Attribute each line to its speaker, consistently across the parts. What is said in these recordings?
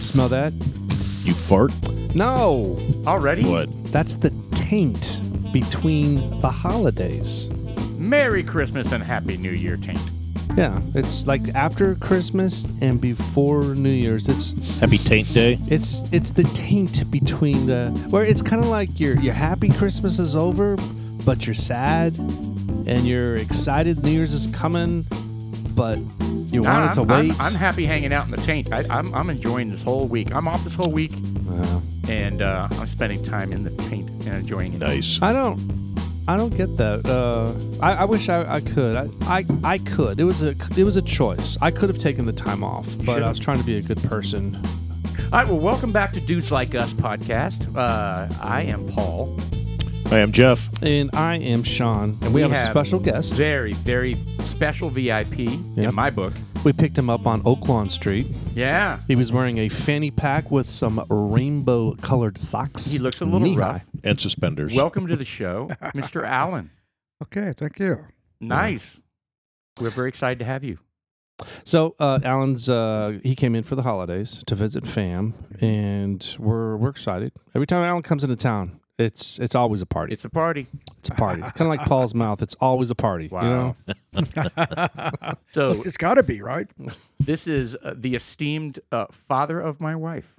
Speaker 1: Smell that?
Speaker 2: You fart?
Speaker 1: No,
Speaker 3: Already?
Speaker 2: What?
Speaker 1: that's the taint between the holidays.
Speaker 3: Merry Christmas and Happy New Year, Taint.
Speaker 1: Yeah, it's like after Christmas and before New Year's. It's
Speaker 2: Happy Taint Day?
Speaker 1: it's it's the taint between the where it's kind of like your your happy Christmas is over, but you're sad and you're excited New Year's is coming, but you
Speaker 3: Nah,
Speaker 1: wanted to
Speaker 3: I'm, I'm-
Speaker 1: wait.
Speaker 3: I'm, happy hanging out in the Taint. I, I'm, I'm enjoying this whole week. I'm off this whole week,
Speaker 1: Uh,
Speaker 3: and uh, I'm spending time in the Taint and enjoying it.
Speaker 2: Nice.
Speaker 1: I don't. I don't get that. Uh, I, I wish I, I could. I, I I could. It was a it was a choice. I could have taken the time off, but
Speaker 3: Sure.
Speaker 1: I was trying to be a good person.
Speaker 3: All right, well, welcome back to Dudes Like Us podcast. Uh, I am Paul.
Speaker 2: I am Jeff.
Speaker 1: And I am Sean, and we, have, a special guest.
Speaker 3: Very, very special VIP
Speaker 1: Yep.
Speaker 3: in my book.
Speaker 1: We picked him up on Oaklawn Street.
Speaker 3: Yeah.
Speaker 1: He was wearing a fanny pack with some rainbow-colored socks.
Speaker 3: He looks a little
Speaker 1: knee-high.
Speaker 3: rough.
Speaker 2: And suspenders.
Speaker 3: Welcome to the show, Mr. Allen.
Speaker 4: Okay, thank you.
Speaker 3: Nice. We're very excited to have you.
Speaker 1: So uh, Alan's uh, he came in for the holidays to visit fam, and we're we're excited. Every time Alan comes into town, it's it's always a party.
Speaker 3: It's a party.
Speaker 1: It's a party. kind of like Paul's mouth. It's always a party. You know?
Speaker 3: So
Speaker 4: it's got to be right.
Speaker 3: this is uh, the esteemed uh, father of my wife.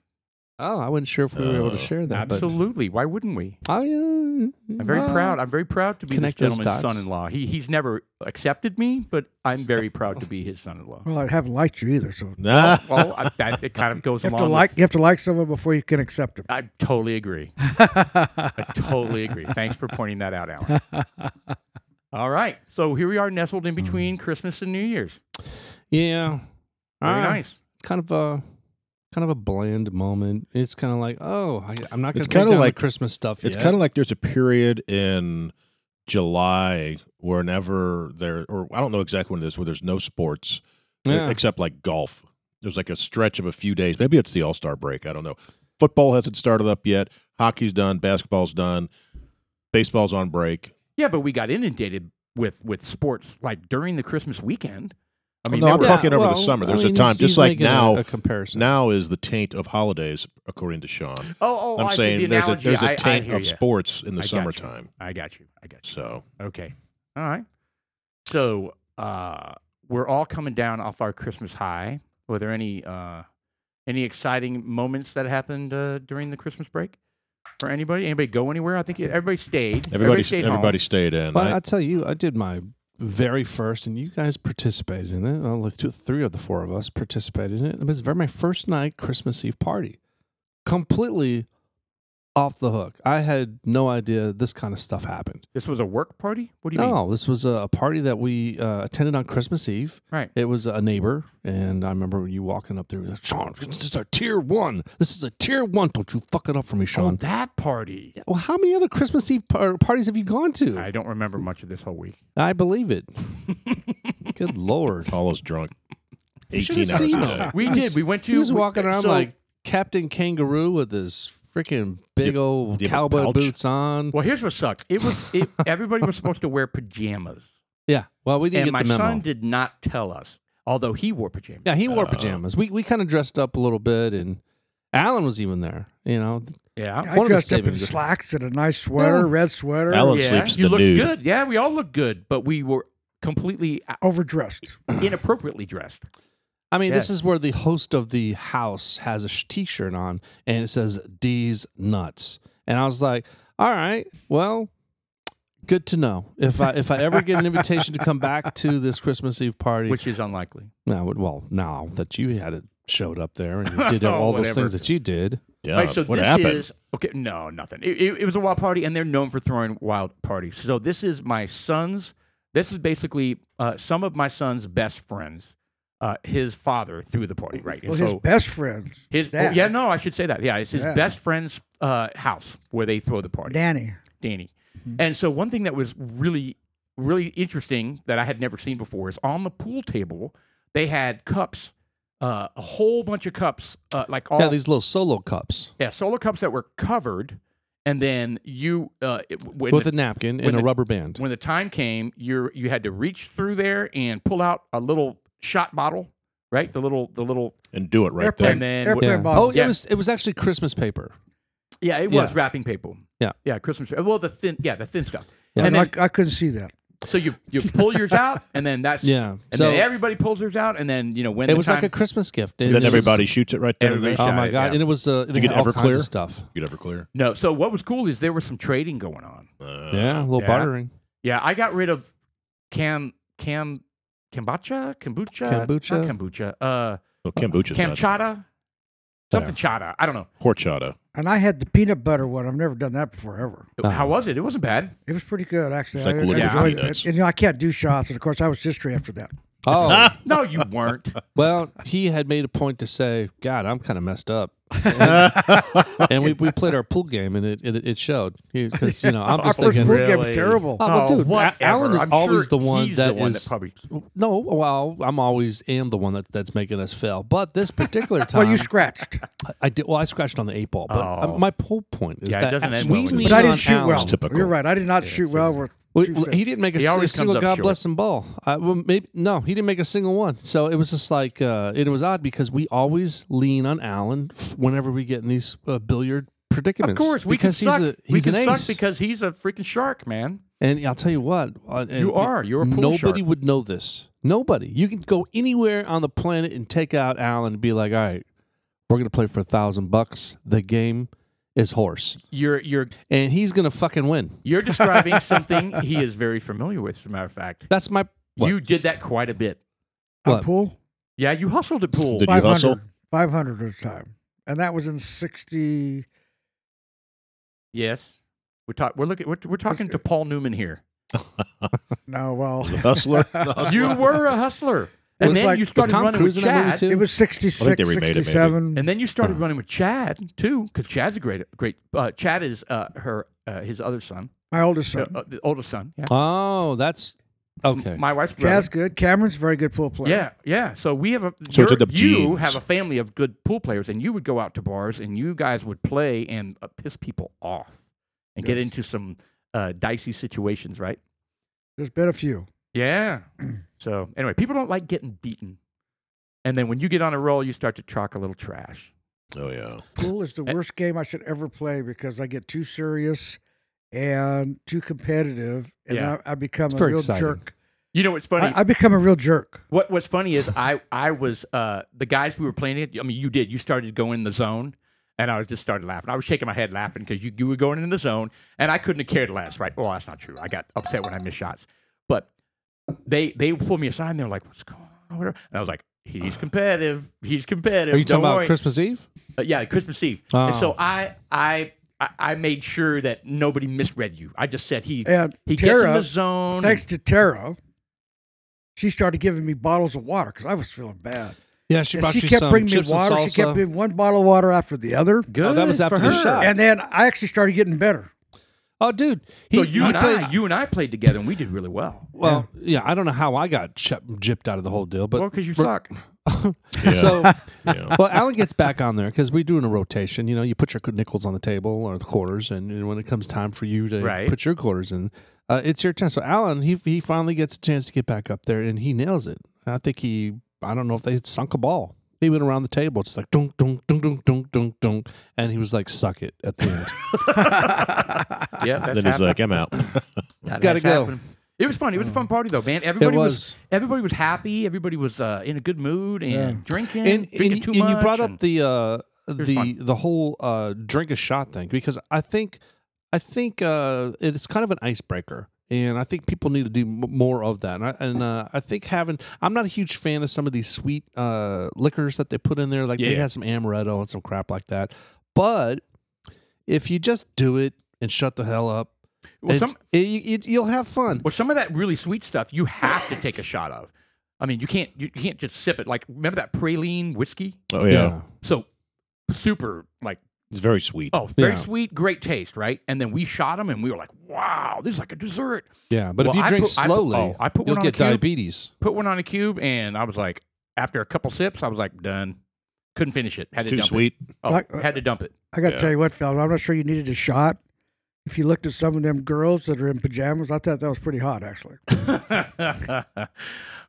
Speaker 1: Oh, I wasn't sure if we were
Speaker 2: Uh,
Speaker 1: able to share that.
Speaker 3: Absolutely. Why wouldn't we?
Speaker 1: But I, uh,
Speaker 3: I'm very
Speaker 1: uh,
Speaker 3: proud. I'm very proud to be this
Speaker 1: connect those
Speaker 3: gentleman's
Speaker 1: dots.
Speaker 3: son-in-law. He he's never accepted me, but I'm very proud to be his son-in-law.
Speaker 4: Well, I haven't liked you either, so you
Speaker 2: Nah.
Speaker 3: well, I, that it kind of goes
Speaker 4: have
Speaker 3: along.
Speaker 4: to
Speaker 3: with-
Speaker 4: like you have to like someone before you can accept them.
Speaker 3: I totally agree. I totally agree. Thanks for pointing that out, Alan. All right. So here we are, nestled in between Christmas and New Year's.
Speaker 1: Yeah.
Speaker 3: Very
Speaker 1: Ah,
Speaker 3: nice.
Speaker 1: Kind of a kind of a bland moment. It's kind of like, oh, I, I'm not going
Speaker 2: It's
Speaker 1: to kind
Speaker 2: kinda
Speaker 1: of like
Speaker 2: like-
Speaker 1: Christmas stuff
Speaker 2: It's
Speaker 1: yet.
Speaker 2: kind of like there's a period in July whenever there, or I don't know exactly when it is, where there's no sports e,
Speaker 1: Yeah.
Speaker 2: except like golf. There's like a stretch of a few days. Maybe it's the All Star break. I don't know. Football hasn't started up yet. Hockey's done. Basketball's done. Baseball's on break.
Speaker 3: Yeah, but we got inundated with with sports like during the Christmas weekend. I mean,
Speaker 2: No,
Speaker 3: there
Speaker 2: I'm
Speaker 3: were-
Speaker 2: talking over the summer. There's a time,
Speaker 1: he's-
Speaker 2: just
Speaker 1: he's
Speaker 2: like
Speaker 1: making a-
Speaker 2: now-
Speaker 1: a comparison.
Speaker 2: Now is the taint of holidays, according to Sean.
Speaker 3: Oh, oh,
Speaker 2: I'm
Speaker 3: I see
Speaker 2: saying
Speaker 3: the
Speaker 2: there's a
Speaker 3: analogy.
Speaker 2: there's
Speaker 3: I- I
Speaker 2: a taint
Speaker 3: hear
Speaker 2: of
Speaker 3: ya.
Speaker 2: sports in the
Speaker 3: I got you.
Speaker 2: summertime.
Speaker 3: I got you. I got you.
Speaker 2: So
Speaker 3: Okay. All right. So uh, we're all coming down off our Christmas high. Were there any uh, any exciting moments that happened uh, during the Christmas break for anybody? Anybody go anywhere? I think everybody stayed.
Speaker 2: everybody
Speaker 3: stayed. home.
Speaker 2: everybody stayed in.
Speaker 1: Well,
Speaker 2: I-
Speaker 1: I, tell you, I did my very first, and you guys participated in it. Well, like two, three of the four of us participated in it. It was very my first night Christmas Eve party, completely off the hook. I had no idea this kind of stuff happened.
Speaker 3: This was a work party. What do you mean?
Speaker 1: No, this was a, a party that we uh, attended on Christmas Eve.
Speaker 3: Right.
Speaker 1: It was a neighbor, and I remember when you walking up there, you're like, Sean, this is a tier one. This is a tier one. Don't you fuck it up for me,
Speaker 3: Oh,
Speaker 1: Sean.
Speaker 3: that party.
Speaker 1: Well, how many other Christmas Eve par- parties have you gone to?
Speaker 3: I don't remember much of this whole week.
Speaker 1: I believe it. Good lord.
Speaker 2: Paul was drunk.
Speaker 1: You should have
Speaker 2: Eighteen hours.
Speaker 1: seen
Speaker 2: a day.
Speaker 1: him.
Speaker 3: We
Speaker 1: He
Speaker 3: did.
Speaker 1: was-
Speaker 3: We went to.
Speaker 1: He was
Speaker 3: we- uh,
Speaker 1: walking around
Speaker 3: so-
Speaker 1: like Captain Kangaroo with his freaking big old
Speaker 2: you have a
Speaker 1: cowboy
Speaker 2: pouch?
Speaker 1: boots on.
Speaker 3: Well, here's what sucked. It was it, everybody was supposed to wear pajamas,
Speaker 1: Yeah. Well, we
Speaker 3: and
Speaker 1: didn't
Speaker 3: my
Speaker 1: get the memo.
Speaker 3: son did not tell us. Although he wore pajamas.
Speaker 1: yeah, he wore
Speaker 2: Uh.
Speaker 1: pajamas. We we kind of dressed up a little bit, and Alan was even there. You know,
Speaker 3: Yeah.
Speaker 4: I
Speaker 1: One of the
Speaker 4: dressed up in
Speaker 1: savings-
Speaker 4: slacks and a nice sweater,
Speaker 1: Yeah.
Speaker 4: red sweater,
Speaker 2: Alan
Speaker 3: yeah,
Speaker 2: sleeps in
Speaker 3: you
Speaker 2: the
Speaker 3: looked
Speaker 2: nude.
Speaker 3: good. Yeah, we all looked good, but we were completely uh,
Speaker 4: overdressed.
Speaker 3: inappropriately dressed.
Speaker 1: I mean, this
Speaker 3: Yeah.
Speaker 1: is where the host of the house has a sh- T-shirt on, and it says "D's nuts," and I was like, "All right, well, good to know. If I if I ever get an invitation to come back to this Christmas Eve party,
Speaker 3: Which is unlikely.
Speaker 1: now, well, now that you had it showed up there and you did all those
Speaker 3: Whatever.
Speaker 1: things that you did,
Speaker 2: Yeah.
Speaker 3: All right, so
Speaker 2: what
Speaker 3: this
Speaker 2: happened?
Speaker 3: is okay. No, nothing. It, it- it was a wild party, and they're known for throwing wild parties. So this is my son's. This is basically uh, some of my son's best friends. Uh, his father threw the party, right? And
Speaker 4: Well, his
Speaker 3: so
Speaker 4: best friends,
Speaker 3: his, oh,
Speaker 4: dad.
Speaker 3: yeah, no, I should say that. Yeah, it's his
Speaker 4: Yeah.
Speaker 3: best friend's uh, house where they throw the party.
Speaker 4: Danny.
Speaker 3: Danny. And so one thing that was really, really interesting that I had never seen before is on the pool table they had cups, uh, a whole bunch of cups, uh, like all
Speaker 1: yeah, these little solo cups
Speaker 3: yeah, solar cups that were covered, and then you uh, it, when
Speaker 1: with
Speaker 3: the,
Speaker 1: a napkin
Speaker 3: when
Speaker 1: and a
Speaker 3: the-
Speaker 1: rubber band.
Speaker 3: when the time came, you you had to reach through there and pull out a little shot bottle right? The little, the little,
Speaker 2: and do it right
Speaker 4: Airplane.
Speaker 3: and
Speaker 2: there.
Speaker 3: then
Speaker 4: Airplane
Speaker 1: Yeah.
Speaker 4: bottle.
Speaker 1: Oh,
Speaker 3: Yeah.
Speaker 1: it was it was actually Christmas paper.
Speaker 3: yeah, it was
Speaker 1: Yeah.
Speaker 3: wrapping paper.
Speaker 1: Yeah.
Speaker 3: yeah, Christmas. Well, the thin, yeah, the thin stuff.
Speaker 1: Yeah.
Speaker 3: And
Speaker 4: And
Speaker 3: then,
Speaker 4: I, I couldn't see that.
Speaker 3: so you you pull yours out, and then that's
Speaker 1: Yeah.
Speaker 3: and
Speaker 1: So-
Speaker 3: then everybody pulls theirs out, and then you know when
Speaker 1: It
Speaker 3: the
Speaker 1: was
Speaker 3: time,
Speaker 1: like a Christmas gift. It
Speaker 2: Then
Speaker 1: was-
Speaker 2: everybody shoots it right there. and
Speaker 3: Everybody
Speaker 2: then.
Speaker 3: shoots
Speaker 1: Oh my
Speaker 3: shot,
Speaker 1: god!
Speaker 3: yeah.
Speaker 1: And it was uh, they
Speaker 2: you
Speaker 1: had
Speaker 2: get
Speaker 1: all kinds
Speaker 2: Everclear?
Speaker 1: of stuff.
Speaker 2: You could Everclear.
Speaker 3: no. So what was cool is there was some trading going on.
Speaker 2: Uh,
Speaker 1: yeah, a little
Speaker 3: yeah.
Speaker 1: bartering.
Speaker 3: Yeah, I got rid of cam cam kombucha kombucha
Speaker 1: Kombucha?
Speaker 3: not kombucha uh
Speaker 2: Well, kombucha's not
Speaker 3: kamchata something chata. I don't know
Speaker 2: horchata.
Speaker 4: And I had the peanut butter one. I've never done that before ever.
Speaker 1: Ah.
Speaker 3: how was it. It wasn't bad.
Speaker 4: It was pretty good actually.
Speaker 2: It's like
Speaker 4: I, I
Speaker 2: liquid
Speaker 4: enjoyed
Speaker 2: peanuts.
Speaker 4: it. And, you know, I can't do shots, and of course I was history after that.
Speaker 1: Oh
Speaker 3: No, you weren't.
Speaker 1: well, he had made a point to say, "God, I'm kind of messed up," and we, we played our pool game, and it it, it showed because you know I'm just
Speaker 4: Our first
Speaker 1: thinking.
Speaker 4: pool game was terrible.
Speaker 1: Oh, well, dude, A-
Speaker 3: whatever.
Speaker 1: Alan is
Speaker 3: I'm
Speaker 1: always
Speaker 3: sure
Speaker 1: the one
Speaker 3: he's
Speaker 1: that
Speaker 3: the one
Speaker 1: is-
Speaker 3: that probably.
Speaker 1: No, well, I'm always am the one that that's making us fail. But this particular time,
Speaker 4: Well, you scratched,
Speaker 1: I did. Well, I scratched on the eight ball. But
Speaker 3: Oh.
Speaker 1: uh, my whole point is
Speaker 3: Yeah, it
Speaker 1: that
Speaker 3: doesn't end
Speaker 1: we
Speaker 3: well when you
Speaker 1: lean
Speaker 4: but I
Speaker 1: on
Speaker 4: didn't shoot
Speaker 1: Alan.
Speaker 4: well.
Speaker 2: typical.
Speaker 4: You're right. I did not shoot well. With
Speaker 1: Well,
Speaker 4: two
Speaker 1: well,
Speaker 4: sets.
Speaker 1: he didn't make a,
Speaker 3: He
Speaker 1: s- a
Speaker 3: always
Speaker 1: single
Speaker 3: comes up
Speaker 1: God
Speaker 3: short.
Speaker 1: bless him ball. I, well, maybe no, he didn't make a single one. So it was just like uh, it was odd because we always lean on Alan f- whenever we get in these uh, billiard
Speaker 3: Of
Speaker 1: predicaments.
Speaker 3: course, we
Speaker 1: because
Speaker 3: can
Speaker 1: he's
Speaker 3: suck.
Speaker 1: a
Speaker 3: we
Speaker 1: he's
Speaker 3: can
Speaker 1: an
Speaker 3: suck
Speaker 1: ace.
Speaker 3: because he's a freaking shark, man.
Speaker 1: and I'll tell you what, uh, and
Speaker 3: You are. You're a pool
Speaker 1: nobody
Speaker 3: shark.
Speaker 1: would know this. Nobody. You can go anywhere on the planet and take out Alan and be like, all right, we're gonna play for a thousand bucks. The game is horse,
Speaker 3: You're you're
Speaker 1: and he's gonna fucking win.
Speaker 3: you're describing something he is very familiar with. As a matter of fact,
Speaker 1: That's my what?
Speaker 3: you did that quite a bit.
Speaker 4: A
Speaker 1: what?
Speaker 4: pool
Speaker 3: Yeah, you hustled at pool.
Speaker 2: Did you hustle?
Speaker 4: 500 at a time, and that was in sixty.
Speaker 3: Yes. We're, talk- we're looking. We're, we're talking to Paul Newman here.
Speaker 4: No, well,
Speaker 2: The hustler. The hustler.
Speaker 3: You were a hustler, and
Speaker 4: Was
Speaker 3: then
Speaker 4: like-
Speaker 3: you
Speaker 4: was
Speaker 3: started
Speaker 1: Tom
Speaker 3: running
Speaker 1: Cruise
Speaker 3: with
Speaker 1: in that movie
Speaker 3: Chad,
Speaker 1: too?
Speaker 4: it was 66,
Speaker 2: remade it, maybe.
Speaker 4: 67.
Speaker 3: and then you started
Speaker 1: Uh-huh.
Speaker 3: running with Chad too, because Chad's a great, great. Uh, Chad is uh, her, uh, his other son,
Speaker 4: my oldest
Speaker 3: uh,
Speaker 4: son.
Speaker 3: uh, the oldest son. Yeah.
Speaker 1: Oh, that's okay.
Speaker 3: My wife's brother.
Speaker 4: Jazz good. Cameron's a very good pool player.
Speaker 3: Yeah, yeah. So we have a.
Speaker 2: So it's
Speaker 3: you're-
Speaker 2: in the
Speaker 3: you
Speaker 2: genes.
Speaker 3: have a family of good pool players, and you would go out to bars, and you guys would play and uh, piss people off, and get
Speaker 4: Yes.
Speaker 3: into some uh, dicey situations, right?
Speaker 4: There's been a few.
Speaker 3: Yeah. so anyway, people don't like getting beaten, and then when you get on a roll, you start to talk a little trash.
Speaker 2: Oh yeah.
Speaker 4: Pool is the
Speaker 3: Eh.
Speaker 4: worst game I should ever play because I get too serious and too competitive, and
Speaker 3: Yeah.
Speaker 4: I, I become
Speaker 1: It's
Speaker 4: a
Speaker 1: very
Speaker 4: real
Speaker 1: exciting.
Speaker 4: jerk.
Speaker 3: You know what's funny?
Speaker 4: I, I become a real jerk.
Speaker 3: What What's funny is I I was uh, the guys we were playing it. I mean, you did. You started going in the zone, and I was just started laughing. I was shaking my head laughing because you you were going in the zone, and I couldn't have cared less. Right? Well, that's not true. I got upset when I missed shots, but they they pulled me aside and they're like, "What's going on?" Whatever. And I was like. He's competitive. He's competitive.
Speaker 1: Are you
Speaker 3: Don't
Speaker 1: talking about
Speaker 3: worry."
Speaker 1: Christmas Eve?
Speaker 3: Uh, yeah, Christmas Eve. And
Speaker 1: Oh.
Speaker 3: so I, I, I I made sure that nobody misread you. I just said he
Speaker 4: And
Speaker 3: he gets in
Speaker 4: Tara,
Speaker 3: the zone.
Speaker 4: thanks to Tara, she started giving me bottles of water because I was feeling bad.
Speaker 1: Yeah, she
Speaker 4: And
Speaker 1: brought
Speaker 4: she
Speaker 1: you
Speaker 4: kept
Speaker 1: some
Speaker 4: bringing
Speaker 1: chips
Speaker 4: me water.
Speaker 1: and salsa.
Speaker 4: She kept giving one bottle of water after the other.
Speaker 3: Good.
Speaker 1: Oh, that was
Speaker 3: for
Speaker 1: after the
Speaker 3: her.
Speaker 1: shot.
Speaker 4: And then I actually started getting better.
Speaker 1: oh, dude, he,
Speaker 3: So you
Speaker 1: he
Speaker 3: and
Speaker 1: played.
Speaker 3: I, you and I played together, and we did really well.
Speaker 1: well, yeah. I don't know how I got ch- gypped out of the whole deal, but
Speaker 3: Well, because you suck.
Speaker 2: Yeah.
Speaker 1: so
Speaker 2: yeah.
Speaker 1: well, Alan gets back on there because we're doing a rotation. You know, you put your nickels on the table or the quarters, and, and when it comes time for you to
Speaker 3: Right.
Speaker 1: put your quarters in, uh, it's your turn. So Alan, he he finally gets a chance to get back up there, and he nails it. I think he, I don't know if they had sunk a ball. He went around the table. It's like dunk, dunk, dunk, dunk, dunk, dunk, dunk, and he was like, "Suck it" at the end.
Speaker 3: Yeah, that's
Speaker 2: Then he's
Speaker 3: happened.
Speaker 2: like, I'm out.
Speaker 3: That
Speaker 1: gotta
Speaker 3: has
Speaker 1: go.
Speaker 3: happened. It was fun. It was a fun party, though, man. Everybody was.
Speaker 1: was.
Speaker 3: everybody was happy. Everybody was uh, in a good mood and
Speaker 4: Yeah.
Speaker 3: drinking.
Speaker 1: and,
Speaker 3: drinking
Speaker 1: and-
Speaker 3: too
Speaker 1: and
Speaker 3: much.
Speaker 1: you brought up
Speaker 3: and-
Speaker 1: the uh, the
Speaker 3: fun.
Speaker 1: the whole uh, drink a shot thing because I think I think uh, it's kind of an icebreaker, and I think people need to do m- more of that. And I, and uh, I think having I'm not a huge fan of some of these sweet uh, liquors that they put in there, like they
Speaker 3: Yeah.
Speaker 1: had some amaretto and some crap like that. But if you just do it and shut the hell up,
Speaker 3: well,
Speaker 1: it-
Speaker 3: some
Speaker 1: it- you- you- you'll have fun.
Speaker 3: well, some of that really sweet stuff you have to take a shot of. I mean, you can't you can't just sip it. Like remember that praline whiskey?
Speaker 2: Oh yeah.
Speaker 3: So super like
Speaker 2: It's very sweet.
Speaker 3: oh very
Speaker 1: Yeah.
Speaker 3: sweet, great taste, right? And then we shot them, and we were like, wow, this is like a dessert.
Speaker 1: yeah. But
Speaker 3: Well,
Speaker 1: if
Speaker 3: I
Speaker 1: you drink
Speaker 3: put- I put-
Speaker 1: slowly,
Speaker 3: oh, I put
Speaker 1: you'll
Speaker 3: one on a
Speaker 1: get
Speaker 3: cube.
Speaker 1: diabetes.
Speaker 3: put one on a cube, and I was like, after a couple sips, I was like, done. Couldn't finish it. Had
Speaker 2: It's
Speaker 3: to
Speaker 2: too
Speaker 3: dump
Speaker 2: sweet.
Speaker 3: it. Oh,
Speaker 4: Like, uh,
Speaker 3: had to dump it.
Speaker 4: I got to
Speaker 2: Yeah.
Speaker 4: tell you what, fellas, I'm not sure you needed a shot. if you looked at some of them girls that are in pajamas, I thought that was pretty hot, actually.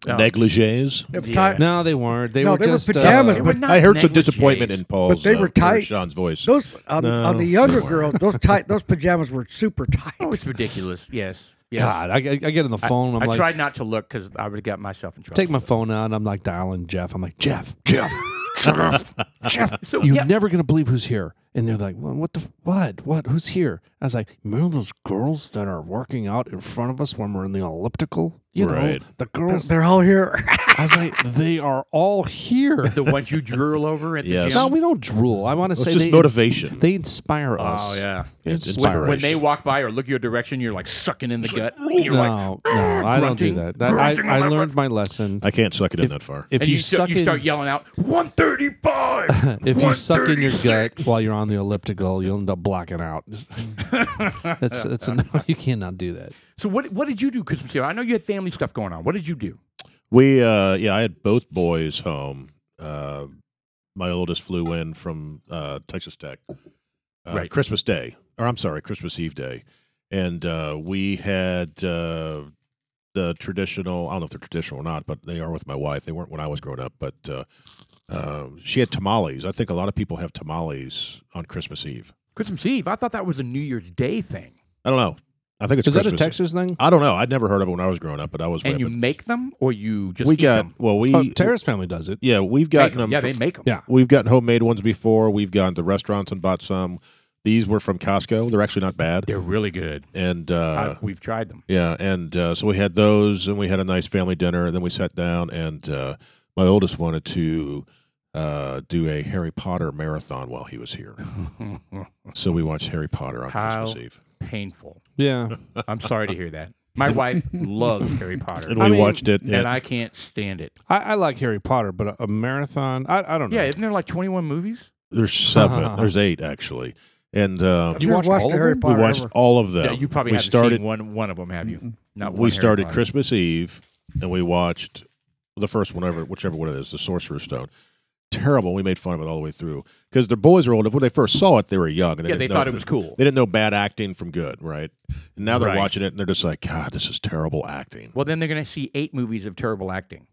Speaker 3: No.
Speaker 2: Negligees.
Speaker 4: If
Speaker 3: Yeah.
Speaker 4: ti-
Speaker 1: No, they weren't. They
Speaker 4: No,
Speaker 1: were
Speaker 4: they were
Speaker 1: just
Speaker 4: pajamas,
Speaker 1: Uh,
Speaker 3: They were
Speaker 4: but
Speaker 3: not
Speaker 2: I heard some
Speaker 3: negligees.
Speaker 2: disappointment in Paul's,
Speaker 4: But they
Speaker 2: uh,
Speaker 4: were
Speaker 2: or
Speaker 4: tight.
Speaker 2: Sean's voice.
Speaker 4: Those on,
Speaker 2: No,
Speaker 4: on the younger girls, those tight, those pajamas were super tight.
Speaker 3: Oh, it's ridiculous. Yes. Yes.
Speaker 1: God, I, I get on the phone. I, am
Speaker 3: I
Speaker 1: like,
Speaker 3: tried not to look because I would have got myself in trouble.
Speaker 1: take my phone out. And I'm like dialing Jeff. I'm like, Jeff, Jeff, Jeff, Jeff.
Speaker 3: So,
Speaker 1: You're
Speaker 3: yeah.
Speaker 1: never gonna believe who's here. And they're like, well, what the f- what what who's here? I was like, remember those girls that are working out in front of us when we're in the elliptical? You
Speaker 2: Right.
Speaker 1: know, the
Speaker 4: They're,
Speaker 1: girls.
Speaker 4: they're all here.
Speaker 1: I was like, they are all here.
Speaker 3: the ones you drool over at the
Speaker 2: Yes.
Speaker 1: no,
Speaker 3: gym.
Speaker 1: we don't drool. I want to
Speaker 2: It's
Speaker 1: say
Speaker 2: just
Speaker 1: they,
Speaker 2: motivation.
Speaker 1: they inspire us.
Speaker 3: Oh yeah.
Speaker 2: It's
Speaker 1: When-
Speaker 2: inspiration.
Speaker 3: When they walk by or look your direction, you're like sucking in the gut. You're
Speaker 1: no,
Speaker 3: like,
Speaker 1: no, I don't do
Speaker 3: grunting,
Speaker 1: that. that I,
Speaker 3: grunting on
Speaker 1: I
Speaker 3: my
Speaker 1: learned my lesson.
Speaker 2: I can't suck it in that far.
Speaker 1: If
Speaker 3: and
Speaker 1: you,
Speaker 3: you,
Speaker 1: suck
Speaker 3: start, you start
Speaker 1: in,
Speaker 3: yelling out 135.
Speaker 1: if you suck in your
Speaker 3: 136.
Speaker 1: gut while you're on the elliptical, you'll end up blocking out. Mm. That's that's a no. You cannot do that.
Speaker 3: So what what did you do Christmas Eve? I know you had family stuff going on. What did you do?
Speaker 2: We uh yeah, I had both boys home. Uh my oldest flew in from uh Texas Tech. Uh,
Speaker 3: Right.
Speaker 2: Christmas Day. Or I'm sorry, Christmas Eve day. And uh we had uh the traditional, I don't know if they're traditional or not, but they are with my wife. They weren't when I was growing up, but uh um, she had tamales. I think a lot of people have tamales on Christmas Eve.
Speaker 3: Christmas Eve. I thought that was a New Year's Day thing.
Speaker 2: I don't know. I think it's
Speaker 1: Is that a
Speaker 2: Christmas.
Speaker 1: Texas thing?
Speaker 2: I don't know. I'd never heard of it when I was growing up, but I was.
Speaker 3: And
Speaker 2: with
Speaker 3: you
Speaker 2: it.
Speaker 3: make them or you just
Speaker 2: we
Speaker 3: eat
Speaker 2: got
Speaker 3: them?
Speaker 2: well, we
Speaker 1: Oh, Tara's family does it.
Speaker 2: yeah, we've
Speaker 3: Make
Speaker 2: gotten
Speaker 3: 'em.
Speaker 2: them.
Speaker 3: Yeah,
Speaker 2: fr-
Speaker 3: they make them.
Speaker 1: Yeah.
Speaker 2: We've gotten homemade ones before. We've gone to restaurants and bought some. These were from Costco. They're actually not bad.
Speaker 3: They're really good.
Speaker 2: And
Speaker 3: I-
Speaker 2: uh,
Speaker 3: we've tried them.
Speaker 2: yeah, and uh, so we had those, and we had a nice family dinner. And then we sat down, and uh, my oldest wanted to uh, do a Harry Potter marathon while he was here. So we watched Harry Potter on
Speaker 3: How-
Speaker 2: Christmas Eve,
Speaker 3: Painful.
Speaker 1: Yeah,
Speaker 3: I'm sorry to hear that. My wife loves Harry Potter.
Speaker 2: and we
Speaker 1: I mean,
Speaker 2: watched it. at-
Speaker 3: and I can't stand it.
Speaker 1: I, I like Harry Potter, but a, a marathon. I, I
Speaker 2: Oh,
Speaker 1: don't know.
Speaker 3: Yeah, isn't there like 21 movies?
Speaker 2: there's seven. there's eight actually, and um,
Speaker 1: You
Speaker 4: Never
Speaker 1: watched all
Speaker 4: a
Speaker 1: of
Speaker 4: Harry
Speaker 1: them?
Speaker 2: we
Speaker 4: Potter
Speaker 2: watched
Speaker 4: ever.
Speaker 2: all of them.
Speaker 3: yeah, you probably
Speaker 2: we
Speaker 3: haven't
Speaker 2: started
Speaker 3: seen one one of them, have you? Not one
Speaker 2: we
Speaker 3: Harry
Speaker 2: started
Speaker 3: Potter.
Speaker 2: Christmas Eve, and we watched the first one ever, whichever one it is, the Sorcerer's Stone. Terrible. We made fun of it all the way through because their boys were old. When they first saw it, they were young. And
Speaker 3: Yeah, they
Speaker 2: didn't know
Speaker 3: thought it
Speaker 2: the-
Speaker 3: was cool.
Speaker 2: They didn't know bad acting from good, right? And now they're
Speaker 3: Right.
Speaker 2: watching it and they're just like, God, this is terrible acting.
Speaker 3: Well, then they're going to see eight movies of terrible acting.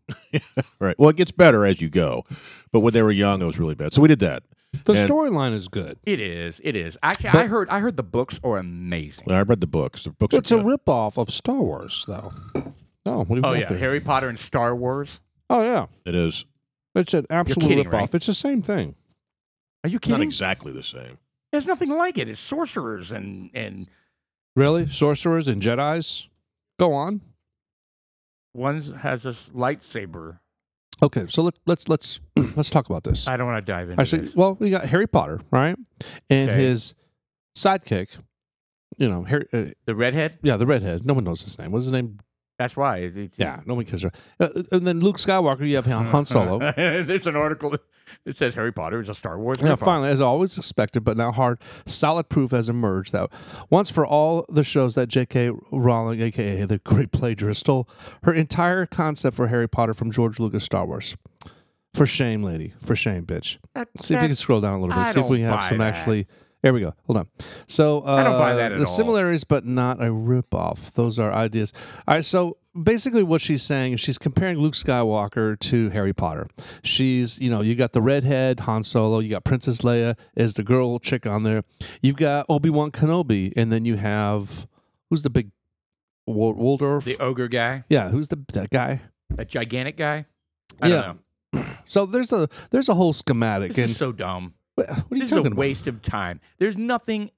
Speaker 2: Right. Well, it gets better as you go, but when they were young, it was really bad. So we did that.
Speaker 1: the
Speaker 2: And-
Speaker 1: storyline is good.
Speaker 3: It is. It is. Actually, I heard. I heard the books are amazing.
Speaker 2: And I read the books. The books.
Speaker 1: It's a
Speaker 2: are good. ripoff.
Speaker 1: ripoff of Star Wars, though. Oh, what do you
Speaker 3: Oh
Speaker 1: want
Speaker 3: yeah,
Speaker 1: there?
Speaker 3: Harry Potter and Star Wars.
Speaker 1: Oh yeah,
Speaker 2: It is
Speaker 1: it's an absolute
Speaker 3: kidding,
Speaker 1: ripoff.
Speaker 3: right?
Speaker 1: It's the same thing.
Speaker 3: Are you
Speaker 2: not
Speaker 3: kidding?
Speaker 2: exactly the same.
Speaker 3: There's nothing like it. It's sorcerers and and
Speaker 1: Really, sorcerers and Jedi's. Go on.
Speaker 3: one has this lightsaber.
Speaker 1: Okay, so let, let's let's let's talk about this.
Speaker 3: I don't want to dive into
Speaker 1: I said,
Speaker 3: this.
Speaker 1: well, we got Harry Potter, right? And
Speaker 3: Okay.
Speaker 1: his sidekick, you know, Harry, uh,
Speaker 3: The redhead.
Speaker 1: yeah, the redhead. No one knows his name. What's his name?
Speaker 3: That's why. It- it-
Speaker 1: Yeah, no one cares. Uh, and then Luke Skywalker, you have Han Han Solo.
Speaker 3: There's an article that says Harry Potter is a Star Wars.
Speaker 1: Yeah,
Speaker 3: ripoff.
Speaker 1: finally, as always expected, but now hard, solid proof has emerged that once for all the shows that J.K. Rowling, aka the great plagiarist, stole her entire concept for Harry Potter from George Lucas Star Wars. For shame, lady. For shame, bitch.
Speaker 3: That-
Speaker 1: See if you
Speaker 3: that-
Speaker 1: can scroll down a little bit.
Speaker 3: I
Speaker 1: See if we
Speaker 3: don't
Speaker 1: have
Speaker 3: buy
Speaker 1: some
Speaker 3: that.
Speaker 1: actually. There we go. Hold on. So uh,
Speaker 3: don't buy that at
Speaker 1: the
Speaker 3: all.
Speaker 1: similarities, but not a ripoff. Those are ideas. All right. So basically, what she's saying is she's comparing Luke Skywalker to Harry Potter. She's, you know, you got the redhead Han Solo, you got Princess Leia as the girl chick on there, you've got Obi Wan Kenobi, and then you have who's the big Wa- Waldorf?
Speaker 3: the ogre guy,
Speaker 1: yeah, who's the that guy?
Speaker 3: that gigantic guy. I
Speaker 1: yeah.
Speaker 3: don't know.
Speaker 1: So there's a there's a whole schematic,
Speaker 3: This
Speaker 1: and
Speaker 3: is so dumb.
Speaker 1: what are you
Speaker 3: This is
Speaker 1: talking
Speaker 3: a
Speaker 1: about?
Speaker 3: waste of time. There's nothing.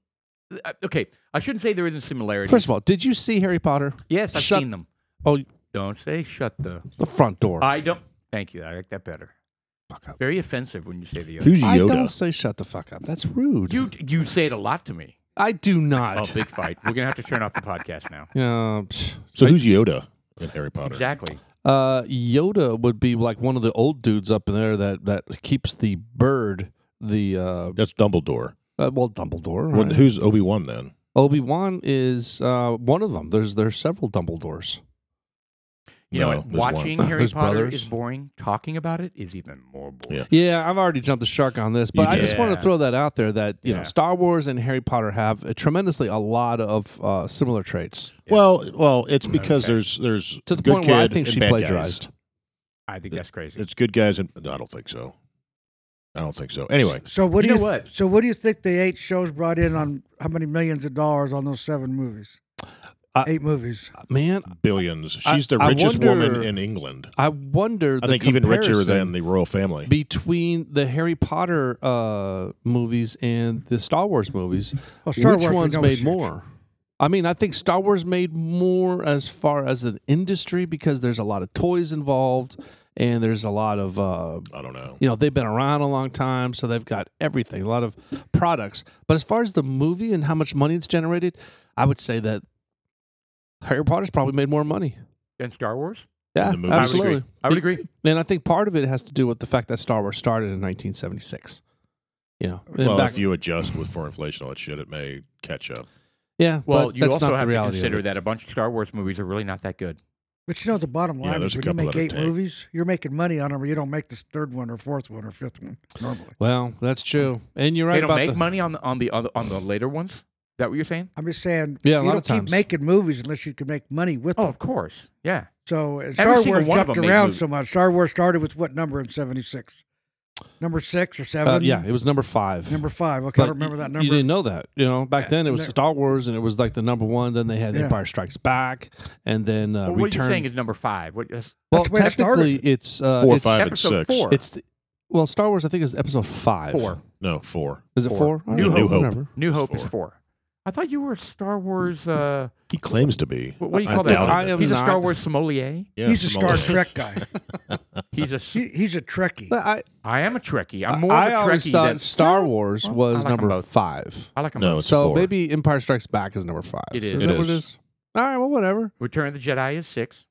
Speaker 3: uh, Okay, I shouldn't say there isn't similarity.
Speaker 1: First of all, did you see Harry Potter?
Speaker 3: yes, I've
Speaker 1: shut-
Speaker 3: seen them.
Speaker 1: Oh,
Speaker 3: Don't say shut the.
Speaker 1: the front door.
Speaker 3: I don't. Thank you. I like that better.
Speaker 1: Fuck up.
Speaker 3: Very offensive when you say the. Other.
Speaker 2: Who's
Speaker 1: I
Speaker 2: Yoda?
Speaker 1: don't say shut the fuck up. That's rude.
Speaker 3: You you say it a lot to me.
Speaker 1: I do
Speaker 3: Oh,
Speaker 1: not.
Speaker 3: big fight. We're gonna have to turn off the podcast now.
Speaker 1: You know, psh.
Speaker 2: so who's Yoda in Harry Potter?
Speaker 3: Exactly.
Speaker 1: uh, Yoda would be like one of the old dudes up in there that that keeps the bird. The uh,
Speaker 2: That's Dumbledore.
Speaker 1: uh, well, Dumbledore.
Speaker 2: Well,
Speaker 1: Right?
Speaker 2: who's Obi Wan then?
Speaker 1: Obi Wan is uh, one of them. There's there's several Dumbledores.
Speaker 3: You
Speaker 2: No,
Speaker 3: know, and
Speaker 2: there's one.
Speaker 3: watching Harry
Speaker 1: There's
Speaker 3: Potter
Speaker 1: brothers.
Speaker 3: is boring. Talking about it is even more boring.
Speaker 2: Yeah.
Speaker 1: Yeah, I've already jumped the shark on this,
Speaker 2: You
Speaker 1: but I
Speaker 2: did.
Speaker 1: just want
Speaker 3: Yeah.
Speaker 1: to throw that out there that you
Speaker 3: Yeah.
Speaker 1: know Star Wars and Harry Potter have a tremendously a lot of uh, similar traits
Speaker 3: Yeah.
Speaker 2: Well, well, it's because
Speaker 3: Okay.
Speaker 2: there's there's
Speaker 1: to the
Speaker 2: good
Speaker 1: point where I
Speaker 2: kid
Speaker 1: think
Speaker 2: and
Speaker 1: she
Speaker 2: bad guys.
Speaker 1: plagiarized.
Speaker 3: I think that's crazy.
Speaker 2: It's good guys and I don't think so. I don't think so. Anyway,
Speaker 4: So what
Speaker 3: You
Speaker 4: do you
Speaker 3: know
Speaker 4: th-
Speaker 3: what?
Speaker 4: so what do you think the eight shows brought in on how many millions of dollars on those seven movies?
Speaker 1: I-
Speaker 4: eight movies.
Speaker 1: Man,
Speaker 2: billions.
Speaker 1: I-
Speaker 2: She's the
Speaker 1: I
Speaker 2: richest woman
Speaker 1: wonder-
Speaker 2: in England.
Speaker 1: I wonder.
Speaker 2: I
Speaker 1: the
Speaker 2: think even richer
Speaker 1: comparison
Speaker 2: than the royal family.
Speaker 1: between the Harry Potter uh, movies and the Star Wars movies.
Speaker 4: Well, Star
Speaker 1: which
Speaker 4: Wars we
Speaker 1: ones
Speaker 4: know
Speaker 1: made
Speaker 4: is huge.
Speaker 1: more? I mean, I think Star Wars made more as far as an industry because there's a lot of toys involved and there's a lot of uh,
Speaker 2: I don't know.
Speaker 1: you know they've been around a long time so they've got everything a lot of products but as far as the movie and how much money it's generated i would say that harry potter's probably made more money
Speaker 3: and Star Wars?
Speaker 1: yeah
Speaker 2: The movie.
Speaker 1: absolutely
Speaker 2: I would
Speaker 3: I would agree.
Speaker 1: and i think part of it has to do with the fact that star wars started in 1976 you know and
Speaker 2: Well,
Speaker 1: back-
Speaker 2: if you adjust with for inflation all that shit, it may catch up.
Speaker 1: yeah
Speaker 3: Well,
Speaker 1: but
Speaker 3: you
Speaker 1: that's
Speaker 3: also
Speaker 1: not the
Speaker 3: have to
Speaker 1: reality of
Speaker 3: consider
Speaker 1: it.
Speaker 3: that a bunch of Star Wars movies are really not that good.
Speaker 4: But you know the bottom
Speaker 2: Yeah,
Speaker 4: line
Speaker 2: there's
Speaker 4: is
Speaker 2: a
Speaker 4: when
Speaker 2: couple
Speaker 4: you make
Speaker 2: that are
Speaker 4: eight
Speaker 2: tank.
Speaker 4: movies, you're making money on them, or you don't make this third one or fourth one or fifth one normally.
Speaker 1: well that's true and you're right
Speaker 3: they don't
Speaker 1: about
Speaker 3: make
Speaker 1: the,
Speaker 3: money on the on the on the, on the later ones. Is that what you're saying?
Speaker 4: I'm just saying
Speaker 1: Yeah, a
Speaker 4: you
Speaker 1: lot
Speaker 4: don't
Speaker 1: of times.
Speaker 4: keep making movies unless you can make money with
Speaker 3: Oh,
Speaker 4: them.
Speaker 3: of course. Yeah.
Speaker 1: Uh,
Speaker 4: So and
Speaker 3: Every
Speaker 4: Star
Speaker 3: single
Speaker 4: Wars
Speaker 3: one of
Speaker 4: jumped
Speaker 3: them made
Speaker 4: around
Speaker 3: movies.
Speaker 4: so much. Star Wars started with what number in seventy six? Number six or seven?
Speaker 1: uh, yeah it was number five
Speaker 4: Number five. Okay,
Speaker 1: But
Speaker 4: I don't remember that
Speaker 1: you-
Speaker 4: number.
Speaker 1: You didn't know that, you know. Back
Speaker 4: Yeah.
Speaker 1: then, it was
Speaker 4: No.
Speaker 1: Star Wars, and it was like the number one. Then they had
Speaker 4: Yeah.
Speaker 1: Empire Strikes Back, and then uh,
Speaker 3: Well, what
Speaker 1: Return.
Speaker 3: you're saying is number five. What, that's
Speaker 1: well,
Speaker 4: That's where it
Speaker 1: technically,
Speaker 4: started.
Speaker 1: it's uh,
Speaker 2: four,
Speaker 1: it's,
Speaker 2: five, and six.
Speaker 3: episode four.
Speaker 1: It's the, well, Star Wars. I think is episode five.
Speaker 3: four.
Speaker 2: No, four.
Speaker 1: Is it
Speaker 3: Four.
Speaker 1: four?
Speaker 3: New
Speaker 1: I don't
Speaker 2: Hope.
Speaker 1: remember.
Speaker 3: New Hope
Speaker 2: Four.
Speaker 3: is four. I thought you were a Star Wars. Uh,
Speaker 2: He claims to be.
Speaker 3: what, what do you
Speaker 2: I
Speaker 3: call that?
Speaker 2: doubt
Speaker 1: I
Speaker 2: it.
Speaker 1: am
Speaker 3: He's a Star
Speaker 1: not-
Speaker 3: Wars sommelier.
Speaker 2: Yeah,
Speaker 4: He's a
Speaker 2: Samoa.
Speaker 4: Star Trek guy.
Speaker 3: He's a. s-
Speaker 4: He, he's a Trekkie.
Speaker 1: But I,
Speaker 3: I am a Trekkie. I'm more
Speaker 1: Uh, I
Speaker 3: of a
Speaker 1: always
Speaker 3: Trekkie.
Speaker 1: thought
Speaker 3: than-
Speaker 1: Star Wars
Speaker 3: Well, I
Speaker 1: was
Speaker 3: like 'em
Speaker 1: number
Speaker 3: both.
Speaker 1: five.
Speaker 3: I like him.
Speaker 2: No,
Speaker 3: both.
Speaker 2: it's
Speaker 1: So
Speaker 2: four.
Speaker 1: maybe Empire Strikes Back is number five.
Speaker 3: It
Speaker 1: So
Speaker 3: is.
Speaker 1: Is
Speaker 2: It
Speaker 1: that what it
Speaker 2: is.
Speaker 1: is? All right. Well, whatever.
Speaker 3: Return of the Jedi is six,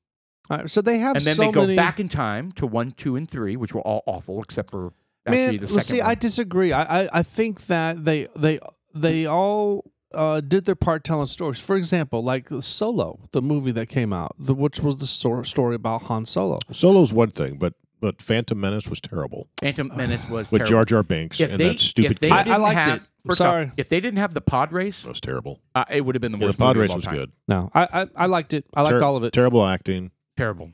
Speaker 1: All right, so they have
Speaker 3: and then
Speaker 1: so
Speaker 3: they go
Speaker 1: many.
Speaker 3: back in time to one, two, and three, which were all awful except for
Speaker 1: Man,
Speaker 3: actually the
Speaker 1: well,
Speaker 3: second
Speaker 1: see,
Speaker 3: one.
Speaker 1: I disagree. I, I, I think that they they they all uh, did their part telling stories. For example, like Solo, the movie that came out, the, which was the sor- story about Han Solo.
Speaker 2: Solo's one thing, but but Phantom Menace was terrible
Speaker 3: Phantom Menace was
Speaker 2: with
Speaker 3: terrible.
Speaker 2: Jar Jar Binks
Speaker 3: If
Speaker 2: and
Speaker 3: they-
Speaker 2: that stupid
Speaker 3: if they
Speaker 2: kid.
Speaker 1: I- I
Speaker 3: didn't
Speaker 1: liked
Speaker 3: have,
Speaker 1: it.
Speaker 3: first
Speaker 1: Sorry.
Speaker 3: off, if they didn't have the pod race,
Speaker 2: That was terrible.
Speaker 3: uh, it would have been the
Speaker 2: Yeah, the
Speaker 3: worst.
Speaker 2: pod
Speaker 3: movie
Speaker 2: race
Speaker 3: of all
Speaker 2: was
Speaker 3: time.
Speaker 2: good.
Speaker 1: No, I I, I liked it. I liked
Speaker 2: Ter-
Speaker 1: all of it.
Speaker 2: Terrible acting.
Speaker 3: Terrible.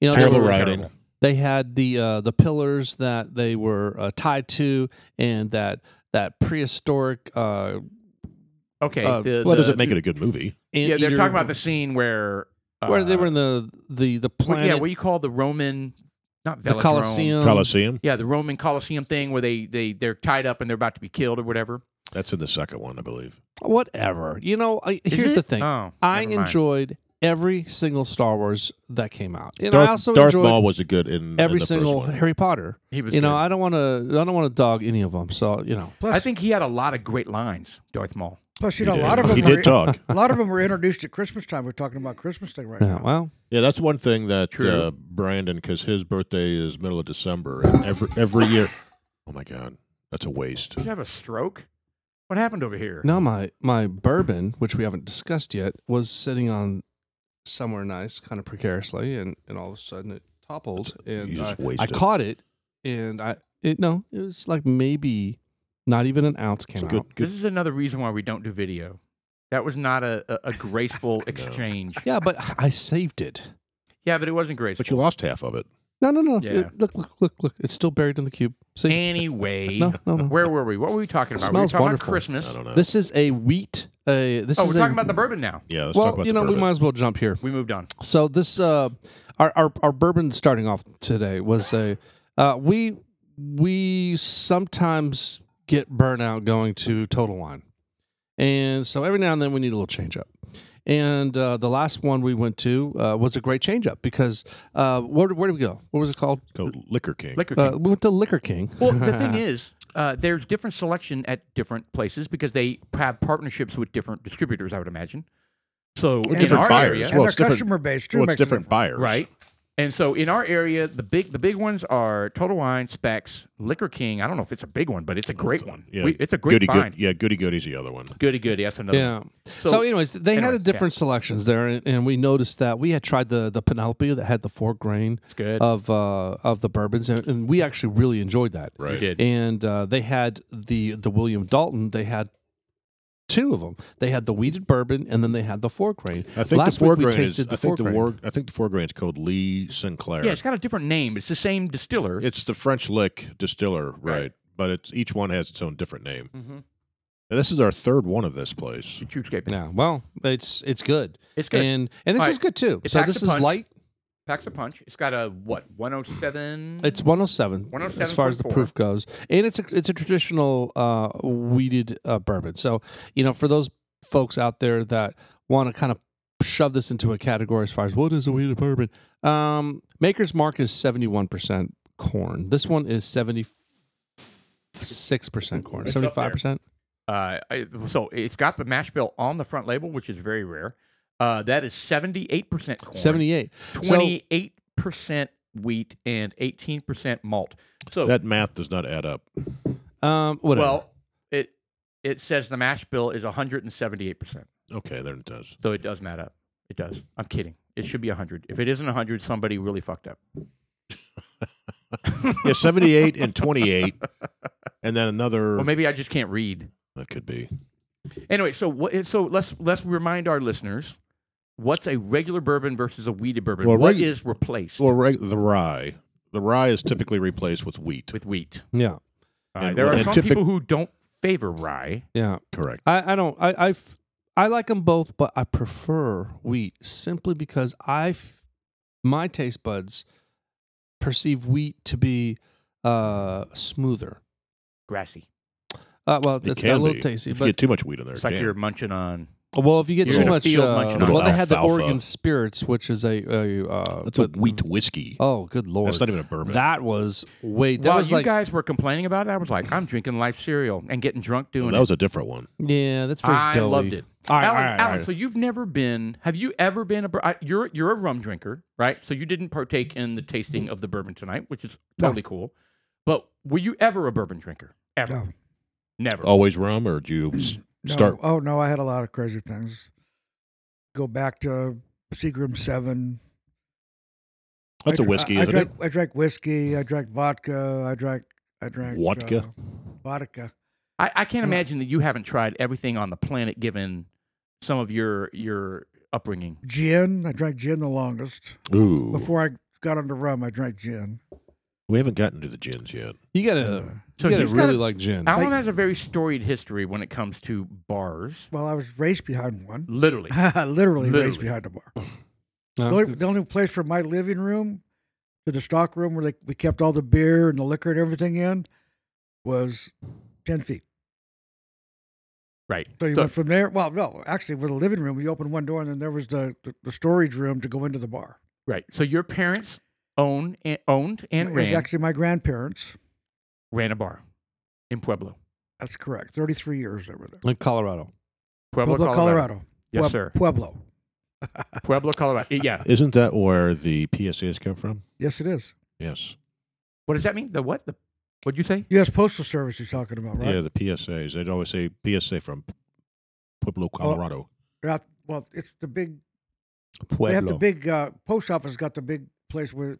Speaker 1: you know, they,
Speaker 2: terrible
Speaker 1: were-
Speaker 2: writing.
Speaker 3: terrible.
Speaker 1: they had the uh, the pillars that they were uh, tied to, and that that prehistoric. Uh,
Speaker 3: Okay.
Speaker 1: Uh,
Speaker 3: the,
Speaker 2: Well, that
Speaker 3: the-
Speaker 2: doesn't make it a good movie.
Speaker 3: Yeah, they're
Speaker 1: anteater-
Speaker 3: talking about the scene where uh,
Speaker 1: where they were in the the the
Speaker 3: what-
Speaker 1: planet,
Speaker 3: yeah, what you call the Roman, not
Speaker 1: the
Speaker 3: Velodrome.
Speaker 1: Colosseum.
Speaker 2: Colosseum.
Speaker 3: Yeah, the Roman Colosseum thing where they they they're tied up and they're about to be killed or whatever.
Speaker 2: That's in the second one, I believe.
Speaker 1: Whatever. You know, I,
Speaker 3: Is
Speaker 1: here's
Speaker 3: it?
Speaker 1: the thing.
Speaker 3: Oh,
Speaker 1: I
Speaker 3: never mind.
Speaker 1: enjoyed every single Star Wars that came out, and
Speaker 2: Darth,
Speaker 1: I also
Speaker 2: Darth
Speaker 1: enjoyed
Speaker 2: Maul was a good in in
Speaker 1: every
Speaker 2: the
Speaker 1: single
Speaker 2: First one.
Speaker 1: Harry Potter.
Speaker 3: He was.
Speaker 1: You know,
Speaker 3: good.
Speaker 1: I don't want to. I don't want to dog any of them. So you know,
Speaker 4: Plus,
Speaker 3: I think he had a lot of great lines, Darth Maul.
Speaker 4: plus
Speaker 2: He
Speaker 4: you know a
Speaker 2: did.
Speaker 4: lot of them
Speaker 2: He
Speaker 4: were,
Speaker 2: did talk.
Speaker 4: a lot of them were introduced at Christmas time. We're talking about Christmas thing right
Speaker 1: yeah,
Speaker 4: now.
Speaker 1: well,
Speaker 2: Yeah, that's one thing that
Speaker 3: True.
Speaker 2: uh, Brandon, because his birthday is middle of December, and every every year. Oh my God, that's a waste.
Speaker 3: Did you have a stroke? What happened over here?
Speaker 1: now my my bourbon, which we haven't discussed yet, was sitting on somewhere nice, kind of precariously, and and all of a sudden it toppled, and
Speaker 2: you just
Speaker 1: I,
Speaker 2: waste
Speaker 1: I
Speaker 2: it.
Speaker 1: caught it, and I it no, it was like maybe not even an ounce came
Speaker 2: It's a
Speaker 1: out.
Speaker 2: good,
Speaker 3: This
Speaker 2: good.
Speaker 3: is another reason why we don't do video. That was not a, a, a graceful exchange.
Speaker 1: Yeah, but I saved it.
Speaker 3: Yeah, but it wasn't graceful.
Speaker 2: But you lost half of it.
Speaker 1: No, no, no.
Speaker 3: Yeah.
Speaker 1: Look, look, look, look. It's still buried in the cube. See?
Speaker 3: Anyway,
Speaker 1: no, no, no.
Speaker 3: where were we? What were we talking about?
Speaker 1: Smells
Speaker 3: we were talking
Speaker 1: wonderful.
Speaker 3: about Christmas.
Speaker 2: I don't know.
Speaker 1: This is a wheat. A, this
Speaker 3: Oh,
Speaker 1: is
Speaker 3: we're
Speaker 1: a-
Speaker 3: talking about the bourbon now.
Speaker 2: yeah, let's
Speaker 1: well,
Speaker 2: talk about
Speaker 1: you
Speaker 2: the
Speaker 1: know, we
Speaker 2: bourbon.
Speaker 1: might as well jump here.
Speaker 3: We moved on.
Speaker 1: So this, uh, our, our our bourbon starting off today was a uh, we we sometimes get burnout going to Total Wine, and so every now and then we need a little change up. And uh, the last one we went to uh, was a great change up because uh, where where did we go? What was it called?
Speaker 2: Go Liquor King.
Speaker 3: Liquor King.
Speaker 1: Uh, we went to Liquor King.
Speaker 3: well, the thing is, uh, there's different selection at different places because they have partnerships with different distributors. I would imagine. So in
Speaker 2: different
Speaker 3: our
Speaker 2: buyers.
Speaker 3: area,
Speaker 4: And
Speaker 2: Well,
Speaker 4: their
Speaker 2: it's different-
Speaker 4: customer base too.
Speaker 2: well, it's
Speaker 4: makes a
Speaker 2: different
Speaker 4: difference.
Speaker 2: buyers,
Speaker 3: right? And so in our area, the big the big ones are Total Wine, Specs, Liquor King. I don't know if it's a big one, but it's a great one.
Speaker 2: yeah,
Speaker 3: We- it's a great
Speaker 2: Goody
Speaker 3: find.
Speaker 2: good. Yeah, goody goody's the other one.
Speaker 3: Goody goody. That's another. One.
Speaker 1: Yeah. So,
Speaker 3: So-
Speaker 1: anyways, they had
Speaker 3: anyway,
Speaker 1: a different selections there, and, and we noticed that we had tried the the Penelope that had the four grain
Speaker 3: It's good.
Speaker 1: of uh, of the bourbons, and, and we actually really enjoyed that.
Speaker 3: you
Speaker 2: Right.
Speaker 3: did.
Speaker 1: And uh, they had the the William Dalton. They had two of them. They had the weeded bourbon, and then they had the four grain.
Speaker 2: I think
Speaker 1: Last
Speaker 2: the
Speaker 1: week we
Speaker 2: foreground is.
Speaker 1: tasted the
Speaker 2: I think the
Speaker 1: foreground.
Speaker 2: war, I think the foreground is called Lee Sinclair.
Speaker 3: Yeah, it's got a different name. It's the same distiller.
Speaker 2: It's the French Lick Distiller, right?
Speaker 3: Right.
Speaker 2: But it's each one has its own different name.
Speaker 3: Mhm.
Speaker 2: And this is our third one of this place.
Speaker 3: It's Truescape.
Speaker 1: Yeah. Well, it's it's good,
Speaker 3: It's good.
Speaker 1: and and this
Speaker 3: All
Speaker 1: is
Speaker 3: right.
Speaker 1: good too.
Speaker 3: It
Speaker 1: so
Speaker 3: packs
Speaker 1: this
Speaker 3: a
Speaker 1: is
Speaker 3: punch.
Speaker 1: light.
Speaker 3: Packs a punch. It's got a what? 107.
Speaker 1: It's 107,
Speaker 3: 107.4.
Speaker 1: as far as the proof goes, and it's a it's a traditional uh, weeded uh, bourbon. So you know, for those folks out there that want to kind of shove this into a category as far as what is a weeded bourbon, um, Maker's Mark is 71 percent corn. This one is 76 percent corn,
Speaker 3: It's up there.
Speaker 1: 75 percent.
Speaker 3: Uh, I- so it's got the mash bill on the front label, which is very rare. Uh, that is 78% corn,
Speaker 1: 78. So
Speaker 3: 28% wheat, and 18% malt. So
Speaker 2: That math does not add up.
Speaker 1: um, whatever.
Speaker 3: Well, it it says the mash bill is 178 percent,
Speaker 2: Okay, there it does.
Speaker 3: so it does matter. It does. I'm kidding. It should be 100. If it isn't 100, somebody really fucked up.
Speaker 2: Yeah, seventy-eight and twenty-eight, and then another.
Speaker 3: Or maybe I just can't read.
Speaker 2: that could be.
Speaker 3: Anyway, so what? So let's let's remind our listeners what's a regular bourbon versus a weeded bourbon.
Speaker 2: Well,
Speaker 3: What is
Speaker 2: regu-
Speaker 3: replaced
Speaker 2: Well, right, the rye. The rye is typically replaced with wheat.
Speaker 3: with wheat?
Speaker 1: yeah,
Speaker 3: All right,
Speaker 2: And
Speaker 3: there
Speaker 2: what-
Speaker 3: are
Speaker 2: and
Speaker 3: some
Speaker 2: typic-
Speaker 3: people who don't favor rye.
Speaker 1: yeah.
Speaker 2: Correct.
Speaker 1: I, I don't. I, I f- I like them both, but I prefer wheat simply because I, f- my taste buds, perceive wheat to be uh, smoother.
Speaker 3: Grassy.
Speaker 1: Uh, well,
Speaker 2: It
Speaker 1: it's got
Speaker 2: can
Speaker 1: a little
Speaker 2: be.
Speaker 1: tasty,
Speaker 2: If
Speaker 1: but
Speaker 2: you get too much wheat in there,
Speaker 3: It's
Speaker 2: it
Speaker 3: like
Speaker 2: can.
Speaker 3: you're munching on.
Speaker 1: well, if you get
Speaker 3: you're
Speaker 1: too
Speaker 2: in a
Speaker 1: much,
Speaker 3: field
Speaker 1: uh,
Speaker 3: munching
Speaker 2: on
Speaker 1: well, they had the
Speaker 2: alfalfa.
Speaker 1: Oregon Spirits, which is a, a uh,
Speaker 2: That's a
Speaker 1: but-
Speaker 2: wheat whiskey.
Speaker 1: Oh, good lord!
Speaker 2: That's not even a bourbon.
Speaker 1: That was way. That
Speaker 3: While
Speaker 1: was
Speaker 3: you
Speaker 1: like
Speaker 3: guys were complaining about it, I was like, I'm drinking life cereal and getting drunk doing
Speaker 2: No,
Speaker 3: it.
Speaker 2: that was a different one.
Speaker 1: yeah, that's pretty
Speaker 3: I
Speaker 1: doughy.
Speaker 3: loved it.
Speaker 1: All right,
Speaker 3: Alan,
Speaker 1: all right, all
Speaker 3: Alan,
Speaker 1: right.
Speaker 3: so you've never been? Have you ever been a? bur- I- You're you're a rum drinker, right? So you didn't partake in the tasting of the bourbon tonight, which is
Speaker 1: No.
Speaker 3: totally cool. But were you ever a bourbon drinker? Ever?
Speaker 4: No.
Speaker 3: Never.
Speaker 1: Oh.
Speaker 2: Always rum, or do you s-
Speaker 4: No.
Speaker 2: start?
Speaker 4: Oh no, I had a lot of crazy things. Go back to Seagram Seven.
Speaker 2: That's
Speaker 4: I
Speaker 2: a
Speaker 4: dr-
Speaker 2: whiskey,
Speaker 4: I, I
Speaker 2: isn't
Speaker 4: drank,
Speaker 2: it?
Speaker 4: I drank whiskey. I drank vodka. I drank. I drank
Speaker 2: Vodka?
Speaker 4: uh, vodka.
Speaker 3: I, I can't
Speaker 4: No.
Speaker 3: imagine that you haven't tried everything on the planet, given some of your your upbringing.
Speaker 4: Gin. I drank gin the longest.
Speaker 2: Ooh,
Speaker 4: Before I got onto rum, I drank gin.
Speaker 2: we haven't gotten to the gins yet.
Speaker 1: You gotta,
Speaker 4: Uh,
Speaker 3: So
Speaker 1: you gotta
Speaker 3: he's
Speaker 1: really
Speaker 3: got a-
Speaker 1: like gin.
Speaker 3: Alan has a very storied history when it comes to bars.
Speaker 4: well, I was raised behind one.
Speaker 3: Literally,
Speaker 4: Literally,
Speaker 3: Literally.
Speaker 4: raised behind a
Speaker 2: Uh-huh.
Speaker 4: bar.
Speaker 1: Huh?
Speaker 4: The only, the only place from my living room to the stock room where they, we kept all the beer and the liquor and everything in was 10 feet.
Speaker 3: right?
Speaker 4: So you
Speaker 3: So-
Speaker 4: went from there. Well, no, actually, with the living room, you opened one door and then there was the, the, the storage room to go into the bar.
Speaker 3: right. So your parents own and, owned and
Speaker 4: it
Speaker 3: ran
Speaker 4: was actually my grandparents.
Speaker 3: ran a bar in Pueblo,
Speaker 4: That's correct. 33 years they were there.
Speaker 1: in Colorado.
Speaker 3: Pueblo, Yes,
Speaker 4: Pue-
Speaker 3: sir.
Speaker 4: Pueblo.
Speaker 3: Pueblo, Colorado. Eh, Yeah.
Speaker 2: Isn't that where the PSAs come from?
Speaker 4: Yes, it is.
Speaker 2: Yes.
Speaker 3: What does that mean? The what? The what'd you say?
Speaker 4: U.S. Postal Service he's talking about, right?
Speaker 2: Yeah, the PSAs. They'd always say PSA from Pueblo,
Speaker 4: Oh.
Speaker 2: Colorado.
Speaker 4: They're out- Well, it's the big
Speaker 1: Pueblo.
Speaker 4: They have the big uh, post office. Got the big place where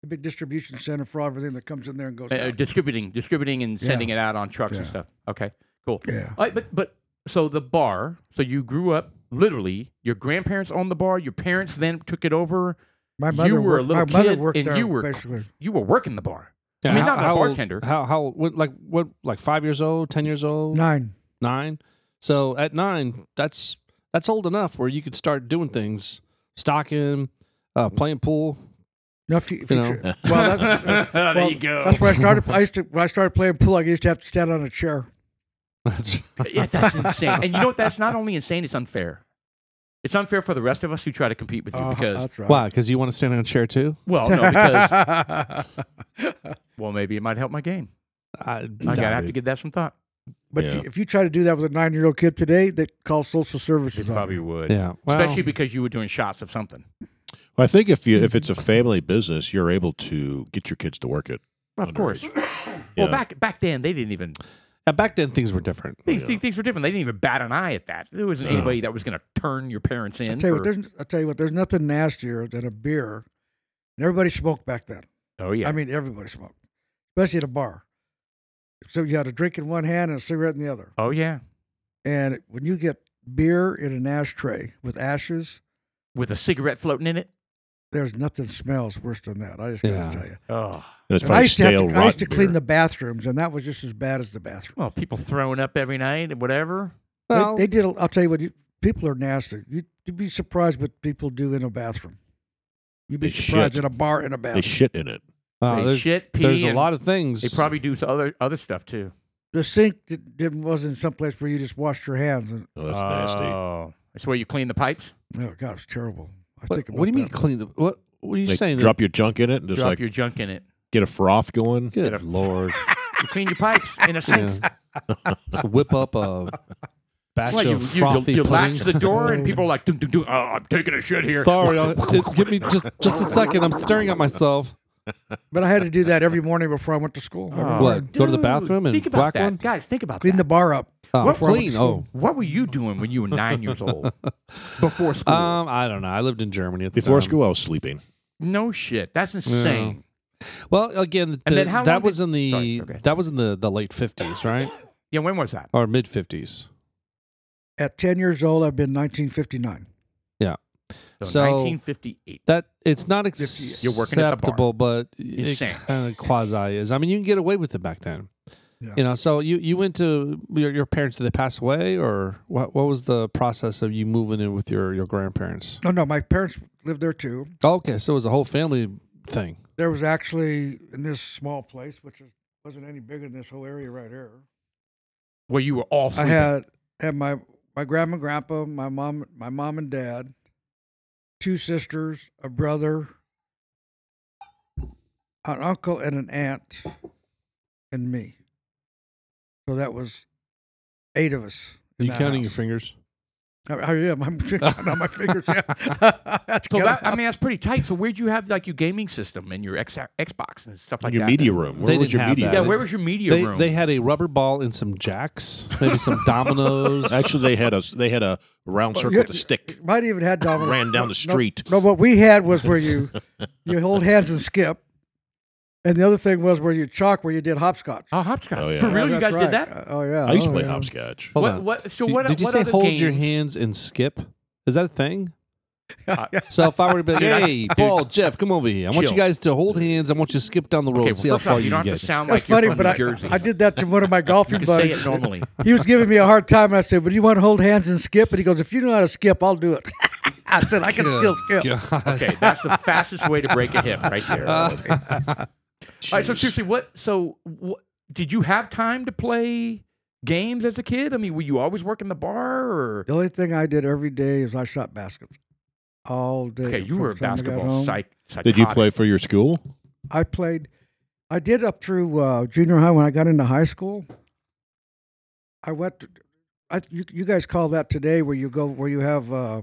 Speaker 4: the big distribution center for everything that comes in there and goes.
Speaker 3: Uh, uh,
Speaker 4: out.
Speaker 3: distributing, distributing, and
Speaker 4: Yeah.
Speaker 3: sending it out on trucks and
Speaker 4: Yeah.
Speaker 3: stuff. Okay, cool.
Speaker 4: yeah,
Speaker 3: All right, but but so the bar. So you grew up literally. Your grandparents owned the bar. Your parents then took it over.
Speaker 4: my
Speaker 3: you
Speaker 4: mother.
Speaker 3: were a
Speaker 4: worked,
Speaker 3: little
Speaker 4: my mother
Speaker 3: kid
Speaker 4: worked
Speaker 3: and
Speaker 4: there,
Speaker 3: you were-
Speaker 4: basically.
Speaker 3: You were working the bar.
Speaker 1: Yeah,
Speaker 3: I mean,
Speaker 1: how-
Speaker 3: not a
Speaker 1: how old-
Speaker 3: bartender.
Speaker 1: how how what like what like five years old, ten years old,
Speaker 4: Nine.
Speaker 1: nine? So at nine, that's that's old enough where you could start doing things, stocking, uh, playing pool.
Speaker 4: No, if you, if
Speaker 1: You
Speaker 4: you
Speaker 1: know.
Speaker 4: tr- well, that,
Speaker 3: there
Speaker 4: well,
Speaker 3: you go.
Speaker 4: That's where I started. I used to when I started playing pool. I used to have to stand on a chair.
Speaker 3: yeah, that's insane. And you know what? That's not only insane; it's unfair. It's unfair for the rest of us who try to compete with you
Speaker 4: Uh,
Speaker 3: because
Speaker 4: that's right.
Speaker 1: Why? Because you want to stand on a chair too?
Speaker 3: well, no, because well, maybe it might help my game.
Speaker 1: I,
Speaker 3: I gotta have to give that some thought.
Speaker 4: but
Speaker 2: Yeah.
Speaker 4: if you- if you try to do that with a nine-year-old kid today, they call social services. on you.
Speaker 3: would.
Speaker 1: Yeah, well,
Speaker 3: Especially because you were doing shots of something.
Speaker 2: Well, I think if you if it's a family business, you're able to get your kids to work it.
Speaker 3: Of course.
Speaker 2: Yeah.
Speaker 3: Well, back back then they didn't
Speaker 1: Oh,
Speaker 3: even
Speaker 1: Yeah, back then things were different.
Speaker 3: things,
Speaker 2: yeah.
Speaker 3: things- things were different. They didn't even bat an eye at that. There wasn't
Speaker 2: No.
Speaker 3: anybody that was going to turn your parents in.
Speaker 4: I tell
Speaker 3: for-
Speaker 4: you what, there's I tell you what, there's nothing nastier than a beer. And everybody smoked back then.
Speaker 3: oh yeah,
Speaker 4: I mean, everybody smoked, especially at a bar. So you had a drink in one hand and a cigarette in the other.
Speaker 3: oh yeah,
Speaker 4: And when you get beer in an ashtray with ashes,
Speaker 3: with a cigarette floating in it.
Speaker 4: there's nothing smells worse than that. I just gotta
Speaker 1: Yeah.
Speaker 4: tell you.
Speaker 3: Oh
Speaker 2: And it's
Speaker 4: And I
Speaker 2: probably
Speaker 4: used to, have
Speaker 2: stale
Speaker 4: to, I used to
Speaker 2: rotten
Speaker 4: clean
Speaker 2: beer.
Speaker 4: the bathrooms, and that was just as bad as the bathroom.
Speaker 3: well, people throwing up every night and whatever.
Speaker 4: They-
Speaker 1: Well,
Speaker 4: they, did. a- I'll tell you what. You, people are nasty. You, you'd be surprised what people do in a bathroom. You'd be
Speaker 2: They
Speaker 4: surprised
Speaker 2: shit.
Speaker 4: in a bar in a
Speaker 2: They
Speaker 4: bathroom.
Speaker 2: shit in it.
Speaker 1: uh,
Speaker 3: they
Speaker 1: there's,
Speaker 3: shit, pee.
Speaker 1: there's a
Speaker 3: and
Speaker 1: lot of things.
Speaker 3: They probably do some other other stuff too.
Speaker 4: the sink did, did, wasn't someplace where you just washed your hands. And,
Speaker 2: Oh, that's nasty.
Speaker 3: Oh, it's where you clean the pipes,
Speaker 4: oh God, it's terrible. I
Speaker 1: What,
Speaker 4: think about
Speaker 1: what do you mean
Speaker 4: that.
Speaker 1: clean the? What What are you
Speaker 2: They
Speaker 1: saying?
Speaker 2: drop your junk in it and just
Speaker 3: drop
Speaker 2: like
Speaker 3: your junk in it,
Speaker 2: get a froth going.
Speaker 1: Good
Speaker 3: Get a-
Speaker 1: lord!
Speaker 3: you clean your pipes in a sink.
Speaker 1: Yeah. So whip up a batch
Speaker 3: Well, you,
Speaker 1: of
Speaker 3: you, you,
Speaker 1: frothy
Speaker 3: you
Speaker 1: pudding.
Speaker 3: latch the door and people are like, "Dun, dun, dun, oh, I'm taking a shit here.
Speaker 1: Sorry, I'll- it- give me just just a second. I'm staring at myself.
Speaker 4: But I had to do that every morning before I went to school. Every
Speaker 3: Oh,
Speaker 4: morning.
Speaker 1: What, go to the
Speaker 3: dude,
Speaker 1: bathroom and
Speaker 3: think about
Speaker 1: whack
Speaker 3: that.
Speaker 1: one?
Speaker 3: guys. Think about
Speaker 4: Clean
Speaker 3: that.
Speaker 4: the bar up.
Speaker 1: Oh,
Speaker 3: What-
Speaker 1: clean. Oh,
Speaker 3: What were you doing when you were nine years old? Before school?
Speaker 1: um, I don't know. I lived in Germany at the
Speaker 2: Before
Speaker 4: Um,
Speaker 1: time.
Speaker 2: school, I was sleeping.
Speaker 3: no shit. That's insane.
Speaker 1: Well, again,
Speaker 3: And
Speaker 1: the-
Speaker 3: then how long
Speaker 1: that
Speaker 3: did-
Speaker 1: was in the
Speaker 3: Sorry, okay.
Speaker 1: that was in the, the late fifties, right,
Speaker 3: Yeah. when was that?
Speaker 1: or mid fifties.
Speaker 4: At ten years old, I've been 1959.
Speaker 1: So-
Speaker 3: 1958.
Speaker 1: That it's not
Speaker 4: Fifty-
Speaker 3: You're working at the bar.
Speaker 1: acceptable, but it
Speaker 3: saying.
Speaker 1: kind of quasi is. I mean, you can get away with it back then.
Speaker 4: Yeah.
Speaker 1: You know, so you you went to your, your parents. Did they pass away, or what? What was the process of you moving in with your your grandparents? Oh,
Speaker 4: No, no, my parents lived there too.
Speaker 1: Okay, so it was a whole family thing.
Speaker 4: There was actually in this small place, which is, wasn't any bigger than this whole area right here.
Speaker 3: Where you were all
Speaker 4: I
Speaker 3: sleeping.
Speaker 4: had had my my grandma, and grandpa, my mom, my mom and dad, two sisters, a brother, an uncle, and an aunt, and me. So that was eight of us. in
Speaker 1: you
Speaker 4: that
Speaker 1: counting your
Speaker 4: house.
Speaker 1: fingers?
Speaker 4: I, I am. I'm counting on my fingers. Yeah. That's
Speaker 3: so
Speaker 4: kinda-
Speaker 3: that, I mean, that's pretty tight. So where'd you have like your gaming system and your X- Xbox and stuff like
Speaker 2: your
Speaker 3: that?
Speaker 2: media room. Where
Speaker 1: They
Speaker 2: was
Speaker 1: didn't
Speaker 2: your
Speaker 1: have
Speaker 2: media?
Speaker 1: that.
Speaker 3: Yeah,
Speaker 2: room?
Speaker 3: where was your media
Speaker 1: They
Speaker 3: room?
Speaker 1: they had a rubber ball and some jacks, maybe some dominoes.
Speaker 2: Actually, they had a they had a round circle
Speaker 4: yeah,
Speaker 2: with a stick.
Speaker 4: might even had dominoes.
Speaker 2: Ran down the
Speaker 4: No,
Speaker 2: street.
Speaker 4: No, what we had was where you you hold hands and skip, and the other thing was where you chalk where you did hopscotch.
Speaker 3: oh, hopscotch.
Speaker 2: Oh, yeah.
Speaker 3: For real,
Speaker 4: Yeah,
Speaker 3: you
Speaker 4: that's
Speaker 3: guys
Speaker 4: right.
Speaker 3: did that?
Speaker 4: Uh, oh yeah.
Speaker 2: I used to
Speaker 4: Oh,
Speaker 2: play
Speaker 4: yeah.
Speaker 2: hopscotch.
Speaker 1: Hold
Speaker 3: what,
Speaker 1: on.
Speaker 3: what? So
Speaker 1: Did-
Speaker 3: what?
Speaker 1: did you
Speaker 3: what
Speaker 1: say
Speaker 3: other
Speaker 1: hold
Speaker 3: games?
Speaker 1: your hands and skip? Is that a thing?
Speaker 3: Uh,
Speaker 1: So if I were to be like,
Speaker 3: Dude, I-
Speaker 1: hey, Paul, Jeff, come over here. I want
Speaker 3: Chill.
Speaker 1: you guys to hold hands. I want you to skip down the road
Speaker 3: Okay,
Speaker 1: and see how
Speaker 3: well, first off,
Speaker 1: far
Speaker 3: you
Speaker 1: you
Speaker 3: don't
Speaker 1: can
Speaker 3: have
Speaker 1: get.
Speaker 3: to sound like
Speaker 4: That's
Speaker 3: you're
Speaker 4: funny,
Speaker 3: from
Speaker 4: but
Speaker 3: New
Speaker 4: I,
Speaker 3: Jersey.
Speaker 4: I did that to one of my golfing
Speaker 3: you can say
Speaker 4: buddies.
Speaker 3: it normally.
Speaker 4: He was giving me a hard time, and I said, "Well, you want to hold hands and skip?" And he goes, "If you know how to skip, I'll do it." I said, "I can still skip."
Speaker 3: Okay, that's the fastest way to break a hip right there. All right, so seriously, what? So, what, did you have time to play games as a kid? I mean, were you always working the bar? Or
Speaker 4: The only thing I did every day is I shot baskets all day.
Speaker 3: okay, you
Speaker 4: from
Speaker 3: were a
Speaker 4: the time I got
Speaker 3: basketball
Speaker 4: home.
Speaker 3: psych.
Speaker 2: Did you
Speaker 3: psychotic.
Speaker 2: play for your school?
Speaker 4: I played. I did up through uh, junior high. When I got into high school, I went. To, I, you, you guys call that today where you go where you have uh,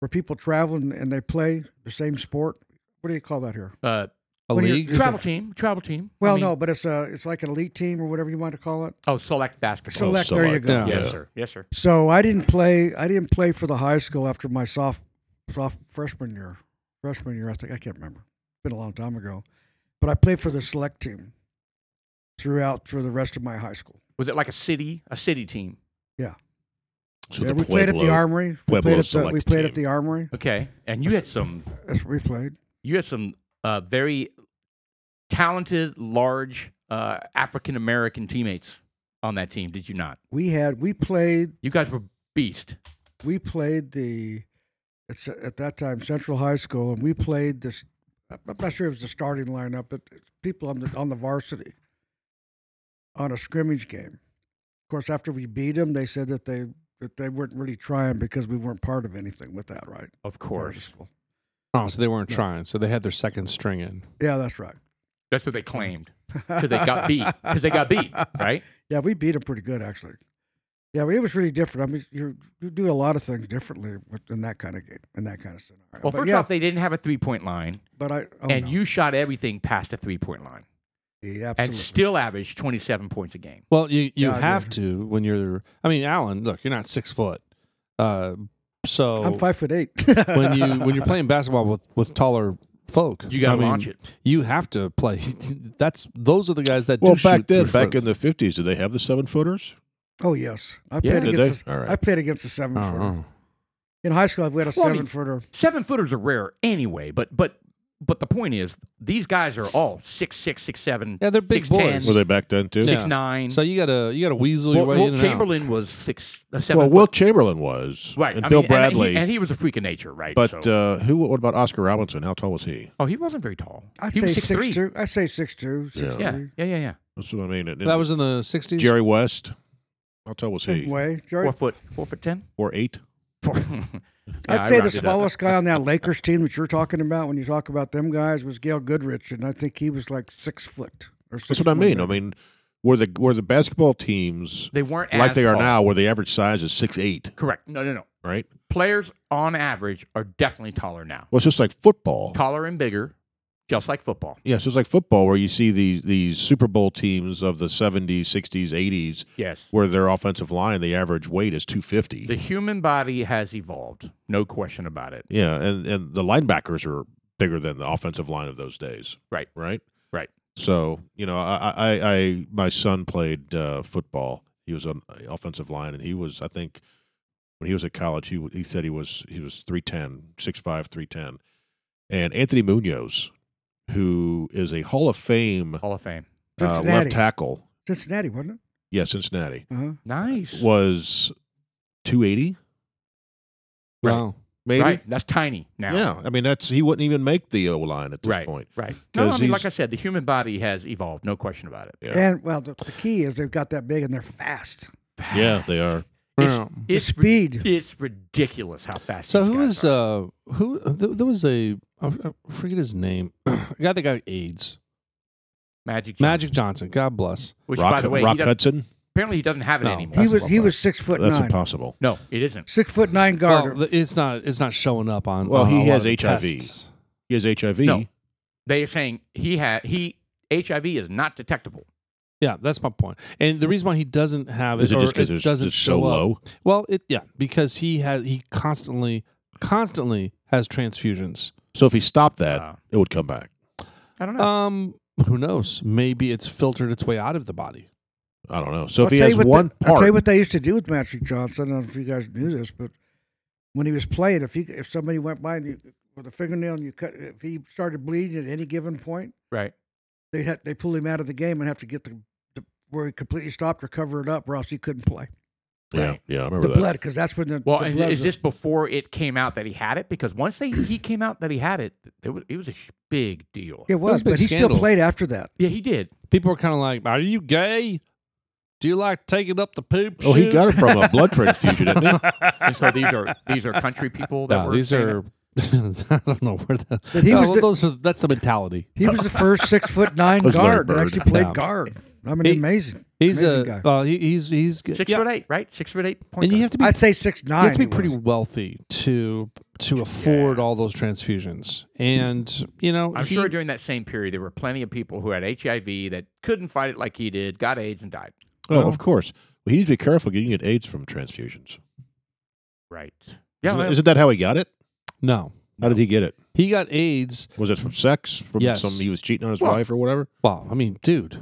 Speaker 4: where people travel and, and they play the same sport. What do you call that here?
Speaker 3: uh,
Speaker 1: A
Speaker 4: When you're-
Speaker 1: league?
Speaker 3: travel team? Travel team? I
Speaker 4: Well,
Speaker 3: mean-
Speaker 4: no, but it's a it's like an elite team or whatever you want to call it.
Speaker 3: Oh, select basketball.
Speaker 4: Select. there you
Speaker 1: Yeah.
Speaker 4: go.
Speaker 3: Yes, sir. Yes, sir.
Speaker 4: So I didn't play. I didn't play for the high school after my soft, soft freshman year. Freshman year, I think I can't remember. It's been a long time ago, but I played for the select team throughout through the rest of my high school.
Speaker 3: Was it like a city? A city team?
Speaker 2: So
Speaker 4: yeah,
Speaker 2: the
Speaker 4: we played at the
Speaker 2: Pueblo-
Speaker 4: Armory. We
Speaker 2: Pueblo
Speaker 4: played at the,
Speaker 2: Select
Speaker 4: we played at
Speaker 2: team.
Speaker 4: the Armory.
Speaker 3: Okay, and you had some.
Speaker 4: That's where we played.
Speaker 3: You had some uh, very talented, large uh, African American teammates on that team. Did you not?
Speaker 4: We had we played
Speaker 3: You guys were beast.
Speaker 4: we played the it's at that time Central High School, and we played this. I'm not sure it was the starting lineup, but people on the on the varsity on a scrimmage game. Of course, after we beat them, they said that they that they weren't really trying because we weren't part of anything with that, right?
Speaker 3: Of
Speaker 4: Part of the school.
Speaker 1: Oh, so they weren't
Speaker 4: Yeah.
Speaker 1: trying. So they had their second string in.
Speaker 4: Yeah, that's right.
Speaker 3: That's what they claimed because they got beat. Because they got beat, right?
Speaker 4: Yeah, we beat them pretty good actually. Yeah, but it was really different. I mean, you you do a lot of things differently with, in that kind of game, in that kind of scenario.
Speaker 3: Well,
Speaker 4: but
Speaker 3: first
Speaker 4: yeah,
Speaker 3: off, they didn't have a three point line,
Speaker 4: but I oh,
Speaker 3: and
Speaker 4: no.
Speaker 3: you shot everything past the three point line,
Speaker 4: yeah,
Speaker 3: and
Speaker 4: absolutely.
Speaker 3: still averaged twenty seven points a game.
Speaker 1: Well, you you
Speaker 4: Yeah, I
Speaker 1: have
Speaker 4: agree.
Speaker 1: to when you're. I mean, Alan, look, you're not six foot, uh, so
Speaker 4: I'm five foot eight.
Speaker 1: when you when you're playing basketball with with taller folk,
Speaker 3: You got
Speaker 1: I
Speaker 3: to
Speaker 1: mean,
Speaker 3: launch it.
Speaker 1: You have to play. That's those are the guys that
Speaker 2: Well,
Speaker 1: do
Speaker 2: back
Speaker 1: shoot
Speaker 2: then,
Speaker 1: three
Speaker 2: back
Speaker 1: footers.
Speaker 2: in the fifties, did they have the seven footers?
Speaker 4: oh yes, I
Speaker 3: Yeah.
Speaker 4: played
Speaker 2: Did they?
Speaker 4: against.
Speaker 2: All
Speaker 4: the-
Speaker 2: right. Uh-huh.
Speaker 4: I played against a seven
Speaker 1: I don't
Speaker 4: footer
Speaker 1: know.
Speaker 4: in high school. We had a
Speaker 3: Well, I
Speaker 4: seven
Speaker 3: mean-
Speaker 4: footer.
Speaker 3: Seven footers are rare anyway, but but but the point is, these guys are all six six six seven.
Speaker 1: Yeah, they're big
Speaker 3: 6'10",
Speaker 1: boys.
Speaker 2: Were they back then too?
Speaker 1: Yeah.
Speaker 3: six nine.
Speaker 1: So you gotta you gotta weasel your
Speaker 3: Wilt,
Speaker 1: way
Speaker 3: Wilt
Speaker 1: in and out.
Speaker 3: Chamberlain was six uh, seven.
Speaker 2: Well,
Speaker 3: foot-
Speaker 2: Will Chamberlain was,
Speaker 3: right?
Speaker 2: and
Speaker 3: I
Speaker 2: Bill
Speaker 3: mean, and he-
Speaker 2: Bradley.
Speaker 3: and he, was a freak of nature, right?
Speaker 2: but
Speaker 3: so-
Speaker 2: uh, who? What about Oscar Robinson? How tall was he?
Speaker 3: oh, he wasn't very tall.
Speaker 4: I
Speaker 3: he
Speaker 4: say
Speaker 3: was six three.
Speaker 4: two. I say six two. Six
Speaker 3: Yeah,
Speaker 4: three.
Speaker 3: yeah, yeah, yeah.
Speaker 2: That's what I mean. And-
Speaker 1: That was in the '60s.
Speaker 2: Jerry West. How tall was
Speaker 4: Same
Speaker 2: he?
Speaker 4: way, Jerry.
Speaker 3: Four foot, four foot ten.
Speaker 2: Or eight?
Speaker 3: Four. Yeah, I
Speaker 4: I'd say the
Speaker 3: rounded up.
Speaker 4: smallest guy on that Lakers team that you're talking about when you talk about them guys was Gail Goodrich, and I think he was like six foot or six.
Speaker 2: That's what I
Speaker 4: one,
Speaker 2: mean. I
Speaker 4: maybe.
Speaker 2: mean, were the were the basketball teams
Speaker 3: They weren't
Speaker 2: like
Speaker 3: as
Speaker 2: they are
Speaker 3: tall.
Speaker 2: now, where the average size is six eight,
Speaker 3: Correct. No, no, no.
Speaker 2: right?
Speaker 3: Players on average are definitely taller now.
Speaker 2: Well, it's just like football.
Speaker 3: Taller and bigger, just like football.
Speaker 2: Yeah, so it's like football where you see these these Super Bowl teams of the 70s, 60s, 80s
Speaker 3: Yes.
Speaker 2: where their offensive line the average weight is 250.
Speaker 3: The human body has evolved, no question about it.
Speaker 2: yeah, and and the linebackers are bigger than the offensive line of those days.
Speaker 3: Right.
Speaker 2: Right?
Speaker 3: Right.
Speaker 2: So, you know, I I, I- I my son played uh, football. He was on the offensive line and he was I think when he was at college he w- he said he was he was 310, 6'5", 310. And Anthony Munoz who is a Hall of Fame
Speaker 3: Hall of Fame.
Speaker 2: uh,
Speaker 4: Cincinnati.
Speaker 2: left tackle.
Speaker 4: Cincinnati, wasn't
Speaker 2: Yeah, Cincinnati
Speaker 4: it? Uh-huh.
Speaker 3: Nice.
Speaker 2: was 280,
Speaker 1: Wow.
Speaker 2: maybe.
Speaker 3: Right. That's tiny now.
Speaker 2: Yeah, I mean that's he wouldn't even make the O line at this
Speaker 3: Right.
Speaker 2: point.
Speaker 3: Right. No,
Speaker 2: 'Cause
Speaker 3: I mean, like
Speaker 2: he's-
Speaker 3: I said, the human body has evolved, no question about it.
Speaker 2: Yeah.
Speaker 4: And well, the, the key is they've got that big and they're fast.
Speaker 2: Yeah, they are.
Speaker 3: It's,
Speaker 4: The
Speaker 3: it's, ri-
Speaker 4: speed.
Speaker 3: it's ridiculous how fast.
Speaker 1: So
Speaker 3: these
Speaker 1: who
Speaker 3: guys
Speaker 1: is
Speaker 3: are.
Speaker 1: uh who th- there was a I I forget his name a guy that got AIDS
Speaker 3: Magic? Johnson,
Speaker 1: Magic Johnson God bless
Speaker 3: Which,
Speaker 2: Rock,
Speaker 3: by the way,
Speaker 2: Rock
Speaker 3: he doesn't-
Speaker 2: Hudson?
Speaker 3: apparently he doesn't have it
Speaker 1: No.
Speaker 3: anymore.
Speaker 4: He
Speaker 1: That's
Speaker 4: was
Speaker 1: what
Speaker 4: he
Speaker 1: I'm
Speaker 4: was six foot
Speaker 2: That's
Speaker 4: nine.
Speaker 2: impossible.
Speaker 3: no, it isn't.
Speaker 4: Six foot nine guard.
Speaker 1: well, th- it's not it's not showing up on
Speaker 2: Well,
Speaker 1: on
Speaker 2: he
Speaker 1: a lot
Speaker 2: has
Speaker 1: of the
Speaker 2: HIV.
Speaker 1: tests.
Speaker 2: He has HIV.
Speaker 3: No. They are saying he had he HIV is not detectable.
Speaker 1: yeah that's my point and the reason why he doesn't have it,
Speaker 2: Is it
Speaker 1: or
Speaker 2: just because
Speaker 1: it
Speaker 2: it's,
Speaker 1: doesn't
Speaker 2: it's
Speaker 1: show
Speaker 2: so
Speaker 1: up
Speaker 2: low?
Speaker 1: well it yeah because he has he constantly constantly has transfusions
Speaker 2: So if he stopped that,
Speaker 3: Wow.
Speaker 2: it would come back.
Speaker 3: Uh, I don't know.
Speaker 1: um who knows maybe it's filtered its way out of the body
Speaker 2: I don't know. So
Speaker 4: I'll
Speaker 2: if he
Speaker 4: tell
Speaker 2: has
Speaker 4: you what
Speaker 2: one
Speaker 4: they, I'll
Speaker 2: part,
Speaker 4: tell you what they used to do with Magic Johnson. I don't know if you guys knew this, but when he was playing, if he if somebody went by and you, with a fingernail and you cut, if he started bleeding at any given point,
Speaker 3: right.
Speaker 4: they had they pull him out of the game and have to get the, the where he completely stopped or cover it up, or else he couldn't play
Speaker 2: yeah, yeah, I remember
Speaker 4: the
Speaker 2: that.
Speaker 4: blood because that's when the
Speaker 3: Well,
Speaker 4: the
Speaker 3: and
Speaker 4: blood
Speaker 3: is
Speaker 4: was-
Speaker 3: this before it came out that he had it? Because once they he came out that he had it, there was, it was a sh- big deal.
Speaker 4: it
Speaker 1: was
Speaker 4: was,
Speaker 1: a big
Speaker 4: but he
Speaker 1: scandal.
Speaker 4: still played after that.
Speaker 3: Yeah, he did.
Speaker 1: people are kind of like are you gay do you like taking up the poop
Speaker 2: Oh, he
Speaker 1: chute?"
Speaker 2: got it from a blood transfusion, didn't he?
Speaker 3: And so these are these are country people that
Speaker 1: No,
Speaker 3: were
Speaker 1: these
Speaker 3: saying
Speaker 1: are. I don't know where the.
Speaker 4: But he
Speaker 1: No,
Speaker 4: was
Speaker 1: well,
Speaker 4: the-
Speaker 1: those are, that's the mentality.
Speaker 4: He was the first six foot nine
Speaker 2: That was Larry
Speaker 4: guard. that
Speaker 2: Bird.
Speaker 4: Actually played
Speaker 1: Yeah.
Speaker 4: guard. I mean,
Speaker 1: He-
Speaker 4: amazing.
Speaker 1: He's
Speaker 4: amazing
Speaker 1: a.
Speaker 4: guy.
Speaker 1: Uh, he, he's he's
Speaker 3: six
Speaker 1: yeah.
Speaker 3: foot eight, right? Six foot eight. Point
Speaker 1: and you
Speaker 3: guard.
Speaker 1: have to be.
Speaker 4: I'd say six
Speaker 1: you
Speaker 4: nine.
Speaker 1: have to be
Speaker 4: he
Speaker 1: pretty
Speaker 4: was.
Speaker 1: wealthy to to afford all those transfusions, and you know,
Speaker 3: I'm
Speaker 1: he-
Speaker 3: sure during that same period there were plenty of people who had HIV that couldn't fight it like he did, got AIDS and died.
Speaker 2: Oh, of course. Well, he needs to be careful. You can get AIDS from transfusions.
Speaker 3: Right.
Speaker 2: isn't,
Speaker 3: Yeah.
Speaker 2: isn't that how he got it?
Speaker 1: no,
Speaker 2: How did he get it?
Speaker 1: he got AIDS.
Speaker 2: Was it from sex? From
Speaker 1: Yes.
Speaker 2: some he was cheating on his
Speaker 3: Well-
Speaker 2: wife or whatever?
Speaker 1: Well, I mean, dude,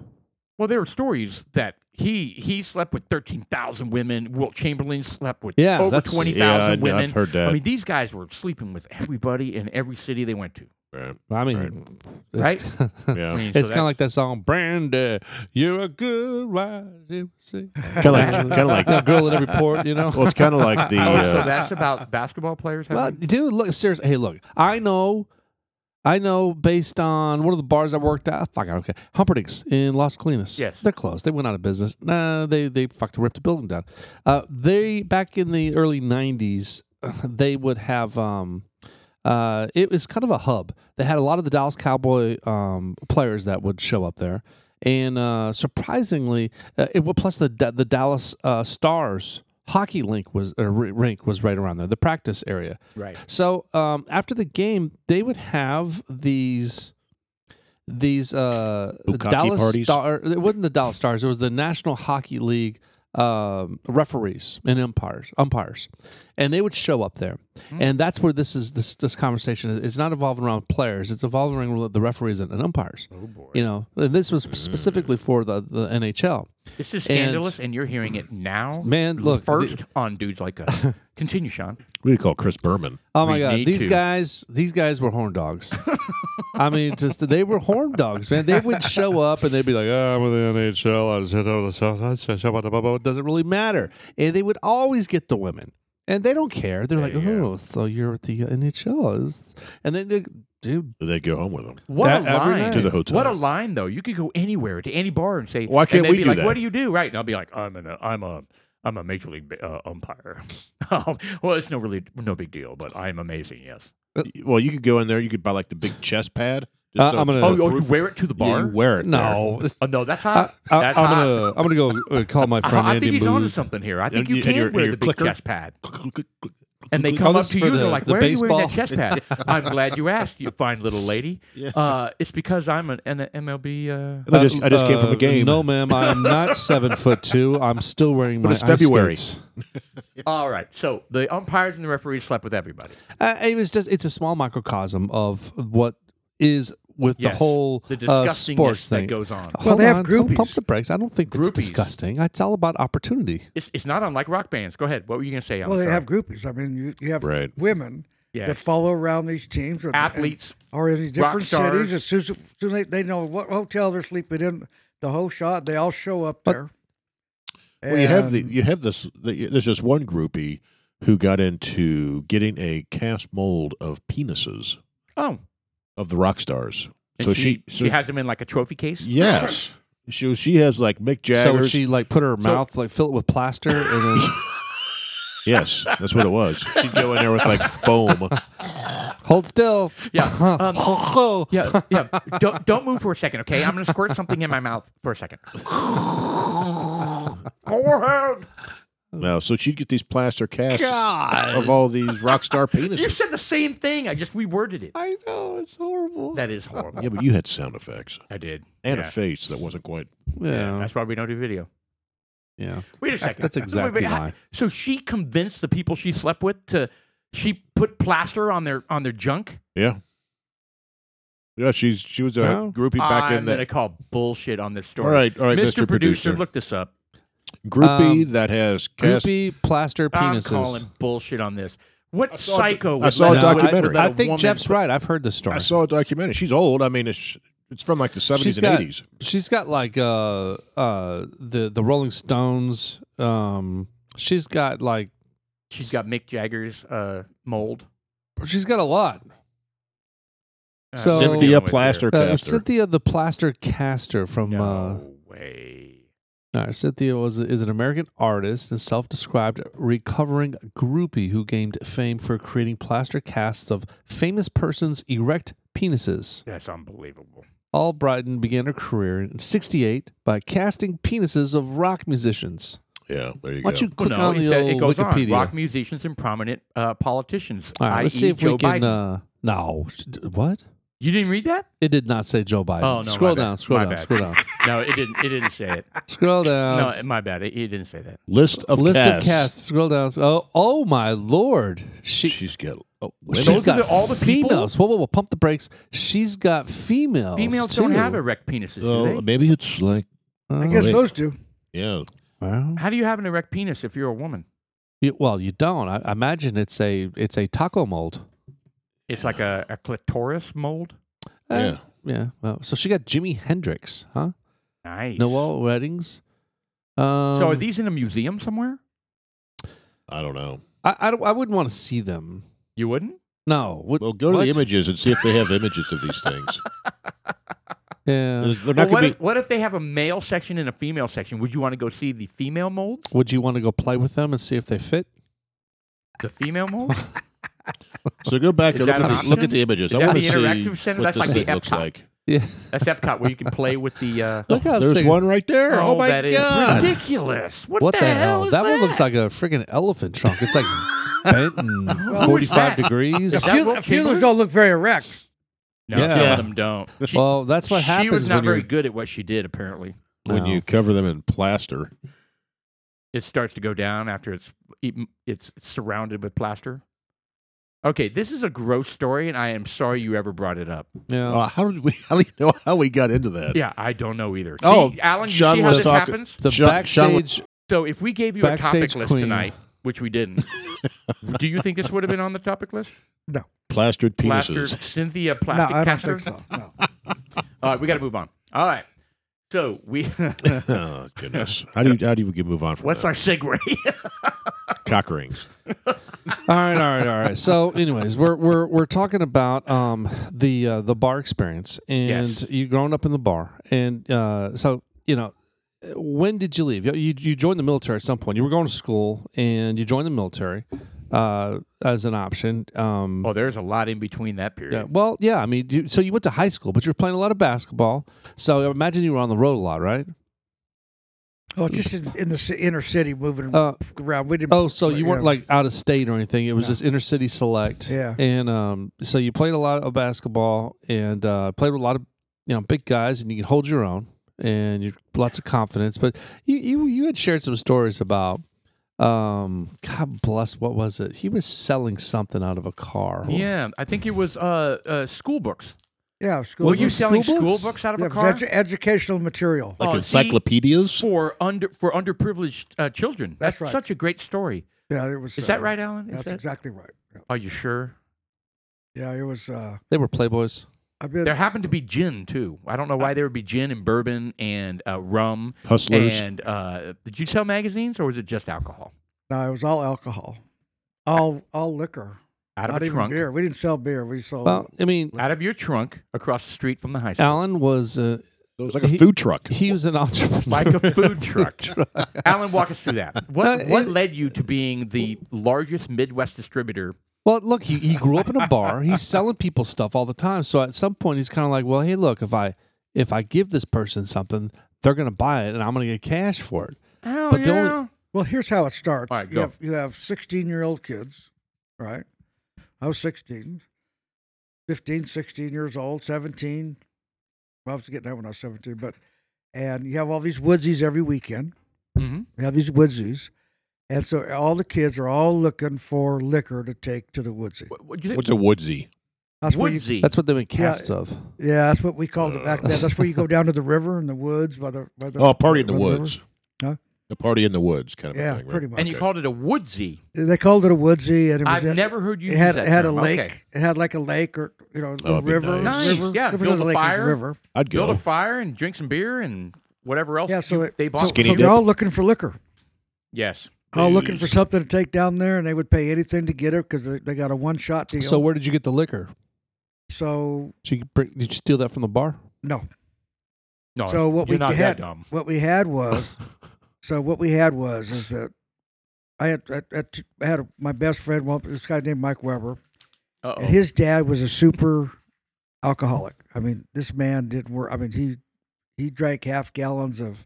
Speaker 3: Well, there were stories that he he slept with thirteen thousand women. Wilt Chamberlain slept with
Speaker 1: Yeah,
Speaker 3: over
Speaker 1: that's-
Speaker 3: twenty
Speaker 2: Yeah, I
Speaker 3: thousand
Speaker 2: kn-
Speaker 3: women.
Speaker 2: I've heard that.
Speaker 3: I mean, these guys were sleeping with everybody in every city they went to.
Speaker 2: Right.
Speaker 1: I mean,
Speaker 2: Right.
Speaker 1: it's,
Speaker 3: I
Speaker 2: Yeah.
Speaker 3: mean,
Speaker 1: it's kind
Speaker 3: so
Speaker 1: of
Speaker 3: that-
Speaker 1: like that song, Brandy. You're a good rising sea."
Speaker 2: kind of like, kind of like,
Speaker 1: A girl at every port, you know.
Speaker 2: well, it's kind of like the,
Speaker 3: Oh, so
Speaker 2: uh,
Speaker 3: that's about basketball players.
Speaker 1: Well,
Speaker 3: having-
Speaker 1: dude, look seriously. Hey, look, I know, I know. Based on one of the bars I worked at, fuck, I don't care. Humperdinck's in Las Colinas.
Speaker 3: Yes.
Speaker 1: they're closed. They went out of business. Nah, they they fucking ripped the building down. Uh, they back in the early '90s, they would have. Um, uh, it was kind of a hub. They had a lot of the Dallas Cowboy um, players that would show up there, and uh, surprisingly, uh, it, well, plus the Da- the Dallas uh, Stars hockey link was uh, r- rink was right around there, the practice area.
Speaker 3: Right.
Speaker 1: So um, after the game, they would have these these uh,
Speaker 2: Bukkake
Speaker 1: Dallas
Speaker 2: parties?
Speaker 1: Star. It wasn't the Dallas Stars. It was the National Hockey League um, referees and umpires, umpires, and they would show up there. And that's where this is this this conversation is. It's not evolving around players. It's evolving around the referees and, and umpires.
Speaker 3: Oh boy.
Speaker 1: You know, and this was specifically for the, the NHL.
Speaker 3: this is scandalous, and, you're hearing it now.
Speaker 1: Man, look,
Speaker 3: first on dudes like us. Continue, Sean.
Speaker 2: We call Chris Berman.
Speaker 1: Oh my
Speaker 3: We
Speaker 1: god,
Speaker 3: need
Speaker 1: these
Speaker 3: to.
Speaker 1: guys, these guys were horn dogs. I mean, just they were horn dogs, man. They would show up and they'd be like, "Oh, I'm with the NHL. I just hit over the south. I said, shabba dabba bo." It doesn't really matter." And they would always get the women, and they don't care. They're like,
Speaker 2: Yeah.
Speaker 1: "Oh, so you're with the NHL?" It's- And then, they, dude,
Speaker 2: They go home with him.
Speaker 3: What
Speaker 1: That-
Speaker 3: a
Speaker 1: every
Speaker 3: line!
Speaker 1: night. To
Speaker 2: the hotel.
Speaker 3: What a line, though. You could go anywhere to any bar and say,
Speaker 2: Why can't
Speaker 3: and they'd
Speaker 2: we
Speaker 3: be
Speaker 2: do
Speaker 3: like,
Speaker 2: that?
Speaker 3: What do you do? Right? And I'll be like, I'm an, uh, I'm a, I'm a major league uh, umpire. Um, well, it's no really, no big deal, but I'm amazing. Yes.
Speaker 2: Well, you could go in there. You could buy like the big chest pad.
Speaker 1: Uh, I'm gonna-
Speaker 3: Oh,
Speaker 1: Oh,
Speaker 3: you, you wear it to the
Speaker 2: bar.
Speaker 3: bar?
Speaker 2: wear it.
Speaker 1: no, it's-
Speaker 3: oh, no, that's
Speaker 1: I,
Speaker 3: hot.
Speaker 1: I, am
Speaker 3: that's hot.
Speaker 1: gonna, I'm gonna go uh, call my friend
Speaker 3: I, I
Speaker 1: Andy
Speaker 3: think he's onto
Speaker 1: Mood.
Speaker 3: something here. I
Speaker 2: And
Speaker 3: think you
Speaker 2: you- and
Speaker 3: can
Speaker 2: your- and
Speaker 3: wear
Speaker 2: your
Speaker 3: the
Speaker 2: clicker?
Speaker 3: big chest pad.
Speaker 2: there.
Speaker 3: And they
Speaker 1: Oh,
Speaker 3: come up
Speaker 1: this
Speaker 3: to
Speaker 1: is for
Speaker 3: you and they're
Speaker 1: the-
Speaker 3: like,
Speaker 1: the
Speaker 3: Where are you wearing that
Speaker 1: baseball?
Speaker 3: chest pad? I'm glad you asked, you fine little lady.
Speaker 2: Yeah.
Speaker 3: Uh, it's because I'm an, an MLB. Uh,
Speaker 2: I just, I just came from
Speaker 1: Uh,
Speaker 2: a game.
Speaker 1: No, ma'am, I am not seven foot two. I'm still wearing my
Speaker 2: it's
Speaker 1: ice
Speaker 2: February.
Speaker 1: skates.
Speaker 3: all right. So the umpires and the referees slept with everybody.
Speaker 1: Uh, it was just it's a small microcosm of what is with the
Speaker 3: Yes,
Speaker 1: whole
Speaker 3: the
Speaker 1: uh,
Speaker 3: disgustingness
Speaker 1: sports
Speaker 3: that
Speaker 1: thing.
Speaker 3: goes on.
Speaker 1: Hold
Speaker 4: they have
Speaker 1: on, pump- Pump
Speaker 4: groupies.
Speaker 1: the brakes. I don't think it's
Speaker 3: Groupies.
Speaker 1: disgusting. It's all about opportunity.
Speaker 3: It's, it's not unlike rock bands. Go ahead. What were you going to say?
Speaker 4: Well,
Speaker 3: Alan
Speaker 4: they
Speaker 3: Charles?
Speaker 4: have groupies. I mean, you, you have
Speaker 2: Right.
Speaker 4: women
Speaker 3: Yeah.
Speaker 4: that follow around these teams, or,
Speaker 3: athletes.
Speaker 4: or in these different
Speaker 3: stars.
Speaker 4: cities. As soon as soon as they know what hotel they're sleeping in, the whole shot, they all show up there.
Speaker 2: Well, you have the
Speaker 4: And-
Speaker 2: you have this. The, there's this one groupie who got into getting a cast mold of penises
Speaker 3: Oh,
Speaker 2: of the rock stars.
Speaker 3: and
Speaker 2: so
Speaker 3: she
Speaker 2: she,
Speaker 3: she,
Speaker 2: so-
Speaker 3: has them in like a trophy case.
Speaker 2: yes, she she has like Mick
Speaker 1: So
Speaker 2: Jagger.
Speaker 1: she like put her mouth like fill it with plaster and then
Speaker 2: yes, that's what it was. She'd go in there with like foam.
Speaker 1: hold still.
Speaker 3: Yeah, um,
Speaker 1: oh,
Speaker 3: Yeah, yeah. don't don't move for a second, okay? I'm gonna squirt something in my mouth for a second. Go ahead.
Speaker 2: No, so she'd get these plaster casts
Speaker 1: God.
Speaker 2: of all these rock star
Speaker 3: You
Speaker 2: penises.
Speaker 3: said the same thing. I just reworded it.
Speaker 1: I know it's horrible.
Speaker 3: That is horrible.
Speaker 2: yeah, but you had sound effects
Speaker 3: I did.
Speaker 2: and
Speaker 3: Yeah.
Speaker 2: a face that wasn't quite.
Speaker 3: Yeah,
Speaker 1: yeah,
Speaker 3: That's why we don't do video.
Speaker 1: yeah.
Speaker 3: Wait a second.
Speaker 1: That's
Speaker 3: Wait,
Speaker 1: exactly
Speaker 3: wait, how-
Speaker 1: why.
Speaker 3: So she convinced the people she slept with to she put plaster on their on their junk.
Speaker 2: Yeah. Yeah, she's she was a
Speaker 1: No.
Speaker 2: groupie back
Speaker 3: I'm
Speaker 2: in
Speaker 3: gonna
Speaker 2: the.
Speaker 3: call bullshit on this story.
Speaker 2: All right, all right,
Speaker 3: Mr.
Speaker 2: Mr.
Speaker 3: Producer, look this up.
Speaker 2: groupie
Speaker 1: Um,
Speaker 2: that has cast
Speaker 1: Goopy plaster
Speaker 3: I'm
Speaker 1: penises.
Speaker 3: calling bullshit on this. What
Speaker 2: saw a doc-
Speaker 3: psycho?
Speaker 2: I
Speaker 3: would
Speaker 2: saw a
Speaker 3: let
Speaker 1: No,
Speaker 3: let
Speaker 2: documentary.
Speaker 1: I, I
Speaker 3: a
Speaker 1: think
Speaker 3: woman-
Speaker 1: Jeff's right. I've heard this story.
Speaker 2: I saw a documentary. She's old. I mean, it's it's from like the seventies
Speaker 1: She's
Speaker 2: and
Speaker 1: got-
Speaker 2: eighties.
Speaker 1: She's got like uh uh the the Rolling Stones. Um, she's got like
Speaker 3: She's got Mick Jagger's uh, mold.
Speaker 1: she's got a lot.
Speaker 3: Uh,
Speaker 1: So-
Speaker 3: we're
Speaker 1: Cynthia
Speaker 3: dealing with
Speaker 2: Plaster
Speaker 3: here.
Speaker 1: Uh,
Speaker 2: caster.
Speaker 1: Cynthia the plaster caster from
Speaker 3: No
Speaker 1: uh,
Speaker 3: way.
Speaker 1: all right, Cynthia was is an American artist and self-described recovering groupie who gained fame for creating plaster casts of famous persons' erect penises.
Speaker 3: That's unbelievable.
Speaker 1: Albrighton began her career in 68 by casting penises of rock musicians.
Speaker 2: yeah, there you
Speaker 1: Why don't
Speaker 2: go.
Speaker 1: you click
Speaker 3: Oh, no,
Speaker 1: on
Speaker 3: it
Speaker 1: the
Speaker 3: said-
Speaker 1: old
Speaker 3: it goes
Speaker 1: Wikipedia?
Speaker 3: on. Rock musicians and prominent uh, politicians.
Speaker 1: All right, let's see
Speaker 3: i.e.
Speaker 1: if
Speaker 3: E Joe
Speaker 1: we can.
Speaker 3: Biden.
Speaker 1: Uh, no, sh- d- what?
Speaker 3: you didn't read that?
Speaker 1: It did not say Joe Biden.
Speaker 3: Oh, no,
Speaker 1: scroll
Speaker 3: my bad.
Speaker 1: down, scroll
Speaker 3: My
Speaker 1: down,
Speaker 3: bad.
Speaker 1: scroll down,
Speaker 3: No, it didn't. It didn't say it.
Speaker 1: scroll down.
Speaker 3: no, my bad. It, it didn't say that.
Speaker 2: List of
Speaker 1: List
Speaker 2: casts.
Speaker 1: of casts. Scroll down. Oh, oh my lord. She,
Speaker 2: She's got oh,
Speaker 1: she's
Speaker 3: those are
Speaker 2: women?
Speaker 1: got
Speaker 3: the- all the people?
Speaker 1: females. Whoa, whoa, whoa! Pump the brakes. She's got females.
Speaker 3: Females
Speaker 1: too.
Speaker 3: don't have erect penises, do
Speaker 2: Oh,
Speaker 3: they?
Speaker 2: maybe it's like
Speaker 1: Oh,
Speaker 4: I guess
Speaker 2: wait.
Speaker 4: those do.
Speaker 2: yeah.
Speaker 1: Well,
Speaker 3: How do you have an erect penis if you're a woman?
Speaker 1: you, well, you don't. I, I imagine it's a it's a taco mold.
Speaker 3: It's like a, a clitoris mold.
Speaker 1: Uh,
Speaker 2: Yeah.
Speaker 1: yeah. Well, so she got Jimi Hendrix, huh?
Speaker 3: Nice.
Speaker 1: Noel Reddings. Um,
Speaker 3: so are these in a museum somewhere?
Speaker 2: I don't know.
Speaker 1: I I, don't- I wouldn't want to see them.
Speaker 3: You wouldn't?
Speaker 1: No. What,
Speaker 2: Well, go to
Speaker 1: what?
Speaker 2: the images and see if they have images of these things.
Speaker 1: Yeah.
Speaker 2: There's- They're
Speaker 3: Uh, Well,
Speaker 2: not
Speaker 3: what,
Speaker 2: going to
Speaker 3: if,
Speaker 2: be.
Speaker 3: what if they have a male section and a female section? Would you want to go see the female mold?
Speaker 1: Would you want to go play with them and see if they fit?
Speaker 3: The female mold?
Speaker 2: So go back
Speaker 3: Is
Speaker 2: and
Speaker 3: that
Speaker 2: look
Speaker 3: an
Speaker 2: at, the, look
Speaker 3: option?
Speaker 2: at the images.
Speaker 3: Is
Speaker 2: I
Speaker 3: that
Speaker 2: want to
Speaker 3: the
Speaker 2: see
Speaker 3: interactive center?
Speaker 2: what
Speaker 3: That's
Speaker 2: this
Speaker 3: like the
Speaker 2: thing looks
Speaker 3: Epcot.
Speaker 2: like.
Speaker 1: Yeah.
Speaker 3: That's Epcot where you can play with the. Uh,
Speaker 1: Look how
Speaker 2: There's
Speaker 1: sick-
Speaker 2: one right there. Oh, my
Speaker 3: that is
Speaker 2: god!
Speaker 3: ridiculous! What,
Speaker 1: What the, hell?
Speaker 3: is
Speaker 1: That, one looks like a freaking elephant trunk. It's like bent and 45
Speaker 3: that?
Speaker 1: degrees.
Speaker 3: Is that
Speaker 4: Fuel-
Speaker 3: Rob
Speaker 4: Fuelers
Speaker 3: Kingler?
Speaker 4: don't look very erect.
Speaker 3: No,
Speaker 1: Yeah.
Speaker 3: some of them don't. She,
Speaker 1: Well, that's what
Speaker 3: she
Speaker 1: happens
Speaker 3: was not
Speaker 1: when
Speaker 3: very
Speaker 1: you're-
Speaker 3: good at what she did. Apparently,
Speaker 2: When
Speaker 1: No.
Speaker 2: you cover them in plaster,
Speaker 3: it starts to go down after it's e, it's surrounded with plaster. Okay, this is a gross story, and I am sorry you ever brought it up.
Speaker 1: Yeah.
Speaker 2: Uh, how did we? How do you know how we got into that?
Speaker 3: Yeah, I don't know either.
Speaker 2: Oh,
Speaker 3: see, Alan, you
Speaker 2: Sean
Speaker 3: see how
Speaker 2: was
Speaker 3: this
Speaker 2: talking-
Speaker 3: happens?
Speaker 1: the
Speaker 2: Sean- Sean was-
Speaker 1: backstage
Speaker 3: So, if we gave you a
Speaker 1: Backstage
Speaker 3: topic list
Speaker 1: queen.
Speaker 3: tonight, which we didn't, do you think this would have been on the topic list?
Speaker 2: Plastered
Speaker 3: Plaster,
Speaker 2: penises.
Speaker 3: Cynthia
Speaker 4: No,
Speaker 3: Plastic
Speaker 4: I don't
Speaker 3: Caster?
Speaker 4: think so. No.
Speaker 3: All right, we got to move on. All right. So, we
Speaker 2: oh goodness! How do you, how do you move on from
Speaker 3: what's
Speaker 2: that?
Speaker 3: our segue?
Speaker 2: cock rings?
Speaker 1: All right, all right, all right. So, anyways, we're we're we're talking about um the uh, the bar experience, and
Speaker 3: Yes.
Speaker 1: you growing up in the bar, and uh, so you know, when did you leave? You, you you joined the military at some point. You were going to school, and you joined the military uh, as an option. Um,
Speaker 3: well, Oh, there's a lot in between that period.
Speaker 1: yeah, well, yeah. I mean, you, so you went to high school, but you were playing a lot of basketball. So I imagine you were on the road a lot, right?
Speaker 4: Oh, just in, in the ci- inner city, moving
Speaker 1: Uh,
Speaker 4: around. We didn't.
Speaker 1: Oh, so you weren't
Speaker 4: yeah.
Speaker 1: like out of state or anything. It was
Speaker 4: No.
Speaker 1: just inner city select.
Speaker 4: Yeah.
Speaker 1: And um, so you played a lot of basketball and uh, played with a lot of you know big guys, and you could hold your own and you lots of confidence. But you you you had shared some stories about. Um, God bless. What was it? He was selling something out of a car.
Speaker 3: Yeah, I think it was uh, uh, school books.
Speaker 4: yeah, school.
Speaker 1: Was
Speaker 3: Were you
Speaker 1: it
Speaker 3: selling
Speaker 1: school
Speaker 3: school
Speaker 1: books?
Speaker 3: books, out of
Speaker 4: yeah,
Speaker 3: a
Speaker 4: it was
Speaker 3: car?
Speaker 4: edu- educational material.
Speaker 2: Like
Speaker 3: Oh, see?
Speaker 2: encyclopedias?
Speaker 3: for under for underprivileged uh, children.
Speaker 4: That's right.
Speaker 3: Such a great story.
Speaker 4: Yeah, it was.
Speaker 3: Is
Speaker 4: uh,
Speaker 3: that right, Alan? Is
Speaker 4: That's
Speaker 3: that-
Speaker 4: exactly right. Yeah.
Speaker 3: Are you sure?
Speaker 4: Yeah, it was. Uh,
Speaker 1: they were playboys.
Speaker 4: I've been.
Speaker 3: There happened to be gin too. I don't know
Speaker 4: Uh,
Speaker 3: why there would be gin and bourbon and uh, rum
Speaker 2: Hustlers.
Speaker 3: and uh, did you sell magazines or was it just alcohol?
Speaker 4: No, it was all alcohol, all all liquor,
Speaker 3: Out of
Speaker 4: not
Speaker 3: a
Speaker 4: even
Speaker 3: trunk.
Speaker 4: beer. We didn't sell beer. We sold.
Speaker 1: Well, I mean,
Speaker 3: Out of your trunk across the street from the high school.
Speaker 1: Alan was uh,
Speaker 2: it was like a
Speaker 1: he-
Speaker 2: food truck.
Speaker 1: he was an entrepreneur,
Speaker 3: Like a food truck. Alan, walk us through that. What
Speaker 1: Uh,
Speaker 3: what
Speaker 1: it-
Speaker 3: led you to being the largest Midwest distributor?
Speaker 1: Well, look, he, he grew up in a bar. He's selling people stuff all the time. So at some point, he's kind of like, well, hey, look, if I if I give this person something, they're going to buy it, and I'm going to get cash for it.
Speaker 3: Oh,
Speaker 1: But the only-
Speaker 4: Well, here's how it starts.
Speaker 3: All right,
Speaker 4: you
Speaker 3: go.
Speaker 4: have you have 16 year old kids, right? I was 16, 15, 16 years old, 17. Well, I was getting that when I was 17, but and you have all these woodsies every weekend.
Speaker 3: Mhm.
Speaker 4: You have these woodsies, and so all the kids are all looking for liquor to take to the woodsie.
Speaker 3: What, what do you think?
Speaker 2: What's a woodsy?
Speaker 4: That's where you,
Speaker 3: Woodsy.
Speaker 1: That's what they make casts of.
Speaker 4: yeah, that's what we called it back then. That's where you
Speaker 3: Uh.
Speaker 4: go down to the river in the woods by the by the.
Speaker 2: Oh, a party in the
Speaker 4: by river.
Speaker 2: woods.
Speaker 4: Huh?
Speaker 2: A party in the woods, kind of
Speaker 4: Yeah,
Speaker 2: a thing. right?
Speaker 4: pretty much.
Speaker 3: and you called it a woodsy.
Speaker 4: They called it a woodsy, and it was
Speaker 3: I've
Speaker 4: it-
Speaker 3: never heard you
Speaker 4: it
Speaker 3: use
Speaker 4: had
Speaker 3: that
Speaker 4: it had
Speaker 3: term.
Speaker 4: a lake.
Speaker 3: Okay.
Speaker 4: It had like a lake or you know
Speaker 2: Oh,
Speaker 4: the
Speaker 2: that'd be
Speaker 4: river.
Speaker 2: nice.
Speaker 3: Nice,
Speaker 4: river-
Speaker 3: yeah,
Speaker 4: river,
Speaker 3: build
Speaker 4: the
Speaker 3: a
Speaker 4: lake is
Speaker 3: fire.
Speaker 4: river.
Speaker 2: I'd
Speaker 3: Build
Speaker 2: go.
Speaker 3: a fire and drink some beer and whatever else
Speaker 4: Yeah, so
Speaker 3: you-
Speaker 4: it,
Speaker 3: they
Speaker 4: so,
Speaker 3: bought.
Speaker 2: Skinny
Speaker 4: so
Speaker 2: dip.
Speaker 4: they're all looking for liquor.
Speaker 3: Yes.
Speaker 4: All looking for
Speaker 2: Booze.
Speaker 4: something to take down there, and they would pay anything to get it because they, they got a one shot deal.
Speaker 1: So where did you get the liquor?
Speaker 4: so
Speaker 1: Did you, bring, did you steal that from the bar?
Speaker 4: no.
Speaker 3: No.
Speaker 4: so what
Speaker 3: you're
Speaker 4: we
Speaker 3: not
Speaker 4: had,
Speaker 3: that dumb.
Speaker 4: what we had was, so what we had was is that I had I, I I had my best friend, well, this guy named Mike Weber,
Speaker 3: Uh-oh.
Speaker 4: and his dad was a super alcoholic. I mean, this man didn't work. I mean, he he drank half gallons of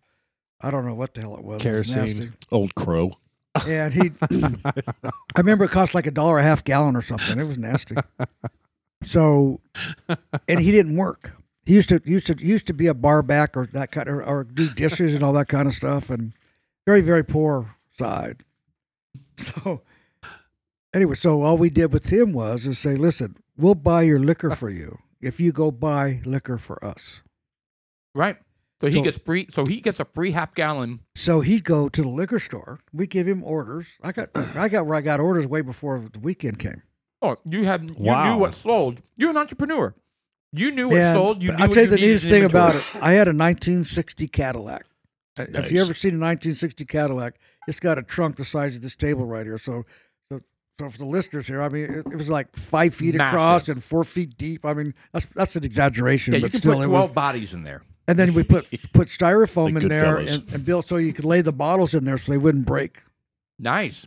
Speaker 4: I don't know what the hell it was. It was
Speaker 1: Kerosene.
Speaker 2: Old crow.
Speaker 4: nasty. and he. I remember it cost like a dollar a half gallon or something. It was nasty. So, and he didn't work. He used to used to used to be a bar back or that kind or, or do dishes and all that kind of stuff and very very poor side. So anyway, so all we did with him was is say, listen, we'll buy your liquor for you if you go buy liquor for us.
Speaker 3: right. So he
Speaker 4: So-
Speaker 3: gets free. So he gets a free half gallon.
Speaker 4: So he'd go to the liquor store. We give him orders. I got I got where I got orders way before the weekend came.
Speaker 3: Oh, you had you
Speaker 1: Wow.
Speaker 3: knew what sold. You're an entrepreneur. You knew what
Speaker 4: And
Speaker 3: sold. You
Speaker 4: but
Speaker 3: knew
Speaker 4: I'll
Speaker 3: what
Speaker 4: tell you
Speaker 3: you
Speaker 4: the
Speaker 3: needed
Speaker 4: neatest
Speaker 3: in
Speaker 4: thing about
Speaker 3: inventory.
Speaker 4: it. I had a 1960 Cadillac. Uh, If you
Speaker 2: Nice.
Speaker 4: ever seen a 1960 Cadillac, it's got a trunk the size of this table right here. So, so, so for the listeners here, I mean, it, it was like five feet
Speaker 3: Massive.
Speaker 4: across and four feet deep. I mean, that's that's an exaggeration,
Speaker 3: Yeah, you
Speaker 4: but
Speaker 3: can
Speaker 4: still,
Speaker 3: put
Speaker 4: it was.
Speaker 3: twelve bodies in there.
Speaker 4: And then we put put styrofoam
Speaker 2: The
Speaker 4: in
Speaker 2: good
Speaker 4: there
Speaker 2: fellas.
Speaker 4: and, and built so you could lay the bottles in there so they wouldn't break.
Speaker 3: Nice.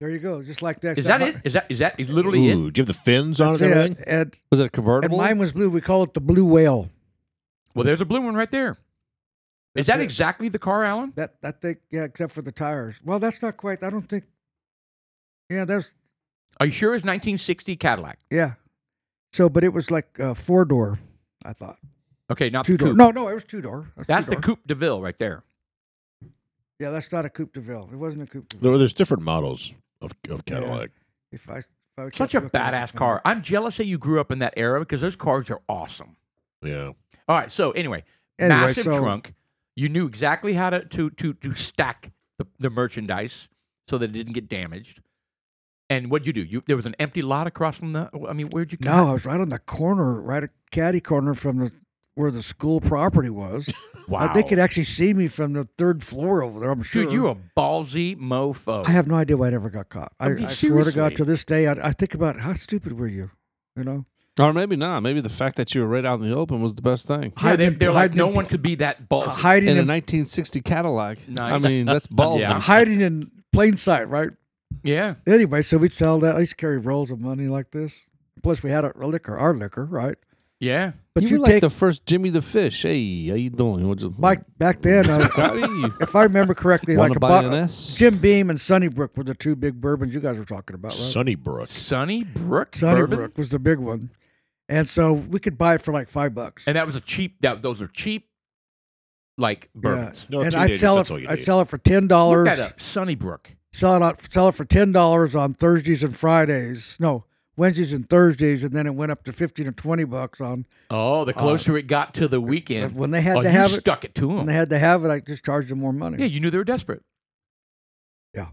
Speaker 4: There you go, just like that.
Speaker 3: Is that it? Is that is that is literally it?
Speaker 2: Ooh, do you have the fins on it
Speaker 4: That's
Speaker 2: and everything?
Speaker 4: it. uh, And,
Speaker 1: Was it a
Speaker 4: and
Speaker 1: convertible?
Speaker 4: mine was blue. We call it the blue whale.
Speaker 3: Well, there's a blue one right there. Is
Speaker 4: That's
Speaker 3: that
Speaker 4: it.
Speaker 3: exactly the car, Alan?
Speaker 4: That I think yeah, except for the tires. Well, that's not quite. I don't think. Yeah, that's
Speaker 3: Are you sure it's 1960 Cadillac?
Speaker 4: yeah. So, but it was like uh, four door. I thought
Speaker 3: Okay, not
Speaker 4: two
Speaker 3: the
Speaker 4: door.
Speaker 3: coupe.
Speaker 4: No, no, it was two door.
Speaker 3: that's the coupe de ville right there.
Speaker 4: Yeah, that's not a coupe de ville. It wasn't a coupe. De ville.
Speaker 2: There, there's different models of, of Cadillac.
Speaker 4: If I, if I kept
Speaker 3: Such a
Speaker 4: looking at
Speaker 3: badass
Speaker 4: it,
Speaker 3: car. I'm jealous that you grew up in that era because those cars are awesome.
Speaker 2: Yeah.
Speaker 3: All right, so anyway,
Speaker 4: Anyway,
Speaker 3: massive
Speaker 4: so-
Speaker 3: trunk. You knew exactly how to to to, to stack the, the merchandise so that it didn't get damaged. And what'd you do? You there was an empty lot across from the. I mean, where'd you?
Speaker 4: No, I was right on the corner, right at caddy corner from the where the school property was.
Speaker 3: wow,
Speaker 4: Uh, They could actually see me from the third floor over there. I'm sure.
Speaker 3: Dude, you're a ballsy mofo.
Speaker 4: I have no idea why I never got caught. I,
Speaker 3: I mean,
Speaker 4: I swear to
Speaker 3: seriously.
Speaker 4: God, to this day, I, I think about how stupid were you, you know?
Speaker 1: Or maybe not. Maybe the fact that you were right out in the open was the best thing.
Speaker 3: yeah, they're,
Speaker 4: hiding-
Speaker 3: they're like
Speaker 4: hiding
Speaker 3: no
Speaker 4: in-
Speaker 3: one could be that
Speaker 4: Uh,
Speaker 3: ballsy.
Speaker 4: hiding
Speaker 1: In a
Speaker 4: in,
Speaker 1: 1960 Cadillac.
Speaker 3: Nice.
Speaker 1: I mean, that's ballsy.
Speaker 3: Yeah.
Speaker 4: hiding in plain sight, right?
Speaker 3: yeah,
Speaker 4: Anyway, so we'd sell that. I used to carry rolls of money like this. Plus, we had our liquor, our liquor, right?
Speaker 3: yeah.
Speaker 4: But
Speaker 1: you,
Speaker 4: you,
Speaker 1: were
Speaker 4: take
Speaker 1: like the first Jimmy the Fish. Hey, how you doing? What you-
Speaker 4: Mike back then.
Speaker 1: Hey,
Speaker 4: I,
Speaker 1: you
Speaker 4: if I remember correctly,
Speaker 1: wanna
Speaker 4: like a
Speaker 1: buy
Speaker 4: bo-
Speaker 1: an S?
Speaker 4: Jim Beam and Sunnybrook were the two big bourbons you guys were talking about, right?
Speaker 2: Sunnybrook.
Speaker 3: Sonny Brook,
Speaker 4: Sunnybrook
Speaker 3: bourbon?
Speaker 4: was the big one, and so we could buy it for like five bucks.
Speaker 3: and that was a cheap. That those are cheap, like bourbons.
Speaker 2: No,
Speaker 4: and
Speaker 2: two
Speaker 4: I
Speaker 2: daters,
Speaker 4: sell
Speaker 2: that's
Speaker 4: it.
Speaker 2: all you
Speaker 4: I
Speaker 2: need.
Speaker 4: sell it for ten
Speaker 3: Look
Speaker 4: dollars.
Speaker 3: that up, Sunnybrook.
Speaker 4: Sell it out, sell it for ten dollars on Thursdays and Fridays. No, Wednesdays and Thursdays, and then it went up to fifteen or twenty bucks on.
Speaker 3: Oh, the closer it got to the weekend,
Speaker 4: when Uh, they had
Speaker 3: oh,
Speaker 4: to
Speaker 3: you
Speaker 4: have it-
Speaker 3: stuck it to
Speaker 4: When
Speaker 3: them.
Speaker 4: they had to have it, I just charged them more money.
Speaker 3: yeah, you knew they were desperate.
Speaker 4: Yeah.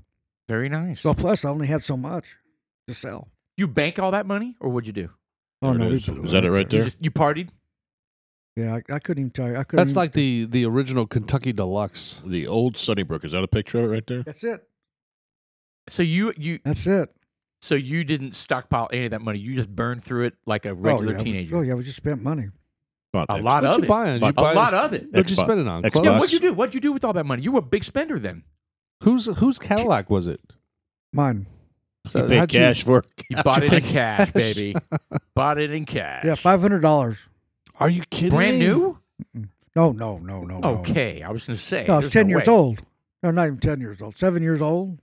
Speaker 3: very nice.
Speaker 4: So plus, I only had so much to sell.
Speaker 3: you bank all that money, or what'd you do?
Speaker 4: Oh
Speaker 2: There it
Speaker 4: no, we
Speaker 2: is.
Speaker 4: blew
Speaker 2: Is that it right
Speaker 3: You,
Speaker 2: there?
Speaker 3: just, you partied.
Speaker 4: Yeah, I, I couldn't even tell you. I couldn't.
Speaker 1: That's
Speaker 4: even-
Speaker 1: like the the original Kentucky Deluxe.
Speaker 2: The old Sunnybrook. Is that a picture of it right there?
Speaker 4: That's it.
Speaker 3: So you you
Speaker 4: That's it. Oh,
Speaker 3: so you didn't stockpile any of that money. You just burned through it like a regular
Speaker 4: oh, yeah,
Speaker 3: teenager.
Speaker 4: We, oh yeah, we just spent money.
Speaker 2: About
Speaker 3: A
Speaker 2: X-
Speaker 3: lot
Speaker 1: What
Speaker 3: of
Speaker 1: you
Speaker 3: it.
Speaker 1: buying? Did you
Speaker 3: a
Speaker 1: buy
Speaker 3: lot
Speaker 1: a-
Speaker 3: of it.
Speaker 1: What'd you
Speaker 2: Xbox-
Speaker 1: spend it on?
Speaker 2: Xbox.
Speaker 1: Clothes?
Speaker 3: Yeah,
Speaker 2: Us.
Speaker 3: what'd you do? What'd you do with all that money? You were a big spender then.
Speaker 1: Whose whose Cadillac was it?
Speaker 4: Mine.
Speaker 1: So
Speaker 2: You pay
Speaker 1: how'd you-
Speaker 2: cash for it.
Speaker 3: You bought it
Speaker 1: pay
Speaker 3: in cash,
Speaker 1: cash.
Speaker 3: baby. bought it in cash.
Speaker 4: Yeah, five hundred dollars.
Speaker 1: Are you kidding?
Speaker 3: Brand
Speaker 1: me?
Speaker 3: new.
Speaker 4: No, no, no, no. no.
Speaker 3: Okay, I was going to say.
Speaker 4: No, I was
Speaker 3: there's
Speaker 4: ten years
Speaker 3: way.
Speaker 4: old. No, not even ten years old. Seven years old.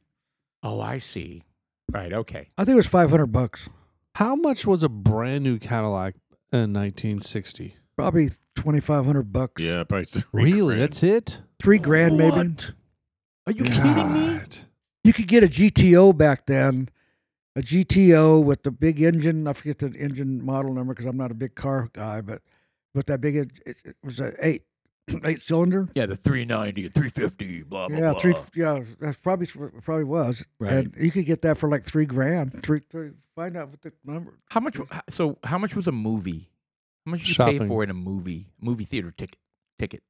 Speaker 3: Oh, I see. Right. Okay.
Speaker 4: I think it was five hundred bucks.
Speaker 1: How much was a brand new Cadillac in 1960?
Speaker 4: Probably twenty five hundred bucks.
Speaker 2: Yeah, probably three
Speaker 1: Really?
Speaker 2: grand.
Speaker 1: That's it?
Speaker 4: Three grand maybe.
Speaker 3: What? Are you kidding me?
Speaker 1: God.
Speaker 4: You could get a GTO back then. A GTO with the big engine. I forget the engine model number because I'm not a big car guy, but with that big, en- it, it was a eight, eight cylinder.
Speaker 3: Yeah, the 390, 350, blah blah
Speaker 4: yeah,
Speaker 3: blah.
Speaker 4: three. Yeah, that's probably probably was.
Speaker 3: Right.
Speaker 4: And you could get that for like three grand. Three, three. Find out what the number.
Speaker 3: How much? So how much was a movie? How much did you pay
Speaker 1: Shopping.
Speaker 3: for in a movie? Movie theater ticket. Ticket.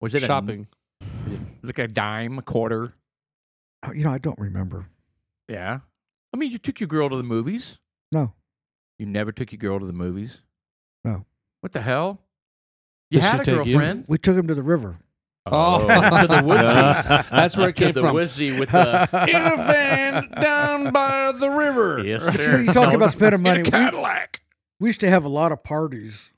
Speaker 3: Was it
Speaker 1: Shopping.
Speaker 3: A, like a dime, a quarter?
Speaker 4: Oh, You know, I don't remember.
Speaker 3: Yeah. I mean, you took your girl to the movies.
Speaker 4: No.
Speaker 3: You never took your girl to the movies.
Speaker 4: No.
Speaker 3: What the hell? You
Speaker 1: Did she
Speaker 3: had a
Speaker 1: take you?
Speaker 3: girlfriend.
Speaker 4: We took him to the river.
Speaker 1: Oh.
Speaker 3: to the woodsy.
Speaker 1: That's where it
Speaker 3: to
Speaker 1: came
Speaker 3: the
Speaker 1: from.
Speaker 3: woodsy with the
Speaker 1: In a van down by the river.
Speaker 3: Yes,
Speaker 4: You're talking about spending money.
Speaker 3: In
Speaker 4: We-
Speaker 3: a Cadillac.
Speaker 4: we used to have a lot of parties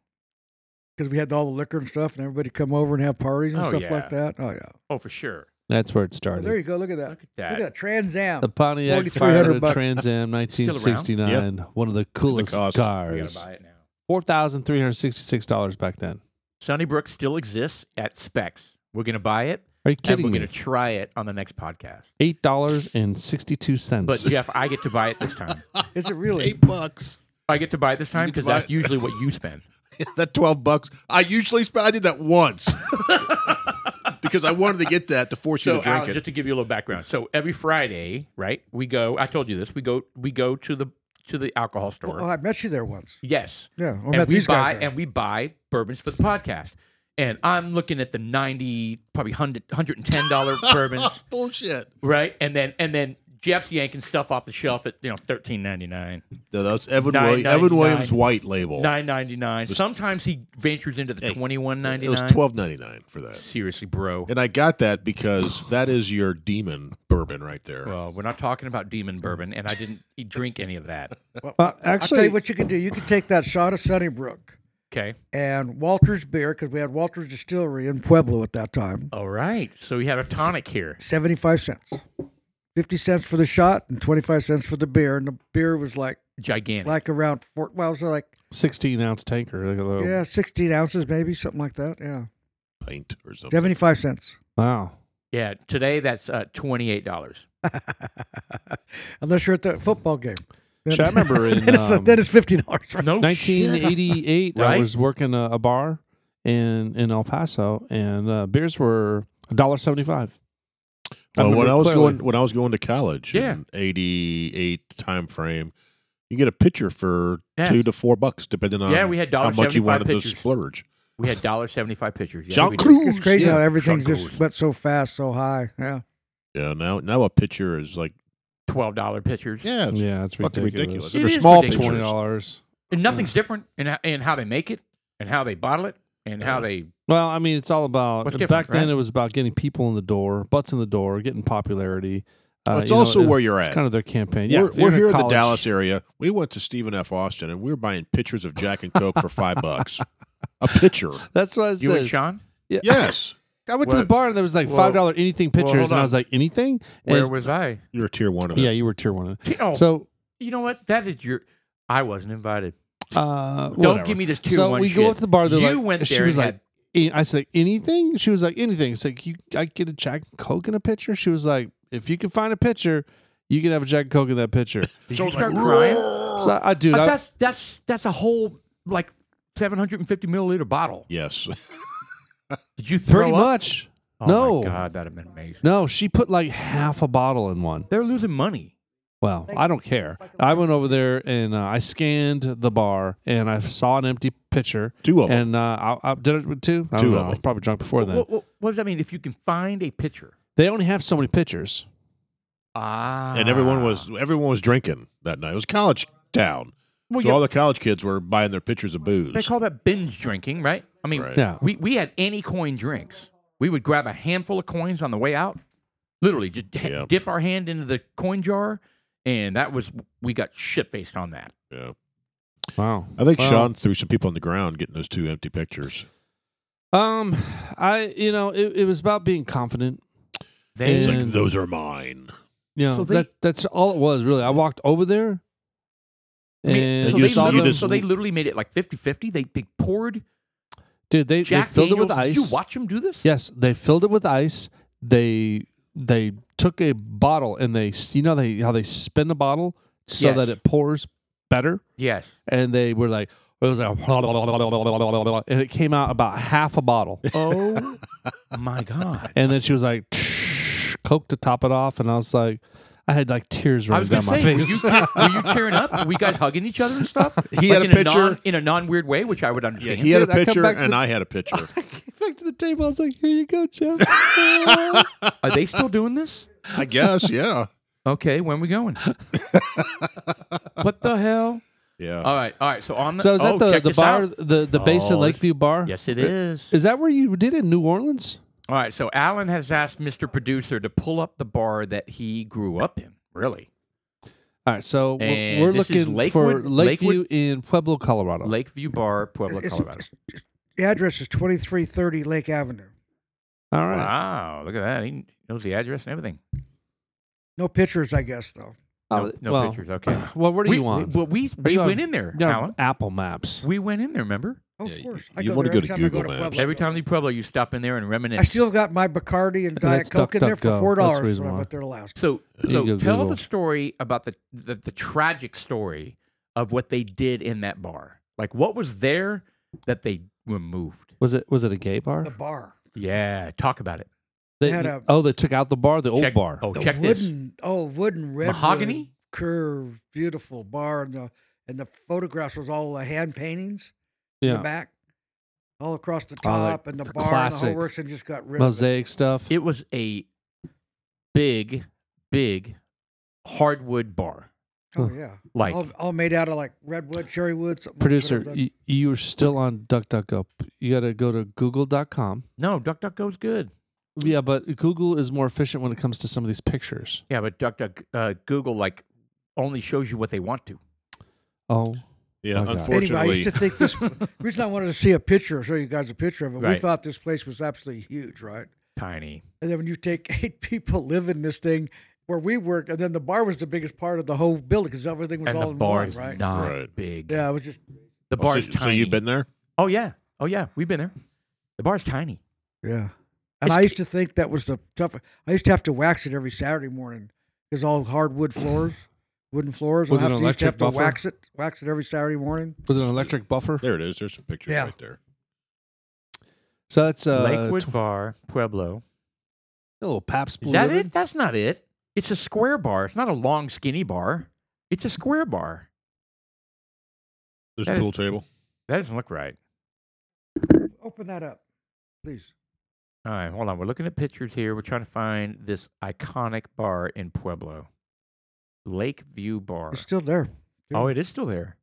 Speaker 4: because we had all the liquor and stuff, and everybody come over and have parties and
Speaker 3: Oh,
Speaker 4: stuff
Speaker 3: yeah.
Speaker 4: like that. Oh yeah,
Speaker 3: Oh, for sure.
Speaker 1: That's where it
Speaker 4: Well, there
Speaker 1: started.
Speaker 4: you go. Look at that.
Speaker 3: Look
Speaker 4: Look
Speaker 3: at
Speaker 4: at
Speaker 3: that.
Speaker 4: that Trans Am.
Speaker 1: The Pontiac
Speaker 4: 4,300
Speaker 1: Firebird
Speaker 4: bucks.
Speaker 1: Trans Am
Speaker 3: Still around?
Speaker 1: 1969, one of the coolest
Speaker 2: cost.
Speaker 3: We gotta
Speaker 1: cars.
Speaker 3: buy it now.
Speaker 1: Four thousand three hundred sixty-six dollars back then.
Speaker 3: Sunnybrook still exists at specs. We're gonna buy it.
Speaker 1: Are you
Speaker 3: and
Speaker 1: kidding
Speaker 3: we're
Speaker 1: me?
Speaker 3: gonna try it on the next podcast.
Speaker 1: Eight dollars and sixty-two cents.
Speaker 3: But Jeff, I get to buy it this time.
Speaker 4: Is it really?
Speaker 2: Eight bucks.
Speaker 3: I get to buy it this time
Speaker 2: get to
Speaker 3: because
Speaker 2: buy
Speaker 3: that's
Speaker 2: it.
Speaker 3: usually what you spend.
Speaker 2: that 12 bucks. I usually spend, I did that once because I wanted to get that to force you
Speaker 3: So
Speaker 2: to drink
Speaker 3: Alan,
Speaker 2: it.
Speaker 3: just to give you a little background. So every Friday, right? We go. I told you this. We go. We go to the to the alcohol store.
Speaker 4: Oh, I met you there once.
Speaker 3: yes.
Speaker 4: Yeah, I
Speaker 3: and
Speaker 4: met
Speaker 3: we
Speaker 4: these
Speaker 3: buy
Speaker 4: guys. there.
Speaker 3: and we buy bourbons for the podcast. And I'm looking at the ninety, probably 100 110 dollar bourbons,
Speaker 2: Ah, Bullshit.
Speaker 3: right? And then and then Jeff's yanking stuff off the shelf at you know thirteen ninety nine,
Speaker 2: No, that's Evan,
Speaker 3: Nine
Speaker 2: Williams, Evan
Speaker 3: ninety
Speaker 2: Williams
Speaker 3: nine.
Speaker 2: White label.
Speaker 3: nine ninety nine. Sometimes he ventures into the
Speaker 2: Hey,
Speaker 3: twenty one ninety
Speaker 2: It was
Speaker 3: nine.
Speaker 2: twelve ninety nine for that.
Speaker 3: Seriously, bro.
Speaker 2: And I got that because that is your demon bourbon right there.
Speaker 3: Well, we're not talking about demon bourbon, and I didn't eat- drink any of that.
Speaker 1: Well,
Speaker 4: I'll tell
Speaker 1: actually,
Speaker 4: you what you could do. You could take that shot of Sunnybrook
Speaker 3: Okay.
Speaker 4: and Walter's beer because we had Walter's Distillery in Pueblo at that time.
Speaker 3: All right. So we have a tonic here.
Speaker 4: 75 cents. 50 cents for the shot and 25 cents for the beer. And the beer was like,
Speaker 3: Gigantic.
Speaker 4: like around four, well, it was like,
Speaker 1: 16 ounce tanker. Like a little-
Speaker 4: yeah, 16 ounces, maybe something like that. Yeah.
Speaker 2: pint or something.
Speaker 4: 75 cents.
Speaker 1: Wow.
Speaker 3: yeah. Today that's uh, twenty eight dollars.
Speaker 4: Unless you're at the football game. Then,
Speaker 1: Shit, I remember in
Speaker 4: then, it's,
Speaker 1: um,
Speaker 4: then it's $15. Right?
Speaker 3: No.
Speaker 1: 1988, I
Speaker 3: Right?
Speaker 1: was working a, a bar in in El Paso, and uh, beers were $1.75.
Speaker 2: Well, when
Speaker 1: remember
Speaker 2: I was
Speaker 1: clearly.
Speaker 2: going when I was going to college
Speaker 3: Yeah.
Speaker 2: in eighty eight time frame, you get a pitcher for
Speaker 3: Yeah.
Speaker 2: two to four bucks depending on
Speaker 3: Yeah, we had
Speaker 2: how much you
Speaker 3: $1.75
Speaker 2: wanted
Speaker 3: pitchers.
Speaker 2: to splurge.
Speaker 3: We had dollar seventy five pictures. Yeah,
Speaker 2: Jean
Speaker 3: we did.
Speaker 2: Cruz.
Speaker 4: It's crazy
Speaker 2: yeah.
Speaker 4: how everything
Speaker 2: Truckers.
Speaker 4: just went so fast, so high. Yeah.
Speaker 2: Yeah, now now a pitcher is like
Speaker 3: Twelve dollar pictures.
Speaker 2: yeah, it's
Speaker 1: Yeah, it's
Speaker 2: fucking
Speaker 1: ridiculous.
Speaker 2: ridiculous.
Speaker 3: It
Speaker 2: They're
Speaker 3: is
Speaker 2: small
Speaker 3: ridiculous.
Speaker 2: pitchers.
Speaker 1: $20.
Speaker 3: And nothing's different in ho- in how they make it, and how they bottle it, and how
Speaker 2: Yeah.
Speaker 3: they
Speaker 1: Well, I mean, it's all about
Speaker 3: What's
Speaker 1: back
Speaker 3: different,
Speaker 1: then.
Speaker 3: right?
Speaker 1: It was about getting people in the door, butts in the door, getting popularity. Uh,
Speaker 2: Well, it's
Speaker 1: you know,
Speaker 2: also
Speaker 1: it-
Speaker 2: where you're
Speaker 1: It's
Speaker 2: at.
Speaker 1: kind of their campaign. Yeah,
Speaker 2: we're,
Speaker 1: if
Speaker 2: we're
Speaker 1: you're
Speaker 2: here in the
Speaker 1: college-
Speaker 2: Dallas area. We went to Stephen F. Austin and we were buying pitchers of Jack and Coke for five bucks. A pitcher.
Speaker 1: That's what I said.
Speaker 3: you and Sean.
Speaker 2: Yes.
Speaker 1: I went to
Speaker 3: Well-
Speaker 1: the bar and there was like
Speaker 3: well-
Speaker 1: five dollar anything
Speaker 3: well,
Speaker 1: pitchers,
Speaker 3: hold
Speaker 1: and I
Speaker 3: on.
Speaker 1: was like, anything? And-
Speaker 3: Where was I?
Speaker 2: You're a tier one of
Speaker 1: yeah,
Speaker 2: it.
Speaker 1: you were tier one.
Speaker 3: Oh,
Speaker 1: So
Speaker 3: you know what? That is your. I wasn't invited.
Speaker 1: uh,
Speaker 3: Don't
Speaker 1: whatever.
Speaker 3: give me this tier
Speaker 1: So
Speaker 3: one
Speaker 1: we
Speaker 3: shit.
Speaker 1: go up to the bar. They're
Speaker 3: You
Speaker 1: like,
Speaker 3: went
Speaker 1: she
Speaker 3: there
Speaker 1: was
Speaker 3: and
Speaker 1: like, "A- I said anything. She was like anything. It's like you, I could get a Jack and Coke in a pitcher. She was like, if you can find a pitcher, you can have a Jack and Coke in that pitcher.
Speaker 3: Did
Speaker 2: So
Speaker 3: you
Speaker 2: it's like
Speaker 3: start crying?
Speaker 1: so I, I- dude,
Speaker 3: But
Speaker 1: I,
Speaker 3: that's that's that's a whole like 750 milliliter bottle.
Speaker 2: Yes.
Speaker 3: Did you throw
Speaker 1: pretty
Speaker 3: up?
Speaker 1: much.
Speaker 3: Oh
Speaker 1: No.
Speaker 3: my god, that'd have been amazing.
Speaker 1: No, she put like half a bottle in one.
Speaker 3: They're losing money.
Speaker 1: Well, I don't care. I went over there and uh, I scanned the bar and I saw an empty pitcher.
Speaker 3: Oh.
Speaker 2: Two of them.
Speaker 1: And uh, I, I did it with two. I
Speaker 2: Two
Speaker 1: don't know.
Speaker 2: of
Speaker 1: I was
Speaker 2: them.
Speaker 1: probably drunk before then.
Speaker 3: What, what, what does that mean? If you can find a pitcher,
Speaker 1: They only have so many pitchers.
Speaker 3: ah,
Speaker 2: and everyone was everyone was drinking that night. It was college town.
Speaker 3: Well,
Speaker 2: so
Speaker 3: yeah,
Speaker 2: all the college kids were buying their pitchers of booze.
Speaker 3: they call that binge drinking, right? I mean,
Speaker 2: Right.
Speaker 1: Yeah.
Speaker 3: we we had any coin drinks. We would grab a handful of coins on the way out, literally just ha-
Speaker 2: Yeah.
Speaker 3: dip our hand into the coin jar, and that was we got shit faced on that.
Speaker 2: yeah.
Speaker 1: Wow.
Speaker 2: I think
Speaker 1: Well-
Speaker 2: Sean threw some people on the ground getting those two empty pitchers.
Speaker 1: Um, I you know it, it was about being confident.
Speaker 3: They
Speaker 2: He's
Speaker 1: And-
Speaker 2: like, those are mine.
Speaker 1: You know
Speaker 3: So they-
Speaker 1: that that's all it was really. I walked over there
Speaker 3: I mean,
Speaker 1: and
Speaker 3: so,
Speaker 2: you
Speaker 3: they
Speaker 2: just- you
Speaker 1: saw
Speaker 3: literally,
Speaker 1: them.
Speaker 2: just-
Speaker 3: so they literally made it like 50-50. They, they poured
Speaker 1: dude, they, they
Speaker 3: Jack
Speaker 1: filled it with
Speaker 3: Daniels.
Speaker 1: ice.
Speaker 3: Did you watch them do this?
Speaker 1: Yes, they filled it with ice. They they took a bottle and they you know they how they spin the bottle so
Speaker 3: Yes.
Speaker 1: that it pours better.
Speaker 3: Yes.
Speaker 1: And they were like it was like and it came out about half a bottle.
Speaker 3: Oh my god.
Speaker 1: And then she was like coke to top it off, and I was like, I had like tears
Speaker 3: I
Speaker 1: running
Speaker 3: was
Speaker 1: down
Speaker 3: gonna
Speaker 1: my
Speaker 3: say,
Speaker 1: face.
Speaker 3: Were, you, were you tearing up? Were you guys hugging each other and stuff?
Speaker 2: He
Speaker 3: Like
Speaker 2: had a
Speaker 3: in
Speaker 2: pitcher.
Speaker 3: non, in a non weird way, which I would understand.
Speaker 2: Yeah, he had a
Speaker 1: Dude, I come
Speaker 2: pitcher
Speaker 1: back to
Speaker 2: and
Speaker 1: the-
Speaker 2: I had a pitcher.
Speaker 1: I came back to the table. I was like, "Here you go, Jeff."
Speaker 3: Are they still doing this?
Speaker 2: I guess, yeah.
Speaker 3: Okay, when we going? what the hell?
Speaker 2: Yeah.
Speaker 1: Oh
Speaker 3: All right, all right. So on the
Speaker 1: so I was
Speaker 3: oh,
Speaker 1: at the
Speaker 3: check
Speaker 1: the
Speaker 3: this
Speaker 1: bar,
Speaker 3: out.
Speaker 1: the the Basin
Speaker 3: Oh,
Speaker 1: Lakeview bar.
Speaker 3: Yes, it is.
Speaker 1: Is that where you did it in New Orleans?
Speaker 3: All right. So Alan has asked Mr. Producer to pull up the bar that he grew up in. Really,
Speaker 1: All right, so we're-
Speaker 3: And
Speaker 1: we're
Speaker 3: this is
Speaker 1: looking for
Speaker 3: Lakewood-
Speaker 1: Lakeview
Speaker 3: Lakewood-
Speaker 1: in Pueblo, Colorado.
Speaker 3: Lakeview Bar, Pueblo,
Speaker 4: It's-
Speaker 3: Colorado.
Speaker 4: The address is 2330 Lake Avenue.
Speaker 1: All right.
Speaker 3: Wow, look at that. He knows the address and everything.
Speaker 4: No pictures, I guess, though.
Speaker 3: No,
Speaker 1: Oh,
Speaker 3: no
Speaker 1: well,
Speaker 3: pictures. Okay.
Speaker 1: Well, what do
Speaker 3: we,
Speaker 1: you want?
Speaker 3: Well, we, we
Speaker 1: you
Speaker 3: went
Speaker 1: on-
Speaker 3: in there,
Speaker 1: You know,
Speaker 3: Alan. Hmm?
Speaker 1: Apple Maps.
Speaker 3: We went in there, remember?
Speaker 4: Oh,
Speaker 2: Yeah,
Speaker 4: of course.
Speaker 2: you
Speaker 4: I go
Speaker 2: wanna
Speaker 4: there
Speaker 2: go
Speaker 4: every
Speaker 2: to
Speaker 4: time I go
Speaker 2: Google Maps.
Speaker 4: Pueblo.
Speaker 3: Every time you Pueblo, you stop in there and
Speaker 4: I
Speaker 3: reminisce.
Speaker 4: still got my Bacardi and Diet
Speaker 1: That's
Speaker 4: Coke in there for
Speaker 1: DuckDuckGo.
Speaker 4: four
Speaker 1: That's
Speaker 4: dollars
Speaker 1: the
Speaker 4: when
Speaker 1: reason
Speaker 4: I
Speaker 1: why.
Speaker 4: went there last.
Speaker 3: so
Speaker 1: You
Speaker 3: so
Speaker 1: go
Speaker 3: tell
Speaker 1: Google.
Speaker 3: the story about the, the the tragic story of what they did in that bar. Like what was there that they removed?
Speaker 1: Was it was it a gay bar?
Speaker 4: The bar,
Speaker 3: Yeah, talk about it.
Speaker 1: They-
Speaker 4: had a-
Speaker 1: oh, they took out the bar, the old
Speaker 3: check,
Speaker 1: bar.
Speaker 3: Oh,
Speaker 4: the
Speaker 3: check this.
Speaker 4: wooden, oh wooden red
Speaker 3: Mahogany?
Speaker 4: curved, beautiful bar, and the and the photographs was all the hand paintings in the
Speaker 1: yeah,
Speaker 4: back, all across the
Speaker 1: Oh, like
Speaker 4: top, and the
Speaker 1: the
Speaker 4: bar and the
Speaker 1: classic
Speaker 4: whole works, and just got rid of it.
Speaker 1: mosaic stuff.
Speaker 3: It was a big, big hardwood bar.
Speaker 4: Oh
Speaker 1: Huh.
Speaker 4: yeah,
Speaker 3: Like
Speaker 4: all, all made out of like redwood, cherry wood. something like that.
Speaker 1: Producer, you, you are still on DuckDuckGo. You got to go to Google.com.
Speaker 3: no, DuckDuckGo's good.
Speaker 1: Yeah, but Google is more efficient when it comes to some of these pictures.
Speaker 3: Yeah, but Duck Duck uh, Google like only shows you what they want to.
Speaker 1: Oh,
Speaker 2: Yeah,
Speaker 1: My God.
Speaker 2: unfortunately.
Speaker 4: Anyway, I used to think this. the reason I wanted to see a picture, show you guys a picture of it. We
Speaker 3: Right.
Speaker 4: thought this place was absolutely huge, right?
Speaker 3: Tiny.
Speaker 4: And then when you take eight people live in this thing where we work, and then the bar was the biggest part of the whole building because everything was
Speaker 3: And
Speaker 4: all
Speaker 3: the
Speaker 4: in
Speaker 3: bar
Speaker 4: one,
Speaker 3: is
Speaker 4: right?
Speaker 3: not
Speaker 2: Right.
Speaker 3: big.
Speaker 4: Yeah, it was just
Speaker 3: The
Speaker 2: Oh,
Speaker 3: bar
Speaker 2: so,
Speaker 3: is tiny.
Speaker 2: so you've been there?
Speaker 3: Oh yeah. Oh yeah. We've been there. The bar's tiny.
Speaker 4: yeah. And
Speaker 3: It's-
Speaker 4: I used to think that was the tough. I used to have to wax it every Saturday morning because all hardwood floors, wooden floors.
Speaker 1: Was
Speaker 4: I
Speaker 1: it
Speaker 4: have
Speaker 1: an
Speaker 4: to, used to have
Speaker 1: electric
Speaker 4: to
Speaker 1: buffer?
Speaker 4: wax it, wax it every Saturday morning.
Speaker 1: Was it an electric buffer?
Speaker 2: There it is. There's some pictures
Speaker 4: Yeah.
Speaker 2: right there.
Speaker 1: So that's uh,
Speaker 3: Lakewood
Speaker 1: tw-
Speaker 3: Bar, Pueblo.
Speaker 1: a little Paps Blue.
Speaker 3: Is that
Speaker 1: Ribbon.
Speaker 3: it? That's not it. It's a square bar. It's not a long, skinny bar. It's a square bar.
Speaker 2: There's
Speaker 3: That
Speaker 2: a
Speaker 3: is-
Speaker 2: pool table.
Speaker 3: That doesn't look right.
Speaker 4: Open that up, please.
Speaker 3: All right, hold on. We're looking at pictures here. We're trying to find this iconic bar in Pueblo, Lakeview Bar.
Speaker 4: It's still there.
Speaker 3: Oh, it is still there.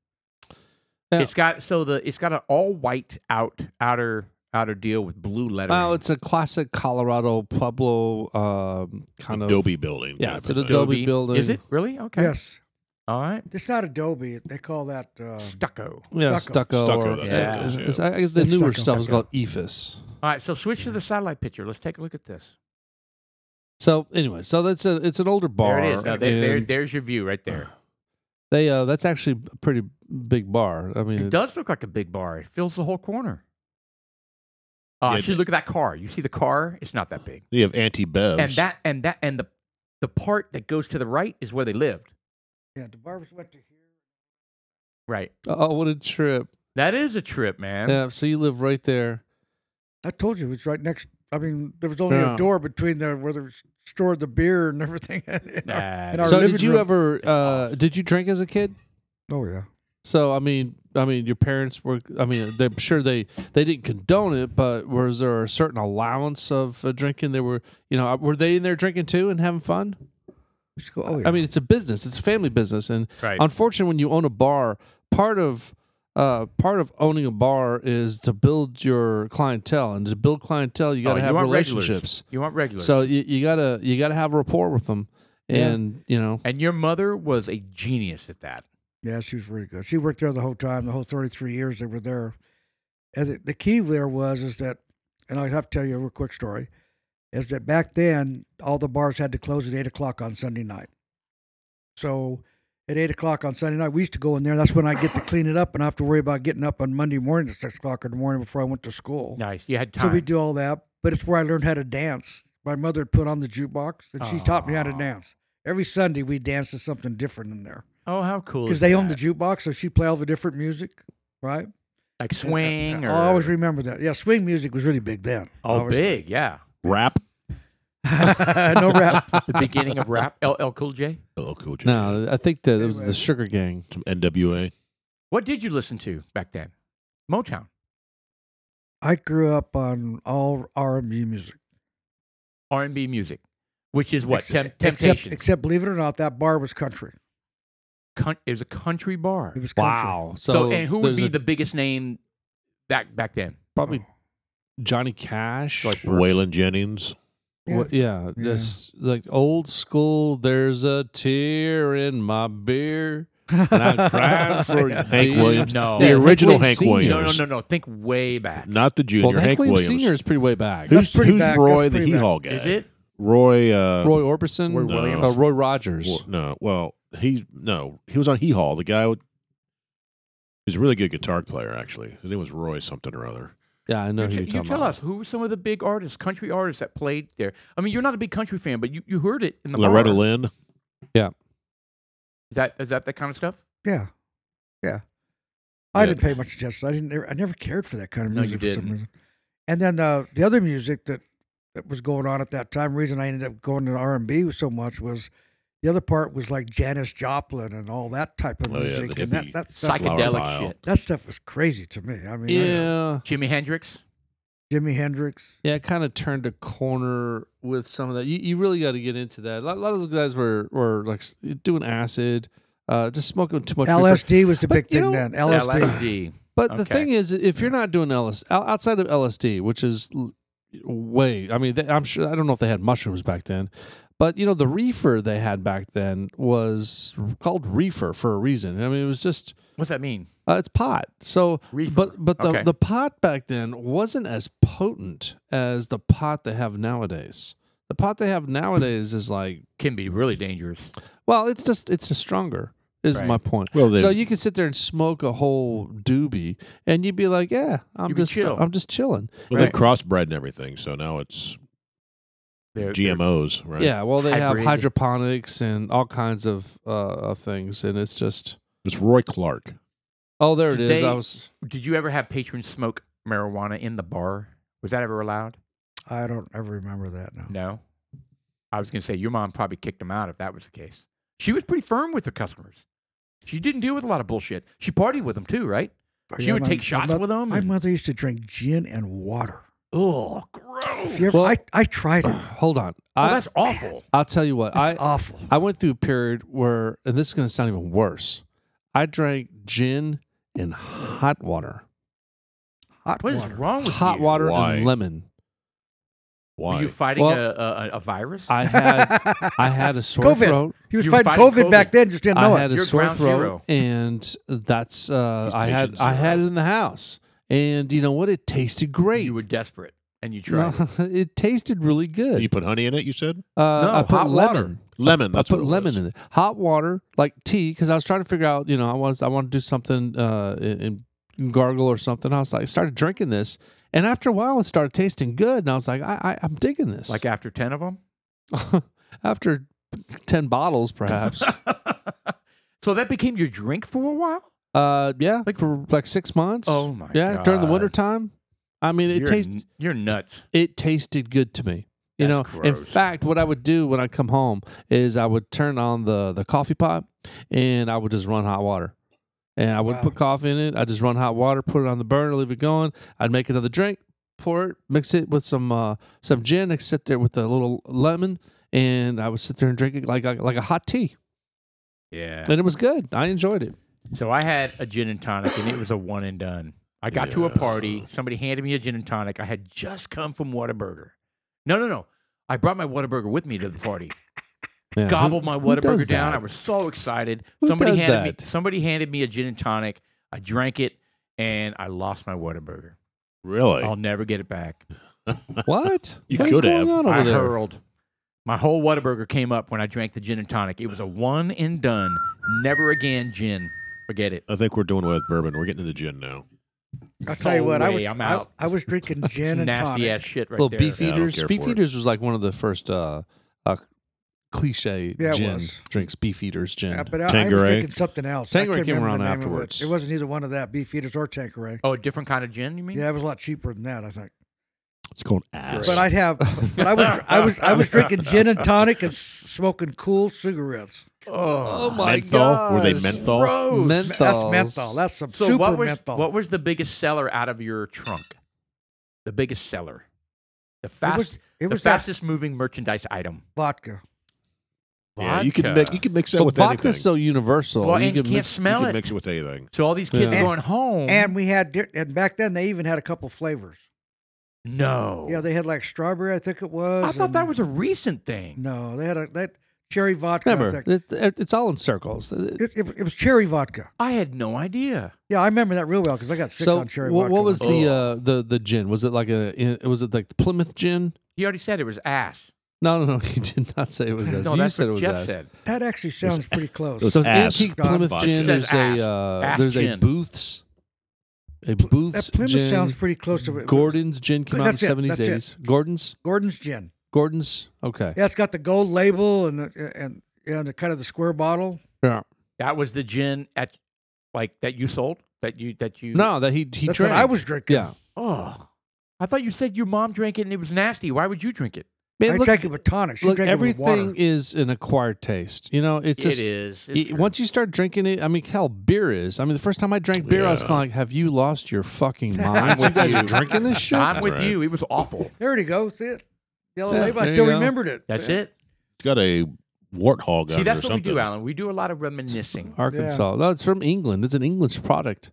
Speaker 1: Yeah.
Speaker 3: It's got so the it's got an all white out outer outer deal with blue lettering.
Speaker 1: Well, it's a classic Colorado Pueblo um, kind of
Speaker 2: Adobe building.
Speaker 1: Yeah,
Speaker 2: type
Speaker 1: it's
Speaker 2: of
Speaker 1: an
Speaker 2: thing.
Speaker 1: Adobe building.
Speaker 3: Is it really okay?
Speaker 4: Yes,
Speaker 3: All right.
Speaker 4: it's not Adobe. They call that. Um,
Speaker 3: Stucco.
Speaker 1: Yeah, stucco.
Speaker 4: Stucco.
Speaker 2: Stucco,
Speaker 1: or-
Speaker 2: that's
Speaker 3: what it
Speaker 2: is, yeah.
Speaker 1: It's- I- the
Speaker 4: It's
Speaker 1: newer
Speaker 4: stucco,
Speaker 1: stuff is
Speaker 4: yeah.
Speaker 1: called E EFIS.
Speaker 3: All right. So switch to the satellite picture. Let's take a look at this.
Speaker 1: So anyway, so that's a it's an older bar.
Speaker 3: there it is. Now, there, there-
Speaker 1: and
Speaker 3: there's your view right there.
Speaker 1: they uh, that's actually a pretty big bar. I mean,
Speaker 3: It does look like a big bar. It fills the whole corner. Uh,
Speaker 2: Yeah,
Speaker 3: actually,
Speaker 2: it-
Speaker 3: look at that car. You see the car? It's not that big.
Speaker 2: You have anti bevs.
Speaker 3: and that and that and the the part that goes to the right is where they lived.
Speaker 4: yeah, the barbers went to here.
Speaker 3: Right.
Speaker 1: oh, what a trip!
Speaker 3: That is a trip, man.
Speaker 1: Yeah, so you live right there.
Speaker 4: I told you it was right next. I mean, there was only
Speaker 1: Yeah.
Speaker 4: a door between the where they stored the beer and everything. in our-
Speaker 3: That
Speaker 4: in our
Speaker 3: is-
Speaker 1: so did
Speaker 4: living
Speaker 1: you
Speaker 4: room.
Speaker 1: ever uh, did you drink as a kid?
Speaker 4: Oh yeah.
Speaker 1: So I mean, I mean, your parents were. I mean, they're sure they they didn't condone it, but was there a certain allowance of uh, drinking? They were, you know, uh, were they in there drinking too and having fun?
Speaker 4: Let's go. Oh yeah.
Speaker 1: I mean, it's a business. It's a family business, and
Speaker 3: right.
Speaker 1: unfortunately, when you own a bar, part of uh, part of owning a bar is to build your clientele, and to build clientele, you got
Speaker 3: Oh,
Speaker 1: to
Speaker 3: you
Speaker 1: have
Speaker 3: want regulars.
Speaker 1: relationships.
Speaker 3: You want regulars.
Speaker 1: So you, you gotta you gotta have rapport with them,
Speaker 4: Yeah.
Speaker 1: and you know,
Speaker 3: and your mother was a genius at that.
Speaker 4: yeah, she was very good. She worked there the whole time, the whole thirty-three years they were there. And the, the key there was is that, and I have to tell you a real quick story, is that back then all the bars had to close at eight o'clock on Sunday night. So at eight o'clock on Sunday night, we used to go in there. That's when I get to clean it up, and I have to worry about getting up on Monday morning at six o'clock in the morning before I went to school.
Speaker 3: Nice. You had
Speaker 4: So
Speaker 3: time.
Speaker 4: we do all that, but it's where I learned how to dance. My mother put on the jukebox, and she taught me how to
Speaker 3: Aw.
Speaker 4: dance. Every Sunday we danced to something different in there
Speaker 3: Oh, how cool!
Speaker 4: because
Speaker 3: is
Speaker 4: they owned the
Speaker 3: that?
Speaker 4: jukebox, so she played all the different music, right?
Speaker 3: like swing. Or,
Speaker 4: I always remember that. Yeah, swing music was really big then.
Speaker 3: oh,
Speaker 4: obviously.
Speaker 3: big. Yeah.
Speaker 2: Rap.
Speaker 4: no rap.
Speaker 3: The beginning of rap. LL Cool J.
Speaker 2: Hello, Oh, Cool J.
Speaker 1: no, I think that it was
Speaker 4: Anyway.
Speaker 1: the Sugar Gang.
Speaker 2: Some NWA.
Speaker 3: What did you listen to back then? Motown.
Speaker 4: I grew up on all R and B music.
Speaker 3: R and B music, which is what
Speaker 4: Ex-
Speaker 3: Temp-
Speaker 4: Except,
Speaker 3: Temptations.
Speaker 4: except, believe it or not, that bar was country.
Speaker 3: Con- it was a country bar.
Speaker 4: It was country. Oh.
Speaker 1: Wow. So,
Speaker 3: So, and who would
Speaker 1: there's
Speaker 3: be
Speaker 1: a-
Speaker 3: the biggest name back back then?
Speaker 1: probably
Speaker 4: Oh.
Speaker 1: Johnny Cash?
Speaker 3: Like-
Speaker 2: Waylon Jennings.
Speaker 4: Yeah.
Speaker 1: What, yeah,
Speaker 4: Yeah.
Speaker 1: just like old school. There's a tear in my beer, and I'm crying for
Speaker 4: Yeah.
Speaker 2: Hank
Speaker 1: dear-
Speaker 2: Williams.
Speaker 3: No.
Speaker 2: The
Speaker 1: Yeah, Hank
Speaker 2: original
Speaker 1: Williams
Speaker 2: Hank
Speaker 1: Sr.
Speaker 2: Williams.
Speaker 3: No, no, no, no. Think way back.
Speaker 2: Not the junior.
Speaker 1: Well, the Hank, Williams, Sr. is pretty way back.
Speaker 4: That's
Speaker 2: Who's,
Speaker 4: pretty
Speaker 2: who's
Speaker 4: back,
Speaker 2: Roy
Speaker 4: that's
Speaker 2: the
Speaker 4: pretty
Speaker 2: Hee Haw guy?
Speaker 3: Is it?
Speaker 2: Roy. Uh,
Speaker 1: Roy Orbison,
Speaker 3: Roy
Speaker 1: Roy,
Speaker 2: Williams.
Speaker 1: uh, Roy Rogers.
Speaker 2: Well, no, well, he no, he was on Hee Haw. The guy with, he's a really good guitar player, actually. His name was Roy something or other.
Speaker 1: yeah, I know who
Speaker 3: you
Speaker 1: you're
Speaker 3: t- you
Speaker 1: talking
Speaker 3: tell
Speaker 1: about.
Speaker 3: us who were some of the big artists, country artists that played there. I mean, you're not a big country fan, but you, you heard it in the
Speaker 2: Loretta
Speaker 3: bar.
Speaker 2: Lynn.
Speaker 3: Is that is that that kind of stuff?
Speaker 4: Yeah, yeah. I
Speaker 2: Yeah.
Speaker 4: didn't pay much attention. I didn't. I never cared for that kind of
Speaker 3: No, you
Speaker 4: music for some
Speaker 3: didn't.
Speaker 4: reason. And then uh, the other music that that was going on at that time. Reason I ended up going to R and B so much was the other part was like Janis Joplin and all that type of
Speaker 2: Oh, yeah, the
Speaker 4: music. and that,
Speaker 2: hippie
Speaker 4: that stuff,
Speaker 2: Flower
Speaker 3: Psychedelic
Speaker 2: Pile.
Speaker 3: shit.
Speaker 4: that stuff was crazy to me. I mean, I-
Speaker 1: Yeah,
Speaker 3: Jimi Hendrix.
Speaker 4: Jimi Hendrix.
Speaker 1: yeah, I kind of turned a corner with some of that. You, you really got to get into that. A lot, a lot of those guys were were like s- doing acid, uh, just smoking too much. reefer.
Speaker 4: LSD was the
Speaker 1: But
Speaker 4: big
Speaker 1: you know-
Speaker 4: thing then. LSD.
Speaker 3: LSD.
Speaker 1: But the
Speaker 3: Okay.
Speaker 1: thing is, if you're not doing LSD outside of LSD, which is l- way, I mean, they, I'm sure I don't know if they had mushrooms back then, but you know, the reefer they had back then was called reefer for a reason. I mean, it was just
Speaker 3: What's that mean?
Speaker 1: Uh, it's pot. So,
Speaker 3: Reefer.
Speaker 1: but but the,
Speaker 3: Okay.
Speaker 1: the pot back then wasn't as potent as the pot they have nowadays. The pot they have nowadays is like,
Speaker 3: can be really dangerous.
Speaker 1: well, it's just it's just stronger. Is
Speaker 3: Right.
Speaker 1: my point.
Speaker 2: Well,
Speaker 1: so
Speaker 2: they-
Speaker 1: you could sit there and smoke a whole doobie, and you'd be like, yeah, I'm
Speaker 3: You'd be
Speaker 1: just
Speaker 3: chill.
Speaker 1: I'm just chilling.
Speaker 2: Well, they've
Speaker 3: Right.
Speaker 2: crossbred and everything, so now it's
Speaker 3: They're-
Speaker 2: GMOs, right?
Speaker 1: Yeah. Well, they have
Speaker 3: Hybrid.
Speaker 1: hydroponics and all kinds of uh of things, and it's just
Speaker 2: It's Roy Clark.
Speaker 1: oh, there
Speaker 3: Did
Speaker 1: it is.
Speaker 3: they-
Speaker 1: I was
Speaker 3: they're- Did you ever have patrons smoke marijuana in the bar? Was that ever allowed?
Speaker 4: I don't ever remember that now.
Speaker 3: No. I was going to say your mom probably kicked them out if that was the case. She was pretty firm with her customers. She didn't deal with a lot of bullshit. She partied with them too, right? She
Speaker 4: Yeah,
Speaker 3: would
Speaker 4: my-
Speaker 3: take
Speaker 4: my
Speaker 3: shots
Speaker 4: moth-
Speaker 3: with them.
Speaker 4: My
Speaker 3: and-
Speaker 4: mother used to drink gin and water.
Speaker 3: Oh, gross.
Speaker 4: If you ever-
Speaker 1: Well-
Speaker 4: I, I tried it.
Speaker 1: hold on.
Speaker 3: Well,
Speaker 1: I
Speaker 3: Oh, that's awful.
Speaker 1: I'll tell you what.
Speaker 4: It's
Speaker 1: I
Speaker 4: awful.
Speaker 1: I went through a period where, and this is going to sound even worse. I drank gin and hot water,
Speaker 4: Hot
Speaker 3: What is
Speaker 4: water.
Speaker 3: wrong with
Speaker 1: hot
Speaker 3: you?
Speaker 1: water
Speaker 2: Why?
Speaker 1: and lemon.
Speaker 2: Why?
Speaker 3: Were you fighting
Speaker 1: Well-
Speaker 3: a, a, a virus?
Speaker 1: I had I had a sore
Speaker 4: COVID.
Speaker 1: throat.
Speaker 4: he was
Speaker 3: you were
Speaker 4: fighting COVID,
Speaker 3: fighting COVID.
Speaker 4: back then, just didn't know
Speaker 1: I had
Speaker 4: it.
Speaker 1: a
Speaker 3: You're
Speaker 1: sore
Speaker 3: ground
Speaker 1: throat,
Speaker 3: zero.
Speaker 1: and that's uh,
Speaker 2: He's
Speaker 1: I had
Speaker 2: patient
Speaker 1: I had it
Speaker 2: zero.
Speaker 1: in the house, and you know what? It tasted great.
Speaker 3: uh, You were desperate and you tried.
Speaker 1: No, it tasted really good.
Speaker 2: you put honey in it, you said?
Speaker 1: uh,
Speaker 3: No,
Speaker 1: I put
Speaker 3: hot water.
Speaker 1: lemon.
Speaker 2: Lemon.
Speaker 1: I
Speaker 2: That's
Speaker 1: put
Speaker 2: what it
Speaker 1: lemon
Speaker 2: was.
Speaker 1: in it, hot water, like tea, because I was trying to figure out, you know, I was I want to do something uh, and and gargle or something. I was like, started drinking this, and after a while, it started tasting good, and I was like, I, I I'm digging this.
Speaker 3: it. Like after 10 of them?
Speaker 1: after ten bottles, perhaps.
Speaker 3: so that became your drink for a while?
Speaker 1: uh, yeah,
Speaker 3: Like-
Speaker 1: like for like six months.
Speaker 3: Oh my
Speaker 1: yeah, during the
Speaker 3: God.
Speaker 1: wintertime. I mean, it
Speaker 3: you're,
Speaker 1: tastes
Speaker 3: n- you're nuts.
Speaker 1: it tasted good to me. You
Speaker 3: That's
Speaker 1: know, in
Speaker 3: gross.
Speaker 1: fact, what I would do when I come home is I would turn on the the coffee pot and I would just run hot water. And I wouldn't
Speaker 4: Wow.
Speaker 1: put coffee in it. I just run hot water, put it on the burner, leave it going. I'd make another drink, pour it, mix it with some uh, some gin. I sit there with a little lemon, and I would sit there and drink it like like, like a hot tea.
Speaker 3: Yeah.
Speaker 1: And it was good. I enjoyed it.
Speaker 3: So I had a gin and tonic, and it was a one and done. I got to a
Speaker 2: Yeah.
Speaker 3: party. Somebody handed me a gin and tonic. I had just come from Whataburger. No, no, no. I brought my Whataburger with me to the party.
Speaker 1: Yeah.
Speaker 3: Gobbled my
Speaker 1: Uh-huh. Who- who does
Speaker 3: Whataburger down.
Speaker 1: that?
Speaker 3: I was so excited.
Speaker 1: Who
Speaker 3: somebody
Speaker 1: does
Speaker 3: handed
Speaker 1: that?
Speaker 3: me somebody handed me a gin and tonic. I drank it, and I lost my Whataburger.
Speaker 2: Really?
Speaker 3: I'll never get it back.
Speaker 1: what?
Speaker 2: You
Speaker 1: What is
Speaker 2: could
Speaker 1: going
Speaker 2: have.
Speaker 1: on over
Speaker 3: I
Speaker 1: there?
Speaker 3: hurled. My whole Whataburger came up when I drank the gin and tonic. It was a one and done. Never again gin. Forget it.
Speaker 2: I think we're doing with bourbon. We're getting into gin now.
Speaker 4: I'll tell you
Speaker 3: No
Speaker 4: what, I
Speaker 3: way,
Speaker 4: was
Speaker 3: I'm
Speaker 4: I-
Speaker 3: out.
Speaker 4: I, was drinking gin and
Speaker 3: Nasty
Speaker 4: tonic.
Speaker 3: ass shit right
Speaker 1: little
Speaker 3: there.
Speaker 1: beef
Speaker 2: Yeah, I don't
Speaker 1: eaters.
Speaker 2: care
Speaker 1: beef
Speaker 2: for it.
Speaker 1: eaters was like one of the first uh, uh cliche
Speaker 4: Yeah, it
Speaker 1: gin
Speaker 4: was.
Speaker 1: drinks. Beef eaters gin.
Speaker 4: Yeah, but I, I was
Speaker 2: Tanqueray.
Speaker 4: drinking something else. I
Speaker 1: Tanqueray
Speaker 4: can't
Speaker 1: came around
Speaker 4: remember the name of it.
Speaker 1: afterwards.
Speaker 4: It. wasn't either one of that, Beefeaters or Tanqueray.
Speaker 3: Oh, a different kind of gin, you mean?
Speaker 4: Yeah, it was a lot cheaper than that, I think.
Speaker 2: It's called ass.
Speaker 4: But I'd have, but I was, I was, I was drinking gin and tonic and s- smoking cool cigarettes.
Speaker 3: Oh,
Speaker 1: my
Speaker 2: menthol? Were they
Speaker 1: gosh.
Speaker 2: menthol?
Speaker 3: Gross.
Speaker 1: Menthol.
Speaker 4: That's menthol. That's some
Speaker 3: So
Speaker 4: super
Speaker 3: what was
Speaker 4: menthol.
Speaker 3: what was the biggest seller out of your trunk? The biggest seller. The
Speaker 4: it
Speaker 3: fast
Speaker 4: was, it was
Speaker 3: the
Speaker 4: that
Speaker 3: fastest Mm-hmm. moving merchandise item.
Speaker 4: vodka.
Speaker 2: yeah, you can
Speaker 3: Vodka.
Speaker 2: mix you can mix that
Speaker 1: So
Speaker 2: with anything.
Speaker 1: vodka's so universal.
Speaker 3: well,
Speaker 1: you
Speaker 3: and you
Speaker 1: can
Speaker 3: can't
Speaker 1: mix,
Speaker 2: you
Speaker 3: smell
Speaker 2: can
Speaker 3: it.
Speaker 2: mix it with anything.
Speaker 3: So all these kids
Speaker 1: Yeah.
Speaker 3: going home.
Speaker 4: And we had, di- and back then they even had a couple flavors.
Speaker 3: no.
Speaker 4: Yeah, they had like strawberry, I think it was.
Speaker 3: Oh. I thought that
Speaker 4: and-
Speaker 3: was a recent thing.
Speaker 4: No, they had a that cherry vodka. I
Speaker 1: remember,
Speaker 4: think.
Speaker 1: it, it- it's all in circles. Uh,
Speaker 4: It, it, it was cherry vodka.
Speaker 3: I had no idea.
Speaker 4: Yeah, I remember that real well because I got sick
Speaker 1: So
Speaker 4: on cherry
Speaker 1: what,
Speaker 4: vodka.
Speaker 1: what
Speaker 4: one
Speaker 1: was
Speaker 4: time.
Speaker 1: the
Speaker 2: Oh.
Speaker 1: uh, the the gin? Was it like a in- was it like the Plymouth gin?
Speaker 3: He already said it was ass.
Speaker 1: No, no, no. You did not say it was ass.
Speaker 3: no,
Speaker 1: you
Speaker 3: that's
Speaker 1: said
Speaker 3: what
Speaker 1: it was
Speaker 3: Jeff
Speaker 1: ass.
Speaker 3: said.
Speaker 4: That actually sounds pretty close.
Speaker 2: was
Speaker 1: So it's
Speaker 2: ass.
Speaker 1: antique
Speaker 4: God,
Speaker 1: Plymouth
Speaker 2: vodka.
Speaker 1: gin.
Speaker 2: It
Speaker 1: There's
Speaker 3: says ass.
Speaker 1: a uh,
Speaker 3: Ass
Speaker 1: there's a
Speaker 3: gin.
Speaker 1: Booth's a
Speaker 4: that
Speaker 1: Booth's
Speaker 4: Plymouth
Speaker 1: gin.
Speaker 4: sounds pretty close to it.
Speaker 1: Gordon's gin came out in the
Speaker 4: That's it,
Speaker 1: seventies,
Speaker 4: that's it.
Speaker 1: eighties. Gordon's,
Speaker 4: Gordon's gin.
Speaker 1: Gordon's. Okay.
Speaker 4: Yeah, it's got the gold label and the, and and the, kind of the square bottle.
Speaker 1: Yeah.
Speaker 3: That was the gin at like that you sold? That you that you
Speaker 1: No, that he he
Speaker 4: That's
Speaker 1: drank.
Speaker 4: what I was drinking.
Speaker 1: Yeah.
Speaker 3: Oh. I thought you said your mom drank it and it was nasty. Why would you drink it?
Speaker 1: Man,
Speaker 4: I
Speaker 1: look,
Speaker 4: drank it with tonic. She
Speaker 1: look,
Speaker 4: drank it with
Speaker 1: everything
Speaker 4: water.
Speaker 1: is an acquired taste. You know, it's just
Speaker 3: it is.
Speaker 1: y- once you start drinking it. I mean, hell, beer is. I mean, the first time I drank beer, I was
Speaker 2: Yeah.
Speaker 1: kind of like, "Have you lost your fucking mind? you
Speaker 3: with
Speaker 1: guys
Speaker 3: you.
Speaker 1: are drinking this shit."
Speaker 3: I'm with
Speaker 2: Right.
Speaker 3: you. It was awful.
Speaker 4: There you go. See it? Yellow
Speaker 1: Yeah,
Speaker 4: label.
Speaker 1: there
Speaker 4: I
Speaker 1: you
Speaker 4: still
Speaker 1: go.
Speaker 4: remembered it.
Speaker 3: That's
Speaker 4: Yeah.
Speaker 3: it.
Speaker 2: It's got a warthog on
Speaker 3: See,
Speaker 2: it
Speaker 3: that's
Speaker 2: or
Speaker 3: what we
Speaker 2: something.
Speaker 3: do, Alan. We do a lot of reminiscing.
Speaker 1: Arkansas. No, it's from England. It's an English product.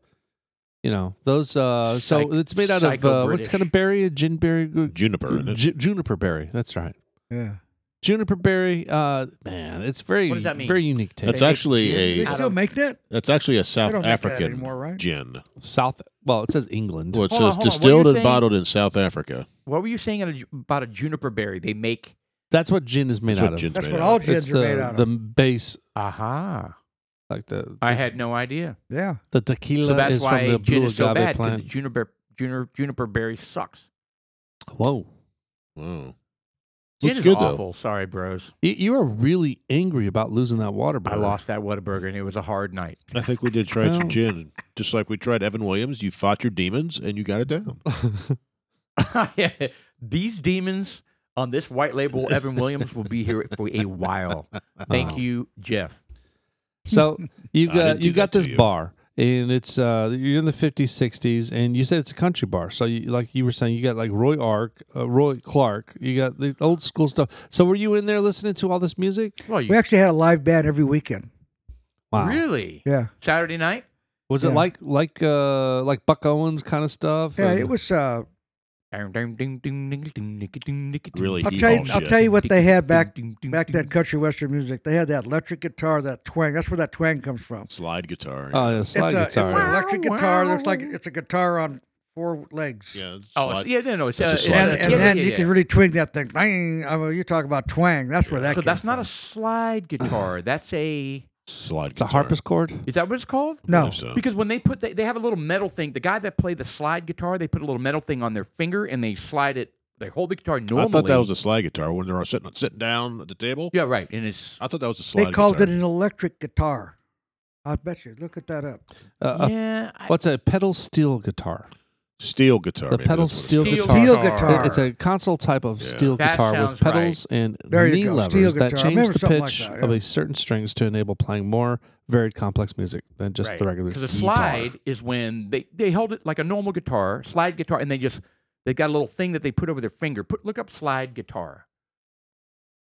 Speaker 1: You know those. Uh,
Speaker 3: Psych-
Speaker 1: so it's made out of uh, what
Speaker 3: psycho-British.
Speaker 1: kind of berry? A gin berry?
Speaker 2: Juniper. isn't it?
Speaker 1: Ju- juniper berry. That's right.
Speaker 4: Yeah.
Speaker 1: Juniper berry, uh, man, it's very
Speaker 3: What does that mean?
Speaker 1: very unique
Speaker 2: That's
Speaker 1: taste.
Speaker 3: They-
Speaker 2: actually
Speaker 4: They
Speaker 2: a
Speaker 3: I
Speaker 4: still
Speaker 3: don't-
Speaker 4: make that?
Speaker 2: that's actually a
Speaker 4: They
Speaker 2: South
Speaker 4: don't make that
Speaker 2: African
Speaker 4: anymore, right?
Speaker 2: gin.
Speaker 1: South. Well, it says England.
Speaker 2: Well, it
Speaker 3: Hold on,
Speaker 2: says
Speaker 3: hold on. What are you
Speaker 2: distilled and
Speaker 3: saying?
Speaker 2: bottled in South Africa.
Speaker 3: What were you saying at a ju- about a juniper berry? They make
Speaker 1: That's what gin is made
Speaker 2: That's what
Speaker 1: out of.
Speaker 2: gin's
Speaker 4: That's
Speaker 2: made
Speaker 4: what
Speaker 2: out
Speaker 4: all
Speaker 2: of.
Speaker 1: It's
Speaker 4: gins are made
Speaker 1: the
Speaker 4: out
Speaker 1: the
Speaker 4: of.
Speaker 1: base,
Speaker 3: aha.
Speaker 1: like the
Speaker 3: I had no idea.
Speaker 4: Yeah.
Speaker 1: the tequila
Speaker 3: So that's
Speaker 1: is from
Speaker 3: why
Speaker 1: the
Speaker 3: gin
Speaker 1: blue
Speaker 3: is so
Speaker 1: agave
Speaker 3: bad because
Speaker 1: plant.
Speaker 3: juniper juniper juniper berry sucks.
Speaker 1: Whoa,
Speaker 2: Wow.
Speaker 3: Gin
Speaker 2: Looks
Speaker 3: is
Speaker 2: good though.
Speaker 3: awful. Sorry, bros.
Speaker 1: you, you are really angry about losing that water
Speaker 3: I
Speaker 1: bottle.
Speaker 3: lost that Whataburger and it was a hard night.
Speaker 2: I think we did try
Speaker 1: Well-
Speaker 2: some gin, just like we tried Evan Williams. You fought your demons and you got it down.
Speaker 3: These demons on this white label, Evan Williams will be here for a while. Thank
Speaker 1: Oh.
Speaker 3: you, Jeff.
Speaker 1: So you
Speaker 2: I
Speaker 1: got
Speaker 2: didn't do
Speaker 1: you got
Speaker 2: that to
Speaker 1: this
Speaker 2: you.
Speaker 1: bar, and it's uh you're in the 50s, 60s, and you said it's a country bar. So you, like you were saying, you got like Roy Ark, uh, Roy Clark, you got the old school stuff. So were you in there listening to all this music?
Speaker 3: Well, you
Speaker 4: We actually had a live band every weekend.
Speaker 3: really
Speaker 4: Yeah.
Speaker 3: Saturday night.
Speaker 1: Was it
Speaker 4: Yeah.
Speaker 1: like like uh like Buck Owens kind of stuff?
Speaker 4: Yeah,
Speaker 1: And-
Speaker 4: it was uh
Speaker 2: Really
Speaker 4: I'll
Speaker 2: he
Speaker 4: tell
Speaker 2: hauls
Speaker 4: you I'll
Speaker 2: shit.
Speaker 4: tell you what they had back back then country western music. They had that electric guitar, that twang. That's where that twang comes from.
Speaker 2: Slide guitar.
Speaker 1: Oh, yeah,
Speaker 4: It's,
Speaker 1: slide
Speaker 4: a, it's an
Speaker 1: guitar.
Speaker 4: electric guitar. There's like it's a guitar on four legs.
Speaker 2: yeah. slide-
Speaker 3: Oh, it's- yeah, no, no. It's,
Speaker 2: That's a
Speaker 3: uh, it's
Speaker 2: slide
Speaker 4: And,
Speaker 3: a-
Speaker 2: guitar.
Speaker 4: and
Speaker 3: yeah,
Speaker 4: then
Speaker 3: yeah,
Speaker 4: you
Speaker 3: yeah.
Speaker 4: can really twig that thing. Bang! I mean, you talk about twang. That's where that.
Speaker 3: so
Speaker 4: came
Speaker 3: that's not
Speaker 4: from.
Speaker 3: a slide guitar. That's a.
Speaker 2: slide.
Speaker 1: it's a
Speaker 2: guitar.
Speaker 1: harpsichord.
Speaker 3: Is that what it's called?
Speaker 2: I
Speaker 4: no.
Speaker 2: believe so.
Speaker 3: Because when they put, they, they have a little metal thing. The guy that played the slide guitar, they put a little metal thing on their finger and they slide it. They hold the guitar normally.
Speaker 2: I thought that was a slide guitar when they're all sitting sitting down at the table.
Speaker 3: yeah, right. And it's
Speaker 2: I thought that was a slide.
Speaker 4: They called
Speaker 2: guitar.
Speaker 4: it an electric guitar. I bet you. Look at that up.
Speaker 1: Uh, uh,
Speaker 3: yeah. I-
Speaker 1: what's a pedal steel guitar?
Speaker 2: steel guitar.
Speaker 1: The
Speaker 2: maybe
Speaker 1: pedal
Speaker 2: that's what it
Speaker 1: steel
Speaker 2: is.
Speaker 1: guitar.
Speaker 4: Steel guitar.
Speaker 1: It- It's a console type of
Speaker 2: Yeah.
Speaker 1: steel
Speaker 3: That
Speaker 1: guitar
Speaker 3: sounds
Speaker 1: with pedals and
Speaker 4: There you
Speaker 1: knee
Speaker 4: go,
Speaker 1: levers
Speaker 4: steel
Speaker 1: that
Speaker 4: guitar. I
Speaker 1: change
Speaker 4: remember
Speaker 1: the
Speaker 4: something like
Speaker 1: pitch
Speaker 4: that, yeah.
Speaker 1: of a certain strings to enable playing more varied complex music than just the regular
Speaker 3: Because a
Speaker 1: guitar.
Speaker 3: slide is when they, they held it like a normal guitar, slide guitar, and they just they got a little thing that they put over their finger. Put look up slide guitar.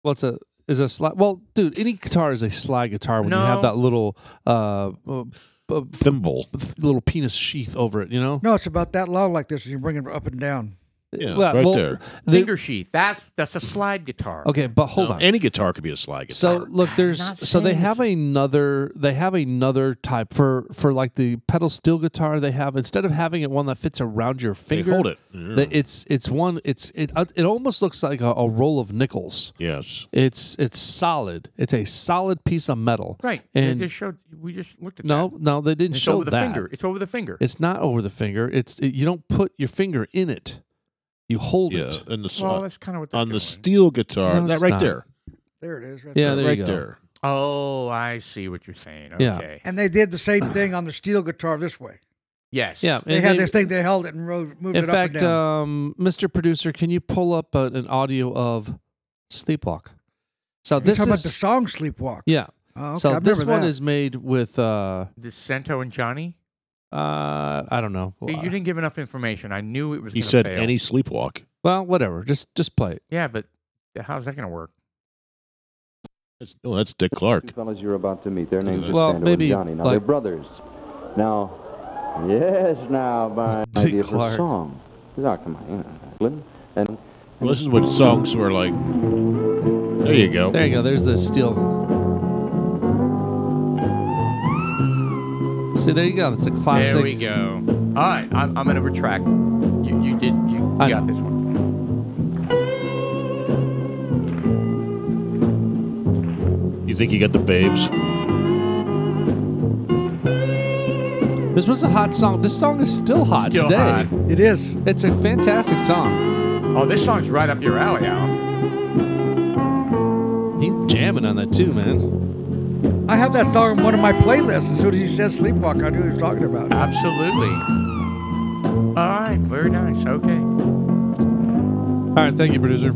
Speaker 1: Well, it's a is a slide. Well, dude, any guitar is a slide guitar when you have
Speaker 3: No.
Speaker 1: that little uh, uh, uh,
Speaker 2: Thimble.
Speaker 1: little penis sheath over it. You know.
Speaker 4: No, it's about that long like this. And you bring it up and down.
Speaker 2: Yeah,
Speaker 1: Well,
Speaker 2: right
Speaker 1: well,
Speaker 2: there.
Speaker 1: the-
Speaker 3: Finger sheath. That's that's a slide guitar.
Speaker 1: okay, but hold
Speaker 2: No,
Speaker 1: on.
Speaker 2: Any guitar could be a slide guitar.
Speaker 1: So look, there's
Speaker 3: not
Speaker 1: so they
Speaker 3: saying
Speaker 1: have another they have another type for for like the pedal steel guitar. They have instead of having it one that fits around your
Speaker 2: they
Speaker 1: finger,
Speaker 2: hold it. Mm.
Speaker 1: the- it's it's one it's it uh, it almost looks like a, a roll of nickels.
Speaker 2: yes.
Speaker 1: It's it's solid. It's a solid piece of metal.
Speaker 3: Right. they
Speaker 1: And
Speaker 3: just showed we just looked at
Speaker 1: no,
Speaker 3: that.
Speaker 1: no, they didn't
Speaker 3: It's
Speaker 1: show
Speaker 3: over the
Speaker 1: that.
Speaker 3: finger. It's over the finger.
Speaker 1: It's not over the finger. It's it, you don't put your finger in it. You hold
Speaker 2: Yeah,
Speaker 1: it.
Speaker 2: and the sli-
Speaker 3: well, that's kind of what they're
Speaker 2: on the
Speaker 3: doing.
Speaker 2: steel guitar
Speaker 1: No,
Speaker 2: that
Speaker 1: it's
Speaker 2: right
Speaker 1: not.
Speaker 2: there.
Speaker 4: There it is. Right
Speaker 1: Yeah,
Speaker 4: there.
Speaker 1: there you
Speaker 2: right
Speaker 1: go.
Speaker 2: there.
Speaker 3: oh, I see what you're saying.
Speaker 1: Yeah.
Speaker 3: Okay.
Speaker 4: And they did the same thing on the steel guitar this way.
Speaker 3: Yes.
Speaker 1: Yeah,
Speaker 4: They
Speaker 1: and
Speaker 4: had
Speaker 1: they-
Speaker 4: this thing. They held it and ro- moved
Speaker 1: In
Speaker 4: it up and
Speaker 1: fact,
Speaker 4: down.
Speaker 1: um, Mr. Producer, can you pull up uh, an audio of Sleepwalk? So
Speaker 4: You're
Speaker 1: this
Speaker 4: talking about the
Speaker 1: is
Speaker 4: song "Sleepwalk."
Speaker 1: yeah.
Speaker 4: Oh, okay, I
Speaker 1: so this
Speaker 4: remember
Speaker 1: one
Speaker 4: that.
Speaker 1: is made with uh,
Speaker 3: This Santo and Johnny.
Speaker 1: uh, I don't know.
Speaker 3: See, you didn't give enough information. I knew it was.
Speaker 2: He
Speaker 3: gonna
Speaker 2: said
Speaker 3: fail.
Speaker 2: any sleepwalk.
Speaker 1: Well, whatever. Just just play it.
Speaker 3: Yeah, but how's that going to work?
Speaker 2: That's, oh, that's Dick Clark.
Speaker 5: Two fellas you're about to meet, their names are
Speaker 1: Well,
Speaker 5: Sandro
Speaker 1: maybe,
Speaker 5: and Johnny. Now, they're
Speaker 1: like-
Speaker 5: brothers. Now, yes, now, by
Speaker 1: Dick
Speaker 5: idea for
Speaker 1: Clark.
Speaker 5: a song. Now, come on, you know, Glenn. And
Speaker 1: Mm-hmm.
Speaker 2: Well, this is what songs were like. There you go.
Speaker 1: There you go. There's the steel. See, there you go. That's a classic.
Speaker 3: There we go. All right, I'm, I'm going to retract. You, you did. You
Speaker 1: I
Speaker 3: got
Speaker 1: know.
Speaker 3: this one.
Speaker 2: You think he got the babes?
Speaker 1: This was a hot song. This song is still hot
Speaker 3: Still
Speaker 1: today.
Speaker 3: hot.
Speaker 4: It is.
Speaker 1: It's a fantastic song.
Speaker 3: Oh, this song's right up your alley, Al.
Speaker 1: He's jamming on that too, man.
Speaker 4: I have that song on one of my playlists. As soon as he says "Sleepwalk," I knew he was talking about. it.
Speaker 3: Absolutely. All right, very nice. Okay.
Speaker 1: All right, thank you, producer.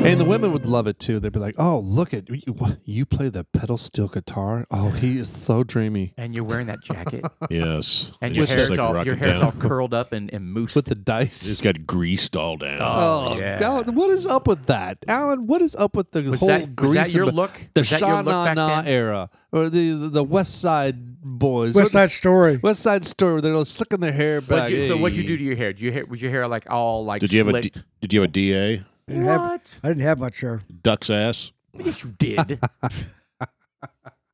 Speaker 1: And the women would love it too. They'd be like, "Oh, look at you! You play the pedal steel guitar. Oh, he is so dreamy
Speaker 3: And you're wearing that jacket,
Speaker 2: Yes.
Speaker 3: and
Speaker 2: He's
Speaker 3: your
Speaker 2: just,
Speaker 3: hair's
Speaker 2: like,
Speaker 3: all
Speaker 2: rocking
Speaker 3: your hair's
Speaker 2: down.
Speaker 3: all curled up and and moosed.
Speaker 1: with the dice."
Speaker 2: It's got greased all down.
Speaker 3: Oh, yeah.
Speaker 1: God, what is up with that, Alan? What is up with the
Speaker 3: was,
Speaker 1: whole
Speaker 3: that, was
Speaker 1: grease?
Speaker 3: that your
Speaker 1: and-
Speaker 3: look?
Speaker 1: The
Speaker 3: was that your
Speaker 1: Sha
Speaker 3: look
Speaker 1: Na
Speaker 3: back
Speaker 1: Na
Speaker 3: then?
Speaker 1: era, or the the West Side Boys,
Speaker 4: West Side Story.
Speaker 1: West Side Story. They're all slicking their hair back.
Speaker 3: What'd you, so what'd you
Speaker 1: Hey.
Speaker 3: do to your hair? Did you hair was your hair like all like
Speaker 2: Did you have a
Speaker 3: slicked?
Speaker 2: D, Did you have a DA?
Speaker 4: I didn't have,
Speaker 3: What?
Speaker 4: I didn't have much hair.
Speaker 2: Duck's ass.
Speaker 3: Yes, you did.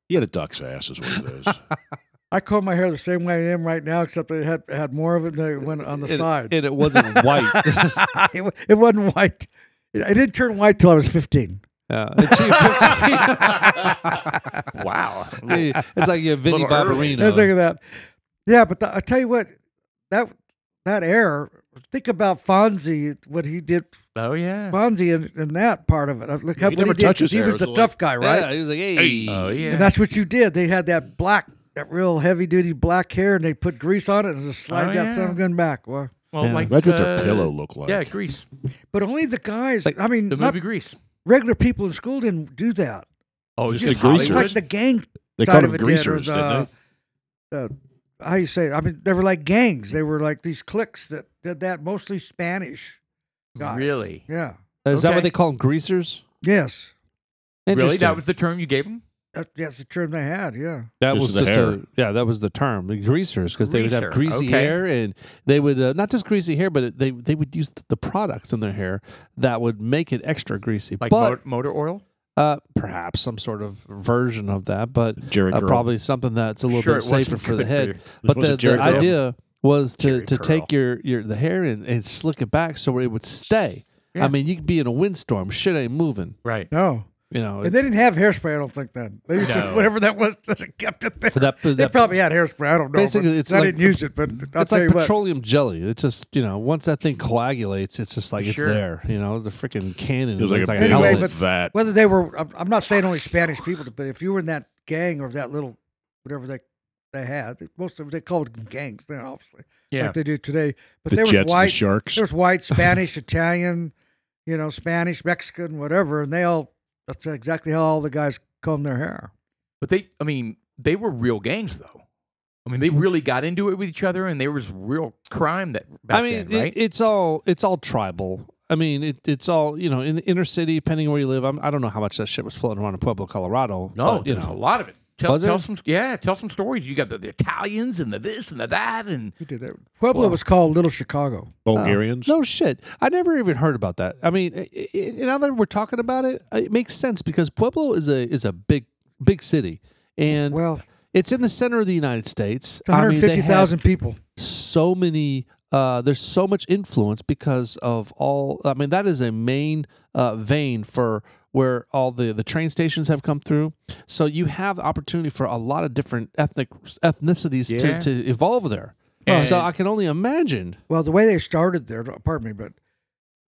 Speaker 2: He had a duck's ass, is what it is.
Speaker 4: I comb my hair the same way I am right now, except I had had more of it than it went on the
Speaker 1: And-
Speaker 4: side.
Speaker 1: and it wasn't white.
Speaker 4: it, wa- it wasn't white. It, it didn't turn white till I was 15.
Speaker 1: Yeah, it's,
Speaker 3: wow.
Speaker 1: it's like your Vinnie
Speaker 3: Little early.
Speaker 1: Barbarino.
Speaker 4: I was thinking that. Yeah, but the, I tell you what, that that air. Think about Fonzie, what he did,
Speaker 3: Oh yeah.
Speaker 4: Fonzie, and, and that part of it. Uh, Look how
Speaker 2: He
Speaker 4: what
Speaker 2: never
Speaker 4: he did,
Speaker 2: touches
Speaker 4: 'cause He
Speaker 2: hair,
Speaker 4: was
Speaker 2: it's
Speaker 4: the
Speaker 2: like-
Speaker 4: tough guy, right?
Speaker 1: Yeah, he was like, hey.
Speaker 3: Oh
Speaker 4: And
Speaker 3: yeah.
Speaker 4: that's what you did. They had that black, that real heavy duty black hair, and they put grease on it and just slide
Speaker 3: Oh,
Speaker 4: that
Speaker 3: yeah.
Speaker 4: son of a gun back. Well,
Speaker 3: Well,
Speaker 1: Yeah.
Speaker 3: like
Speaker 2: Imagine what
Speaker 3: uh,
Speaker 2: their pillow looked like.
Speaker 3: Yeah, Grease.
Speaker 4: but only the guys.
Speaker 1: Like
Speaker 4: I mean,
Speaker 3: The
Speaker 4: not
Speaker 3: movie Grease.
Speaker 4: regular people in school didn't do that.
Speaker 3: Oh,
Speaker 2: Just
Speaker 3: just
Speaker 2: the
Speaker 4: It's
Speaker 2: greasers.
Speaker 3: Hollywood?
Speaker 4: like the gang.
Speaker 2: They
Speaker 4: side
Speaker 2: called
Speaker 4: of
Speaker 2: them
Speaker 4: it did, or
Speaker 2: greasers, didn't
Speaker 4: the- the- how you say? It? I mean, they were like gangs. They were like these cliques that did that, mostly Spanish. guys.
Speaker 3: Really?
Speaker 4: Yeah.
Speaker 1: Is that
Speaker 3: Okay.
Speaker 1: what they call them, greasers?
Speaker 4: Yes.
Speaker 3: Really?
Speaker 1: Interesting.
Speaker 3: That was the term you gave him?
Speaker 4: That's, that's the term they had. Yeah.
Speaker 1: That
Speaker 2: Just
Speaker 1: was
Speaker 2: the
Speaker 1: just
Speaker 2: hair.
Speaker 1: a yeah. That was the term, the greasers, because they would have
Speaker 3: Greaser,
Speaker 1: greasy
Speaker 3: okay.
Speaker 1: hair, and they would uh, not just greasy hair, but they they would use the products in their hair that would make it extra greasy.
Speaker 3: Like
Speaker 1: but
Speaker 3: mo- motor oil?
Speaker 1: uh, perhaps some sort of version of that, but
Speaker 2: Jerry
Speaker 1: uh,
Speaker 2: curl.
Speaker 1: probably something that's a little
Speaker 3: Sure,
Speaker 1: bit
Speaker 3: it wasn't
Speaker 1: safer for the
Speaker 3: good for
Speaker 1: head.
Speaker 3: your-
Speaker 1: but
Speaker 2: Was it
Speaker 1: the,
Speaker 2: Jerry
Speaker 1: the
Speaker 2: curl?
Speaker 1: idea was to,
Speaker 3: Jerry
Speaker 1: to
Speaker 3: curl.
Speaker 1: take your, your the hair and, and slick it back so it would stay.
Speaker 3: Yeah.
Speaker 1: I mean, you could be in a windstorm, shit ain't moving.
Speaker 3: Right.
Speaker 4: No.
Speaker 1: You know,
Speaker 4: And they didn't have hairspray, I don't think then. They used
Speaker 3: No.
Speaker 4: to, whatever that was that they kept it there.
Speaker 1: that,
Speaker 4: They
Speaker 1: that,
Speaker 4: probably had hairspray. I don't know.
Speaker 1: Basically,
Speaker 4: but
Speaker 1: it's
Speaker 4: I
Speaker 1: like-
Speaker 4: didn't use it, but I'll
Speaker 1: it's
Speaker 4: tell
Speaker 1: like
Speaker 4: you what.
Speaker 1: petroleum jelly. It's just you know, once that thing coagulates, it's just like
Speaker 3: Sure.
Speaker 1: it's there. You know, the freaking cannon.
Speaker 2: It was like a
Speaker 1: looks
Speaker 2: big
Speaker 1: an
Speaker 4: Anyway,
Speaker 2: old
Speaker 1: elephant.
Speaker 4: but-
Speaker 2: vat.
Speaker 4: Whether they were, I'm, I'm not saying only Spanish people, but if you were in that gang or that little, whatever they they had, most of them, they called them gangs, then obviously,
Speaker 3: Yeah.
Speaker 4: like they do today. But
Speaker 2: The
Speaker 4: there
Speaker 2: Jets
Speaker 4: was
Speaker 2: and the
Speaker 4: white,
Speaker 2: Sharks.
Speaker 4: there was white, Spanish, Italian, you know, Spanish, Mexican, whatever, and they all. That's exactly how all the guys comb their hair.
Speaker 3: But they, I mean, they were real gangs, though. I mean, they really got into it with each other, and there was real crime that back
Speaker 1: I mean,
Speaker 3: then,
Speaker 1: it-
Speaker 3: right?
Speaker 1: it's all it's all tribal. I mean, it, it's all you know in the inner city, depending where you live. I'm, I don't know how much that shit was floating around in Pueblo, Colorado.
Speaker 3: no,
Speaker 1: but, you
Speaker 3: there's
Speaker 1: know,
Speaker 3: a lot of it. Tell,
Speaker 1: Was
Speaker 3: tell
Speaker 1: there?
Speaker 3: some, yeah, tell some stories. You got the, the Italians and the this and the that, and
Speaker 4: You did that. Pueblo was called Little Chicago.
Speaker 2: Bulgarians.
Speaker 1: No shit. I never even heard about that. I mean, i i now that we're talking about it, it makes sense because Pueblo is a is a big big city, and
Speaker 4: Well,
Speaker 1: it's in the center of the United States.
Speaker 4: it's
Speaker 1: I mean, they have
Speaker 4: 150,000 people.
Speaker 1: so many. Uh, there's so much influence because of all. I mean, that is a main uh, vein for where all the, the train stations have come through. So you have opportunity for a lot of different ethnic ethnicities
Speaker 3: Yeah.
Speaker 1: to, to evolve there.
Speaker 3: And-
Speaker 1: so I can only imagine.
Speaker 4: Well, the way they started there, pardon me, but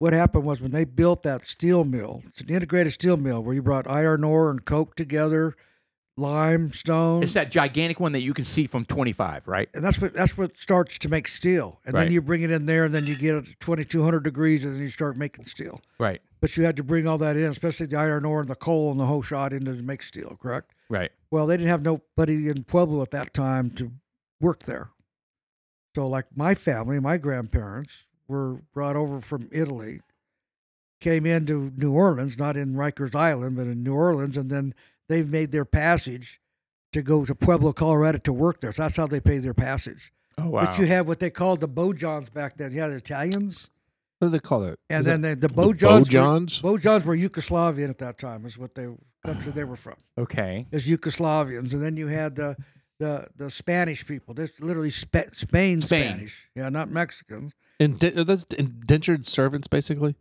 Speaker 4: what happened was when they built that steel mill, it's an integrated steel mill where you brought iron ore and coke together, limestone,
Speaker 3: it's that gigantic one that you can see from 25, right?
Speaker 4: and that's what that's what starts to make steel. And
Speaker 3: Right.
Speaker 4: then you bring it in there, and then you get it to 2,200 degrees, and then you start making steel.
Speaker 3: Right,
Speaker 4: But you had to bring all that in, especially the iron ore and the coal and the whole shot in to make steel. Correct?
Speaker 3: right.
Speaker 4: Well, they didn't have nobody in Pueblo at that time to work there. So, like my family, my grandparents were brought over from Italy, came into New Orleans, not in Rikers Island, but in New Orleans, and then they made their passage to go to Pueblo, Colorado to work there. So that's how they paid their passage.
Speaker 3: Oh
Speaker 4: But you had what they called the Bojons back then. You had Italians,
Speaker 1: What do they call it?
Speaker 4: and
Speaker 1: Is
Speaker 4: then
Speaker 1: it-
Speaker 4: the, the
Speaker 2: The
Speaker 4: Bojons. were-
Speaker 2: Bojans?
Speaker 4: Bojons were Yugoslavian at that time, is what they country they were from
Speaker 3: okay.
Speaker 4: as Yugoslavians, and then you had the the, the Spanish people. That's literally Spa-
Speaker 3: Spain.
Speaker 4: Spain, Spanish. Yeah, not Mexicans.
Speaker 1: indent- are those indentured servants basically,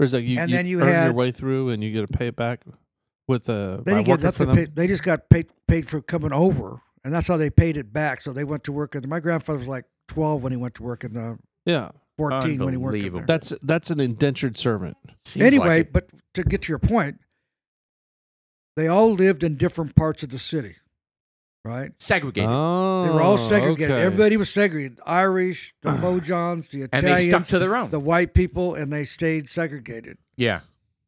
Speaker 1: or is that you?
Speaker 4: And then you
Speaker 1: earn your
Speaker 4: had-
Speaker 1: way through, and you get to pay it back with a
Speaker 4: They
Speaker 1: by
Speaker 4: didn't get
Speaker 1: working for
Speaker 4: nothing.
Speaker 1: them.
Speaker 4: Paid, they just got paid paid for coming over, and that's how they paid it back. So they went to work. And my grandfather was like twelve when he went to work, in the
Speaker 1: yeah,
Speaker 4: fourteen when he worked. in
Speaker 3: Unbelievable.
Speaker 4: there.
Speaker 1: that's that's an indentured servant.
Speaker 3: Seems
Speaker 4: anyway,
Speaker 3: like it.
Speaker 4: but to get to your point, they all lived in different parts of the city, right?
Speaker 3: segregated,
Speaker 1: Oh,
Speaker 4: They were all segregated.
Speaker 1: okay.
Speaker 4: Everybody was segregated. Irish, the Bojons, the
Speaker 3: Ah. and
Speaker 4: Italians,
Speaker 3: they stuck to their own.
Speaker 4: the white people, and they stayed segregated.
Speaker 3: yeah,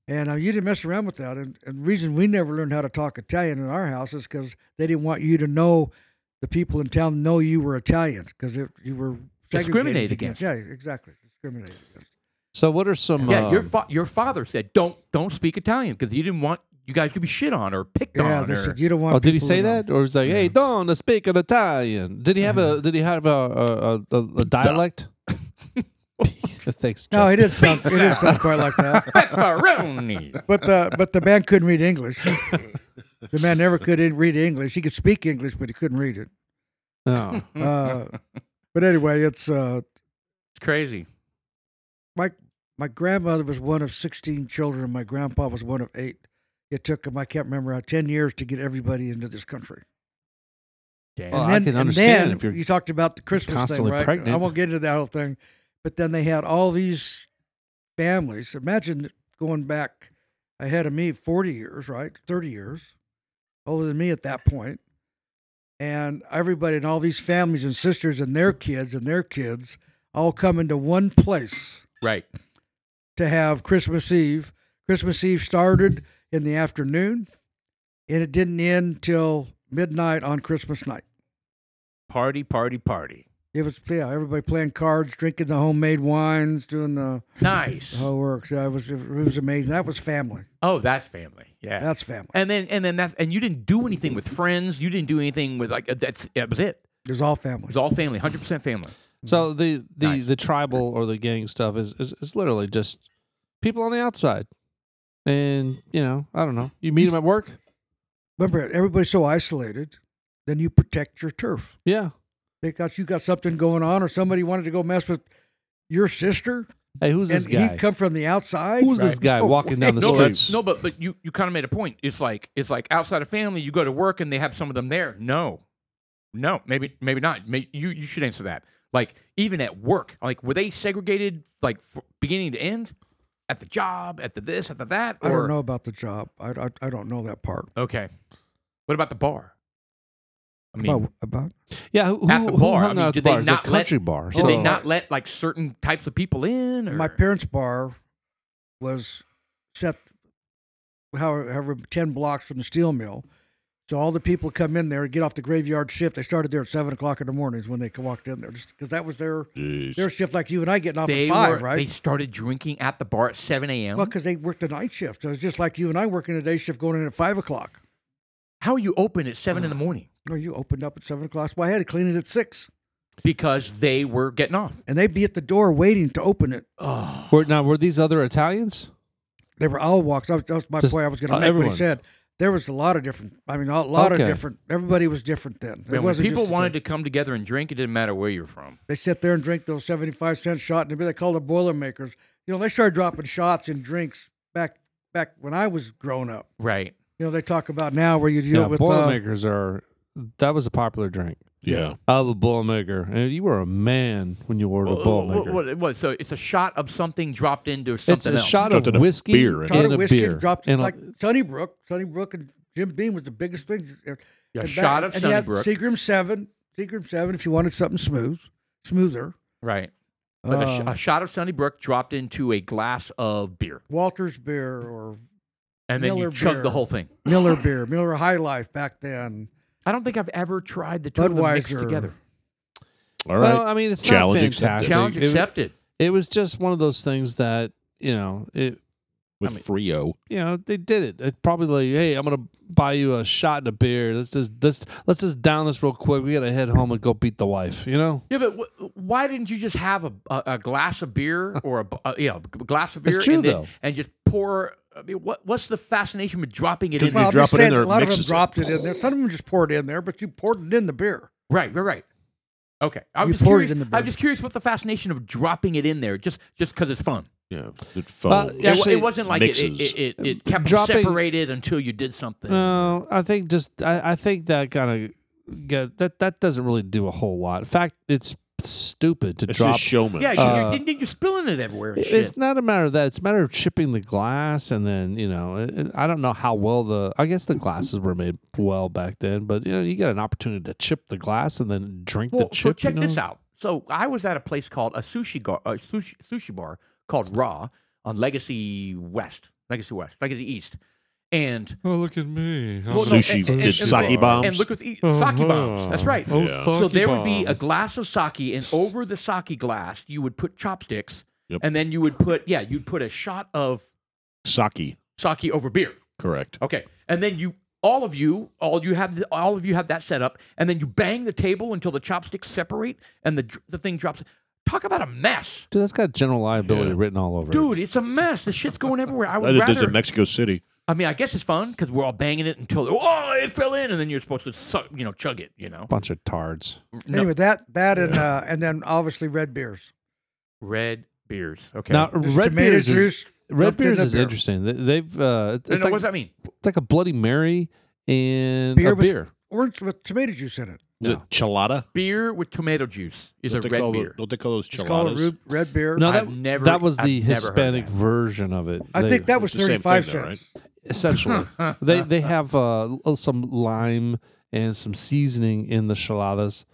Speaker 4: And uh, you didn't mess around with that. And, and the reason we never learned how to talk Italian in our house is because they didn't want you to know the people in town know you were Italian because you were segregated
Speaker 3: Discriminated against.
Speaker 4: Yeah, exactly. Discriminated against.
Speaker 1: So what are some?
Speaker 3: yeah. your
Speaker 1: um,
Speaker 3: fa- your father said, "Don't don't speak Italian" because he didn't want you guys to be shit on or picked
Speaker 4: Yeah,
Speaker 3: on.
Speaker 4: they
Speaker 3: or,
Speaker 4: said you don't want.
Speaker 1: oh, did he
Speaker 4: people to
Speaker 1: say
Speaker 4: know."
Speaker 1: that, or was like, "Hey, don't speak in
Speaker 3: Mm-hmm.
Speaker 1: Italian"? Did he have a? Did he have a a, a, a, a dialect? Thanks,
Speaker 4: No,
Speaker 1: Jeff.
Speaker 4: it did sound it did sound quite like that.
Speaker 3: Pepperoni.
Speaker 4: But the but the man couldn't read English. The man never could in- read English. He could speak English, but he couldn't read it.
Speaker 1: No.
Speaker 4: Uh, but anyway, it's uh,
Speaker 3: It's crazy.
Speaker 4: my my grandmother was one of sixteen children. My grandpa was one of eight. It took him I can't remember how ten years to get everybody into this country.
Speaker 3: Damn.
Speaker 1: Well, I can understand if you're
Speaker 4: you talked about the Christmas
Speaker 1: constantly
Speaker 4: thing, right?
Speaker 1: pregnant.
Speaker 4: I won't get into that whole thing, but then they had all these families. Imagine going back ahead of me, forty years, right? Thirty years older than me at that point, and everybody and all these families and sisters and their kids and their kids all come into one place
Speaker 3: right.
Speaker 4: to have Christmas Eve. Christmas Eve started in the afternoon, and it didn't end till midnight on Christmas night.
Speaker 3: Party, party, party.
Speaker 4: It was yeah, everybody playing cards, drinking the homemade wines, doing the
Speaker 3: Nice.
Speaker 4: whole works. Yeah, it was it was amazing. That was family.
Speaker 3: Oh, that's family. Yeah.
Speaker 4: That's family.
Speaker 3: and then and then that and you didn't do anything with friends. You didn't do anything with like uh, that's that was it.
Speaker 4: It was all
Speaker 3: It
Speaker 4: family.
Speaker 3: was all family, hundred percent family. Mm-hmm.
Speaker 1: So the the,
Speaker 3: Nice.
Speaker 1: the tribal or the gang stuff is, is is literally just people on the outside, and you know I don't know. You meet them at work.
Speaker 4: Remember, everybody's so isolated. Then you protect your turf
Speaker 1: Yeah.
Speaker 4: because you got something going on, or somebody wanted to go mess with your sister,
Speaker 1: Hey, who's this
Speaker 4: and
Speaker 1: guy?
Speaker 4: he'd come from the outside.
Speaker 1: who's this guy
Speaker 4: Oh,
Speaker 1: walking down the
Speaker 2: no,
Speaker 1: street?
Speaker 2: that's-
Speaker 3: No, but but you you kind of made a point. It's like it's like outside of family, you go to work and they have some of them there. No, no, maybe maybe not. May you you should answer that. Like even at work, like were they segregated like f- beginning to end at the job, at the this, at the that? Or,
Speaker 4: I don't know about the job. I, I, I don't know that part.
Speaker 3: Okay, what about the bar? I mean,
Speaker 4: about, about
Speaker 1: Yeah. Who,
Speaker 3: At the
Speaker 1: who
Speaker 3: bar,
Speaker 1: hung
Speaker 3: I mean,
Speaker 1: out at the
Speaker 3: did they
Speaker 1: bar? It's a
Speaker 3: not let-
Speaker 1: country bar.
Speaker 3: did
Speaker 1: so-
Speaker 3: they not let like certain types of people in? Or?
Speaker 4: my parents' bar was set however, however 10 blocks from the steel mill. So all the people come in there, get off the graveyard shift. They started there at 7 o'clock in the mornings when they walked in there, just because that was their,
Speaker 2: Jeez.
Speaker 4: their shift, like you and I getting off
Speaker 3: They
Speaker 4: at 5,
Speaker 3: were. They
Speaker 4: right?
Speaker 3: started drinking at the bar at seven a.m.
Speaker 4: well, because they worked the night shift. It was just like you and I working a day shift going in at 5 o'clock.
Speaker 3: How are you open at seven in the morning?
Speaker 4: Or you opened up at 7 o'clock. Well, I had to clean it at 6.
Speaker 3: Because they were getting off.
Speaker 4: And they'd be at the door waiting to open it.
Speaker 3: Oh.
Speaker 1: Were, now were these other Italians?
Speaker 4: They were all walks. That was, that was my
Speaker 1: Just,
Speaker 4: point. I was going to
Speaker 1: uh,
Speaker 4: make what
Speaker 1: everyone.
Speaker 4: he said. There was a lot of different. I mean, a lot
Speaker 1: Okay.
Speaker 4: of different. Everybody was different then. It
Speaker 3: Man, when
Speaker 4: wasn't
Speaker 3: people
Speaker 4: just-
Speaker 3: wanted to come together and drink, it didn't matter where you're from.
Speaker 4: They sit there and drink those seventy-five cent shot, and they they called the Boilermakers. You know, they started dropping shots and drinks back back when I was growing up.
Speaker 3: Right.
Speaker 4: You know, they talk about now where you deal
Speaker 1: yeah.
Speaker 4: with. Uh,
Speaker 1: Boilermakers are. That was a popular drink.
Speaker 2: yeah.
Speaker 1: I love a Boilermaker. And you were a man when you ordered a
Speaker 3: What-
Speaker 1: Boilermaker.
Speaker 3: what- what- what- so it's a shot of something dropped into something
Speaker 1: it's a
Speaker 3: else.
Speaker 1: shot
Speaker 2: Dropped
Speaker 1: of
Speaker 2: in a
Speaker 1: whiskey
Speaker 2: beer and-
Speaker 4: shot
Speaker 1: and
Speaker 4: of
Speaker 1: a
Speaker 4: whiskey
Speaker 1: beer.
Speaker 4: dropped
Speaker 1: and uh, a-
Speaker 4: like Sunnybrook. Sunnybrook and Jim Beam was the biggest thing.
Speaker 3: a
Speaker 4: And back-
Speaker 3: shot of
Speaker 4: and you had
Speaker 3: Sunnybrook.
Speaker 4: Seagram Seven. Seagram Seven. If you wanted something smooth, smoother.
Speaker 3: right. But a, sh-
Speaker 4: uh,
Speaker 3: a shot of Sunnybrook dropped into a glass of beer,
Speaker 4: Walter's beer or
Speaker 3: and then
Speaker 4: Miller
Speaker 3: you chug the
Speaker 4: beer.
Speaker 3: whole thing.
Speaker 4: Miller beer, Miller High Life back then.
Speaker 3: I don't think I've ever tried the two of them mixed
Speaker 4: Budweiser.
Speaker 3: together.
Speaker 2: All right.
Speaker 1: Well, I mean, it's
Speaker 2: Challenge
Speaker 1: not
Speaker 2: accepted.
Speaker 1: fantastic.
Speaker 3: Challenge
Speaker 1: It-
Speaker 3: accepted.
Speaker 1: It, was just one of those things that you know it.
Speaker 2: With
Speaker 1: I mean-
Speaker 2: Frio.
Speaker 1: You know they did it. It probably like, hey, I'm gonna buy you a shot and a beer. Let's just let's let's just down this real quick. We gotta head home and go beat the wife. You know,
Speaker 3: Yeah, but wh- why didn't you just have a, a, a glass of beer or a, bu- uh, yeah, a g- glass of beer
Speaker 1: It's true,
Speaker 3: and, then-
Speaker 1: though.
Speaker 3: and just pour? I mean, what what's the fascination with dropping it
Speaker 2: Could
Speaker 3: in?
Speaker 2: You
Speaker 4: Well,
Speaker 3: there?
Speaker 4: I'm
Speaker 2: drop
Speaker 4: just
Speaker 2: it in
Speaker 4: saying
Speaker 2: there,
Speaker 4: a lot
Speaker 2: it
Speaker 4: of them
Speaker 2: mixes it.
Speaker 4: dropped it in there. Some of them just poured it in there, but you poured it in the beer.
Speaker 3: Right, right, right. Okay, I'm
Speaker 4: You
Speaker 3: just
Speaker 4: poured it
Speaker 3: curious.
Speaker 4: in the
Speaker 3: I'm
Speaker 4: beer.
Speaker 3: just curious what the fascination of dropping it in there just just because it's fun.
Speaker 2: Yeah. It
Speaker 1: Well,
Speaker 2: foams.
Speaker 1: yeah,
Speaker 3: It wa-
Speaker 1: Actually,
Speaker 3: it, wasn't like it it,
Speaker 2: mixes.
Speaker 3: it, it, it kept 'em
Speaker 1: dropping- Uh,
Speaker 3: separated until you did something.
Speaker 1: no, I think just I, I think that kind of get that that doesn't really do a whole lot. In fact, it's stupid to
Speaker 2: It's
Speaker 1: drop.
Speaker 2: just showman.
Speaker 3: yeah,
Speaker 1: Uh,
Speaker 3: you're, you're, you're spilling it everywhere. And
Speaker 1: It's
Speaker 3: shit.
Speaker 1: not a matter of that. It's a matter of chipping the glass, and then you know, it, it- I don't know how well the. I guess the glasses were made well back then, but you know, you get an opportunity to chip the glass and then drink
Speaker 3: well,
Speaker 1: the chip.
Speaker 3: so check
Speaker 1: you
Speaker 3: this
Speaker 1: know?
Speaker 3: out. So I was at a place called a sushi gar, a sushi, sushi bar called Raw on Legacy West, Legacy West, Legacy East, and
Speaker 1: Oh, look at me!
Speaker 3: Well, no,
Speaker 2: Sushi
Speaker 3: and- and-
Speaker 2: did
Speaker 3: and-
Speaker 2: sake bombs.
Speaker 3: and look with e-
Speaker 1: Uh-huh.
Speaker 3: sake bombs. That's right.
Speaker 2: Oh,
Speaker 3: So there would be a glass of sake, and over the sake glass, you would put chopsticks,
Speaker 2: Yep.
Speaker 3: and then you would put yeah, you'd put a shot of
Speaker 2: Sake.
Speaker 3: sake over beer.
Speaker 2: Correct.
Speaker 3: Okay, and then you all of you, all you have, all of you have that set up, and then you bang the table until the chopsticks separate and the dr- the thing drops. talk about a mess,
Speaker 1: Dude, that's got general liability
Speaker 2: Yeah.
Speaker 1: written all over it.
Speaker 3: dude. It's a mess. This shit's going everywhere. I
Speaker 2: I
Speaker 3: would
Speaker 2: did this in
Speaker 3: rather.
Speaker 2: Mexico City.
Speaker 3: I mean, I guess it's fun because we're all banging it until oh, it fell in, and then you're supposed to suck, you know, chug it, you know.
Speaker 1: Bunch of tards.
Speaker 3: No.
Speaker 4: Anyway, that that and uh, and then obviously red beers.
Speaker 3: Red beers. Okay.
Speaker 1: Now,
Speaker 4: There's
Speaker 1: red
Speaker 4: tomato
Speaker 1: beers is
Speaker 4: juice
Speaker 1: red
Speaker 4: dumped in
Speaker 1: beers
Speaker 4: the
Speaker 1: is
Speaker 4: beer.
Speaker 1: interesting. They- They've uh, it's
Speaker 3: No, no,
Speaker 1: like,
Speaker 3: what does that mean?
Speaker 1: it's like a Bloody Mary and
Speaker 4: Beer
Speaker 1: a
Speaker 4: with-
Speaker 1: beer.
Speaker 4: Orange with tomato juice in it.
Speaker 2: Is it chilada?
Speaker 3: Beer with tomato juice is a
Speaker 2: Don't they
Speaker 3: red
Speaker 2: call the-
Speaker 3: beer.
Speaker 2: Don't they call those
Speaker 4: It's called a
Speaker 2: chiladas?
Speaker 4: ru- red beer.
Speaker 1: No, that
Speaker 3: I've never-
Speaker 1: that was the
Speaker 3: I've never heard
Speaker 1: Hispanic
Speaker 3: that.
Speaker 1: version of it.
Speaker 4: I
Speaker 1: They-
Speaker 4: think that was
Speaker 2: It's the same
Speaker 4: thirty five
Speaker 2: thing, though,
Speaker 4: cents.
Speaker 1: essentially they they have uh, some lime and some seasoning in the chiladas,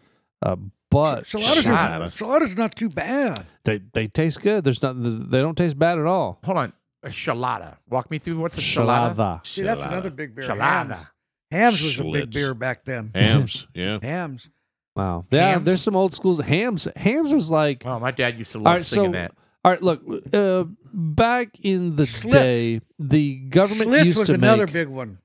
Speaker 1: uh, but
Speaker 4: Saladas are,
Speaker 2: Chilada.
Speaker 4: saladas not too bad.
Speaker 1: they they taste good. There's not they don't taste bad at all.
Speaker 3: Hold on. A shalada. Walk me through what's a shalada.
Speaker 4: See, that's another big beer.
Speaker 3: Chalada.
Speaker 4: Hams. Hams was a big
Speaker 2: Schlitz.
Speaker 4: beer back then.
Speaker 2: Hams, yeah.
Speaker 4: Hams.
Speaker 1: Wow. Yeah,
Speaker 3: Hams?
Speaker 1: there's some old schools hams. Hams was like
Speaker 3: Wow, my dad used to love
Speaker 1: all right. So
Speaker 3: singing that.
Speaker 1: all right, look. Uh, back in the
Speaker 4: Schlitz.
Speaker 1: day, the government
Speaker 4: Schlitz
Speaker 1: used
Speaker 4: was
Speaker 1: to
Speaker 4: another
Speaker 1: make
Speaker 4: big one.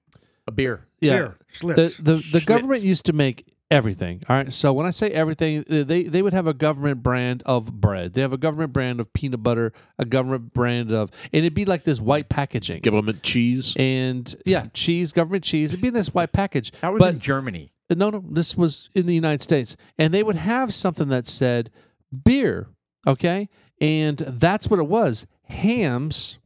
Speaker 3: A beer.
Speaker 1: yeah.
Speaker 4: Beer. Schlitz.
Speaker 1: the the, the
Speaker 3: Schlitz.
Speaker 1: government used to make everything. All right. So when I say everything, they they would have a government brand of bread. They have a government brand of peanut butter, a government brand of, and it'd be like this white packaging.
Speaker 2: Gibblement cheese.
Speaker 1: And yeah, cheese, government cheese. It'd be in this white package.
Speaker 3: That was
Speaker 1: but
Speaker 3: in Germany.
Speaker 1: no, no, this was in the United States, and they would have something that said beer, okay, and that's what it was. Hams,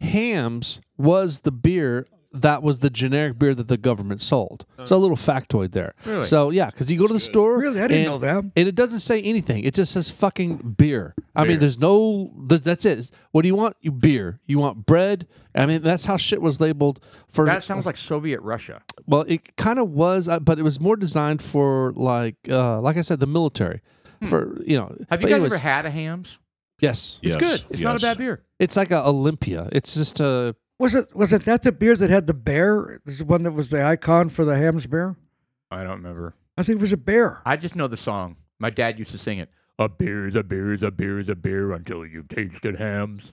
Speaker 1: hams was the beer that was the generic beer that the government sold. So a little factoid there.
Speaker 3: Really?
Speaker 1: So yeah, because you go to the store,
Speaker 4: Really, I didn't
Speaker 1: and-
Speaker 4: know that.
Speaker 1: and it doesn't say anything. It just says fucking beer. I
Speaker 2: Beer.
Speaker 1: mean, there's no. th- That's it. It's- What do you want? You beer. You want bread? I mean, that's how shit was labeled for
Speaker 3: That sounds like Soviet Russia.
Speaker 1: well, it kind of was, uh, but it was more designed for like, uh, like I said, the military. For you know,
Speaker 3: Hmm. Have
Speaker 1: but
Speaker 3: you guys
Speaker 1: anyways,
Speaker 3: ever had a hams?
Speaker 1: Yes,
Speaker 3: It's
Speaker 2: Yes,
Speaker 3: good. It's not a
Speaker 2: yes.
Speaker 3: bad beer.
Speaker 1: it's like a Olympia. It's just uh, a
Speaker 4: Was it was it that the beer that had the bear? This is the one that was the icon for the Hams beer.
Speaker 3: I don't remember.
Speaker 4: I think it was a bear.
Speaker 3: I just know the song. My dad used to sing it. A beer is a beer is a beer is a beer until you've tasted hams.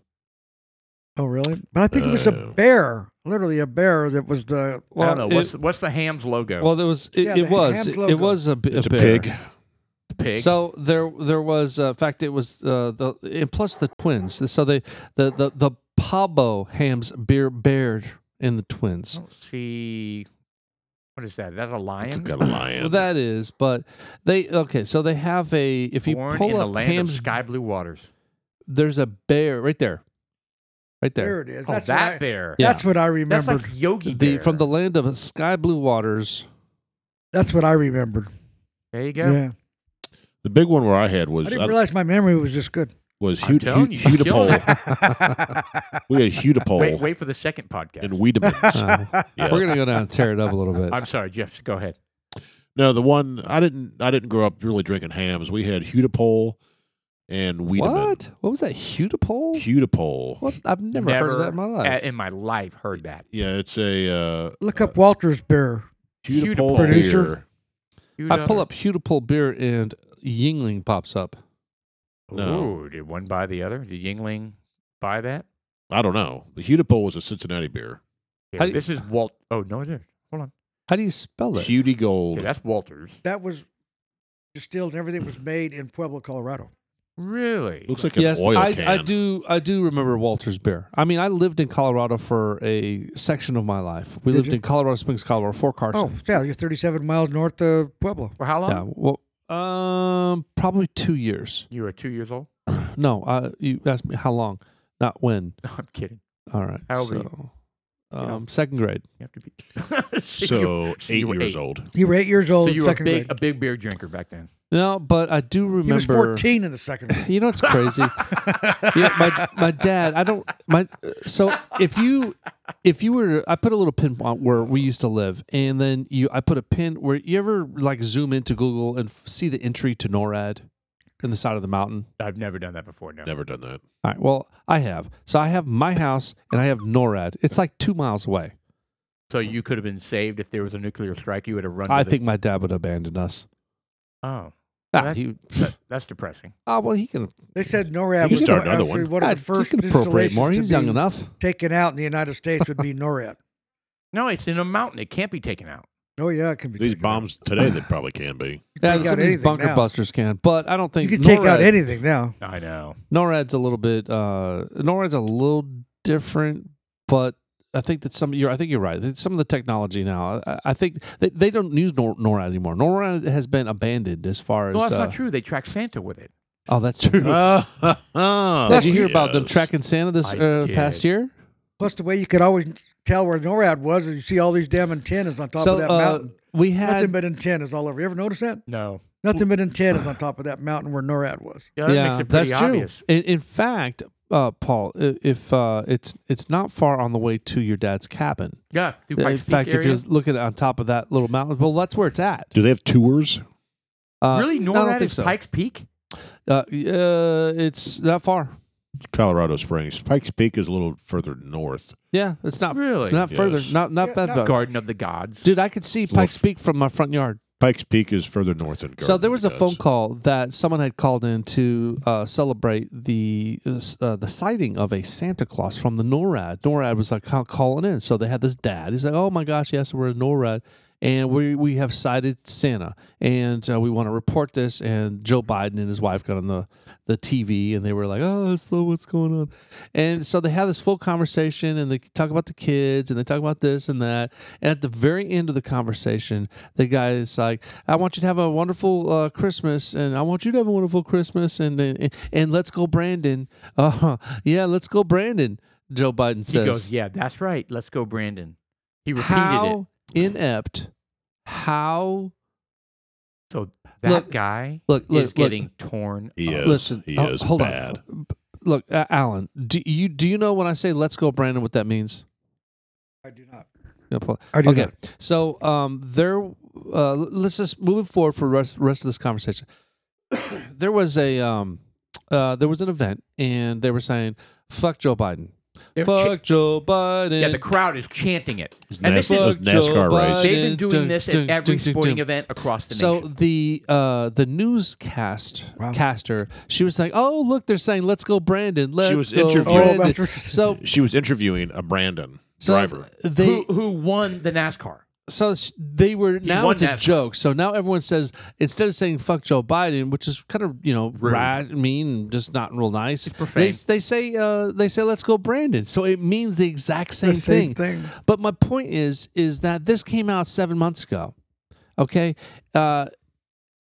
Speaker 4: Oh, really? But I think it was a
Speaker 2: Uh,
Speaker 4: bear, literally a bear that was the.
Speaker 3: I don't know. what's, what's the hams logo?
Speaker 1: uh, well, there was it,
Speaker 4: Yeah,
Speaker 1: it
Speaker 4: the
Speaker 1: was
Speaker 4: Hams
Speaker 1: it,
Speaker 4: logo.
Speaker 1: was a, b-
Speaker 2: It's a
Speaker 1: bear.
Speaker 2: pig.
Speaker 3: the pig.
Speaker 1: So there there was uh, in fact it was uh, the and plus the twins. So they the the the Pabo hams beer bear and the
Speaker 3: I
Speaker 1: twins.
Speaker 3: don't see. What is that? Is that a lion?
Speaker 2: It's got a lion.
Speaker 1: Well, that is, but they okay. So they have a if you
Speaker 3: Born
Speaker 1: pull
Speaker 3: in the
Speaker 1: up
Speaker 3: land
Speaker 1: hams
Speaker 3: of sky blue waters.
Speaker 1: there's a bear right there, right there.
Speaker 4: There it is.
Speaker 3: Oh,
Speaker 4: That's
Speaker 3: that
Speaker 4: what I,
Speaker 3: bear.
Speaker 1: Yeah.
Speaker 4: That's what I
Speaker 3: That's
Speaker 4: remembered.
Speaker 3: like Yogi
Speaker 1: the
Speaker 3: Bear.
Speaker 1: from the land of sky blue waters.
Speaker 4: That's what I remembered.
Speaker 3: There you go.
Speaker 4: Yeah.
Speaker 2: the big one where I had
Speaker 4: I
Speaker 2: was
Speaker 4: didn't
Speaker 2: I-
Speaker 4: realize my memory was this good.
Speaker 2: was
Speaker 3: I'm
Speaker 2: Hud-
Speaker 3: telling
Speaker 2: Hud-
Speaker 3: you, you're killing
Speaker 2: Hudipole. we had
Speaker 3: Wait,
Speaker 2: Hudipole
Speaker 3: wait for the second podcast.
Speaker 2: Oh. and Wiedemann.
Speaker 1: Uh,
Speaker 2: Yeah.
Speaker 1: We're gonna go down and tear it up a little bit.
Speaker 3: I'm sorry, Jeff. Go ahead.
Speaker 2: No, the one I didn't. I didn't grow up really drinking hams. We had Hudipole and Wiedemann.
Speaker 1: what? What was that? Hudipole?
Speaker 2: Hudipole.
Speaker 1: What? I've never, heard of that in my life.
Speaker 3: a- in my life, heard that.
Speaker 2: Yeah, it's a uh,
Speaker 4: Look up Walter's beer.
Speaker 2: Hudipole,
Speaker 3: Hudipole.
Speaker 4: Producer.
Speaker 2: beer.
Speaker 1: I pull up Hudipole beer and Yingling pops up.
Speaker 2: No.
Speaker 3: Ooh, did one buy the other? Did Yingling buy that?
Speaker 2: I don't know. The Hudipole was a Cincinnati beer.
Speaker 3: Yeah,
Speaker 1: How do you-
Speaker 3: this is Walt. Oh no, it is. Hold on.
Speaker 1: How do you spell that?
Speaker 2: Hudi
Speaker 3: Yeah,
Speaker 2: Gold.
Speaker 3: that's Walters.
Speaker 4: That was distilled and everything was made in Pueblo, Colorado.
Speaker 3: Really?
Speaker 2: Looks like an
Speaker 1: Yes,
Speaker 2: oil
Speaker 1: I,
Speaker 2: can.
Speaker 1: I do. I do remember Walter's beer. I mean, I lived in Colorado for a section of my life. We
Speaker 4: Did
Speaker 1: lived
Speaker 4: you?
Speaker 1: in Colorado Springs, Colorado, Fort Carson.
Speaker 4: Oh, yeah, you're 37 miles north of Pueblo.
Speaker 3: For how long?
Speaker 1: yeah. Well, um, probably two years.
Speaker 3: You were two years old.
Speaker 1: No, I, you asked me how long, not when.
Speaker 3: No, I'm kidding.
Speaker 1: All right.
Speaker 3: How old were you?
Speaker 1: so,
Speaker 3: You know.
Speaker 1: um, second grade.
Speaker 3: You have to be.
Speaker 2: So
Speaker 3: you- so
Speaker 2: eight
Speaker 3: you were
Speaker 2: years
Speaker 3: eight.
Speaker 2: old.
Speaker 4: You were eight years old
Speaker 3: so you
Speaker 4: in
Speaker 3: were a
Speaker 4: second
Speaker 3: big,
Speaker 4: grade.
Speaker 3: a big beer drinker back then.
Speaker 1: No, but I do remember.
Speaker 4: He was 14 in the second grade.
Speaker 1: You know it's crazy. yeah, my my dad. I don't my. So if you if you were, I put a little pin on where we used to live, and then you, I put a pin where you ever like zoom into Google and f- see the entry to NORAD in the side of the mountain.
Speaker 3: I've never done that before. No.
Speaker 2: Never done that.
Speaker 1: All right. Well, I have. So I have my house and I have NORAD. It's like two miles away.
Speaker 3: So you could have been saved if there was a nuclear strike. You would have run.
Speaker 1: I
Speaker 3: to the-
Speaker 1: think my dad would abandon us.
Speaker 3: Oh,
Speaker 1: Ah,
Speaker 3: that-
Speaker 1: he,
Speaker 3: that- that's depressing.
Speaker 1: oh well, he can.
Speaker 4: They said NORAD
Speaker 2: You
Speaker 4: was
Speaker 2: can start another
Speaker 4: actually
Speaker 2: one.
Speaker 4: one of
Speaker 1: God,
Speaker 4: the first
Speaker 1: he can appropriate more.
Speaker 4: installations
Speaker 1: He's
Speaker 4: to
Speaker 1: young
Speaker 4: be
Speaker 1: enough.
Speaker 4: taken out in the United States would be NORAD.
Speaker 3: No, it's in a mountain. It can't be taken out.
Speaker 4: Oh yeah, it can be.
Speaker 2: These
Speaker 4: taken out.
Speaker 2: bombs today, they probably can be.
Speaker 1: Yeah,
Speaker 4: take
Speaker 1: some
Speaker 4: out
Speaker 1: of these
Speaker 4: anything
Speaker 1: bunker
Speaker 4: now.
Speaker 1: busters can, but I don't
Speaker 4: You
Speaker 1: think
Speaker 4: can take out
Speaker 1: NORAD
Speaker 4: anything now.
Speaker 3: I know.
Speaker 1: NORAD's a little bit uh NORAD's a little different, but I think that some you're I think you're right. That Some of the technology now, I, I think they, they don't use Nor- NORAD anymore. NORAD has been abandoned as far as
Speaker 3: No, that's
Speaker 1: uh,
Speaker 3: not true. They track Santa with it.
Speaker 1: oh, that's true.
Speaker 4: Uh,
Speaker 2: Did
Speaker 1: did you hear about them tracking Santa this
Speaker 3: I
Speaker 1: uh,
Speaker 3: did.
Speaker 1: past year?
Speaker 4: Plus, the way you could always tell where NORAD was, is you see all these damn antennas on top
Speaker 1: so
Speaker 4: of that
Speaker 1: uh,
Speaker 4: mountain.
Speaker 1: we
Speaker 4: Nothing
Speaker 1: had
Speaker 4: but antennas all over. You ever notice that?
Speaker 3: No.
Speaker 4: Nothing but antennas on top of that mountain where NORAD was.
Speaker 3: Yeah, that makes it pretty
Speaker 1: that's
Speaker 3: obvious.
Speaker 1: true. In, in fact, uh, Paul, i- if uh, it's it's not far on the way to your dad's cabin.
Speaker 3: Yeah. Through
Speaker 1: in
Speaker 3: Pikes Peak
Speaker 1: fact, if
Speaker 3: area.
Speaker 1: you're looking on top of that little mountain, well, that's where it's at.
Speaker 2: Do they have tours?
Speaker 1: Uh,
Speaker 3: really,
Speaker 1: no, I don't
Speaker 3: NORAD
Speaker 1: think
Speaker 3: is
Speaker 1: so.
Speaker 3: Pikes Peak.
Speaker 1: Uh, y- uh, it's that far.
Speaker 2: Colorado Springs. Pikes Peak is a little further north.
Speaker 1: Yeah, it's not
Speaker 3: Really?
Speaker 1: not further,
Speaker 2: Yes.
Speaker 1: not not
Speaker 4: Yeah,
Speaker 1: that
Speaker 4: not
Speaker 1: far.
Speaker 3: Garden of the Gods.
Speaker 1: Dude, I could see
Speaker 2: little
Speaker 1: Pikes Peak from my front yard.
Speaker 2: Pikes Peak is further north than.
Speaker 1: so
Speaker 2: Garden
Speaker 1: there was a
Speaker 2: does.
Speaker 1: phone call that someone had called in to uh, celebrate the uh, the sighting of a Santa Claus from the NORAD. NORAD was like ca- calling in, so they had this dad. He's like, "Oh my gosh, yes, we're a NORAD, and we we have sighted Santa, and uh, we want to report this." And Joe Biden and his wife got on the the TV, and they were like, "Oh, so what's going on?" And so they have this full conversation, and they talk about the kids, and they talk about this and that. And at the very end of the conversation, the guy is like, "I want you to have a wonderful uh, Christmas, and I want you to have a wonderful Christmas, and and, and let's go, Brandon. Uh, yeah, let's go, Brandon." Joe Biden
Speaker 3: he
Speaker 1: says,
Speaker 3: goes, yeah, that's right. Let's go, Brandon. He repeated it.
Speaker 1: "How inept? How
Speaker 3: So that
Speaker 1: Look,
Speaker 3: guy
Speaker 1: look look
Speaker 3: is
Speaker 1: look,
Speaker 3: getting torn.
Speaker 2: He
Speaker 3: up.
Speaker 2: is.
Speaker 1: Listen,
Speaker 2: he
Speaker 1: uh,
Speaker 2: is
Speaker 1: hold
Speaker 2: bad.
Speaker 1: on. Look, uh, Alan, do you do you know when I say "Let's go, Brandon" what that means?
Speaker 4: I do not.
Speaker 1: Yeah, Paul.
Speaker 4: I do
Speaker 1: okay.
Speaker 4: not.
Speaker 1: So um, there, uh, l- let's just move forward for rest rest of this conversation. there was a um, uh, there was an event, and they were saying "fuck Joe Biden,
Speaker 3: They're cha-
Speaker 1: fuck Joe Biden."
Speaker 3: yeah, the crowd is chanting it. And
Speaker 2: Nas-
Speaker 3: this is,
Speaker 2: Fuck NASCAR race.
Speaker 3: they've been
Speaker 1: Dun,
Speaker 3: doing
Speaker 1: dun,
Speaker 3: this
Speaker 1: dun,
Speaker 3: at every
Speaker 1: dun, dun,
Speaker 3: sporting
Speaker 1: dun.
Speaker 3: event across the
Speaker 1: So
Speaker 3: nation.
Speaker 1: the uh, the newscast
Speaker 4: Wow.
Speaker 1: caster, she was like, "Oh, look, they're saying let's go, Brandon. Let's
Speaker 2: was
Speaker 1: go,
Speaker 2: interviewed.
Speaker 1: Brandon."
Speaker 4: Oh, that's what she said.
Speaker 1: so,
Speaker 2: She was interviewing a Brandon
Speaker 1: so
Speaker 2: driver.
Speaker 1: They
Speaker 3: who, who won the NASCAR?
Speaker 1: so s- they were now
Speaker 3: won
Speaker 1: it's a
Speaker 3: that.
Speaker 1: joke. So now everyone says instead of saying "fuck Joe Biden," which is kind of you know ra- mean, just not real nice. They,
Speaker 3: profane.
Speaker 1: they say uh, they say "let's go Brandon," so it means the exact same,
Speaker 4: The same thing.
Speaker 1: But my point is is that this came out seven months ago. Okay, uh,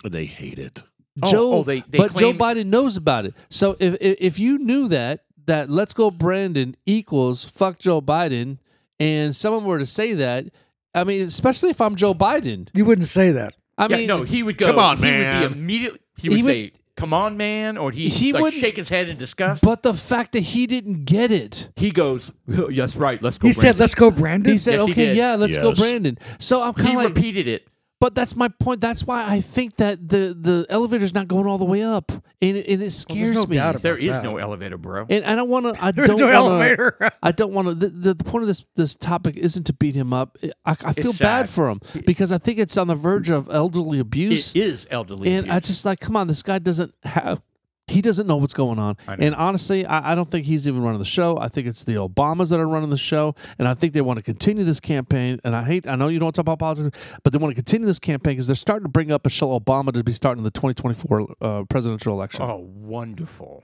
Speaker 2: They hate it.
Speaker 3: Oh,
Speaker 1: Joe,
Speaker 3: oh, they- they
Speaker 1: but Joe
Speaker 3: claim-
Speaker 1: Biden knows about it. So if, if if you knew that that "Let's Go Brandon" equals "fuck Joe Biden," and someone were to say that, I mean, especially if I'm Joe Biden,
Speaker 4: You wouldn't say that.
Speaker 1: I
Speaker 3: yeah,
Speaker 1: mean,
Speaker 3: no, he would go.
Speaker 2: Come on,
Speaker 3: he
Speaker 2: man.
Speaker 3: Would be immediately, he would,
Speaker 1: He would-
Speaker 3: say, "Come on, man," or he
Speaker 1: He
Speaker 3: like,
Speaker 1: wouldn't-
Speaker 3: shake his head in disgust.
Speaker 1: but the fact that he didn't get it.
Speaker 3: he goes,
Speaker 2: "Oh,
Speaker 3: "Yes, right. Let's go."
Speaker 4: He
Speaker 3: Brandon."
Speaker 4: said, "Let's go, Brandon."
Speaker 1: He said,
Speaker 3: Yes, he
Speaker 1: "Okay,
Speaker 3: did.
Speaker 1: yeah, let's go,
Speaker 2: Yes.
Speaker 1: Brandon." So I'm kind
Speaker 3: He
Speaker 1: of like,
Speaker 3: repeated it.
Speaker 1: but that's my point. That's why I think that the the elevator's not going all the way up, and it, and it scares
Speaker 4: no
Speaker 1: me.
Speaker 4: doubt about
Speaker 3: There is
Speaker 4: that.
Speaker 3: no elevator, bro.
Speaker 1: and I don't want to. I
Speaker 4: There's
Speaker 1: don't
Speaker 4: no
Speaker 1: wanna,
Speaker 4: elevator.
Speaker 1: I don't want to. The, the, the point of this this topic isn't to beat him up. I, I feel
Speaker 3: sad.
Speaker 1: bad for him because I think it's on the verge of elderly abuse.
Speaker 3: It is elderly.
Speaker 1: and I
Speaker 3: abuse.
Speaker 1: just like, come on, this guy doesn't have. He doesn't know what's going on.
Speaker 3: I know.
Speaker 1: And honestly, I, I don't think he's even running the show. I think it's the Obamas that are running the show. And I think they want to continue this campaign. And I hate, I know you don't talk about politics, but they want to continue this campaign because they're starting to bring up Michelle Obama to be starting the 2024 uh, presidential election.
Speaker 3: oh, wonderful.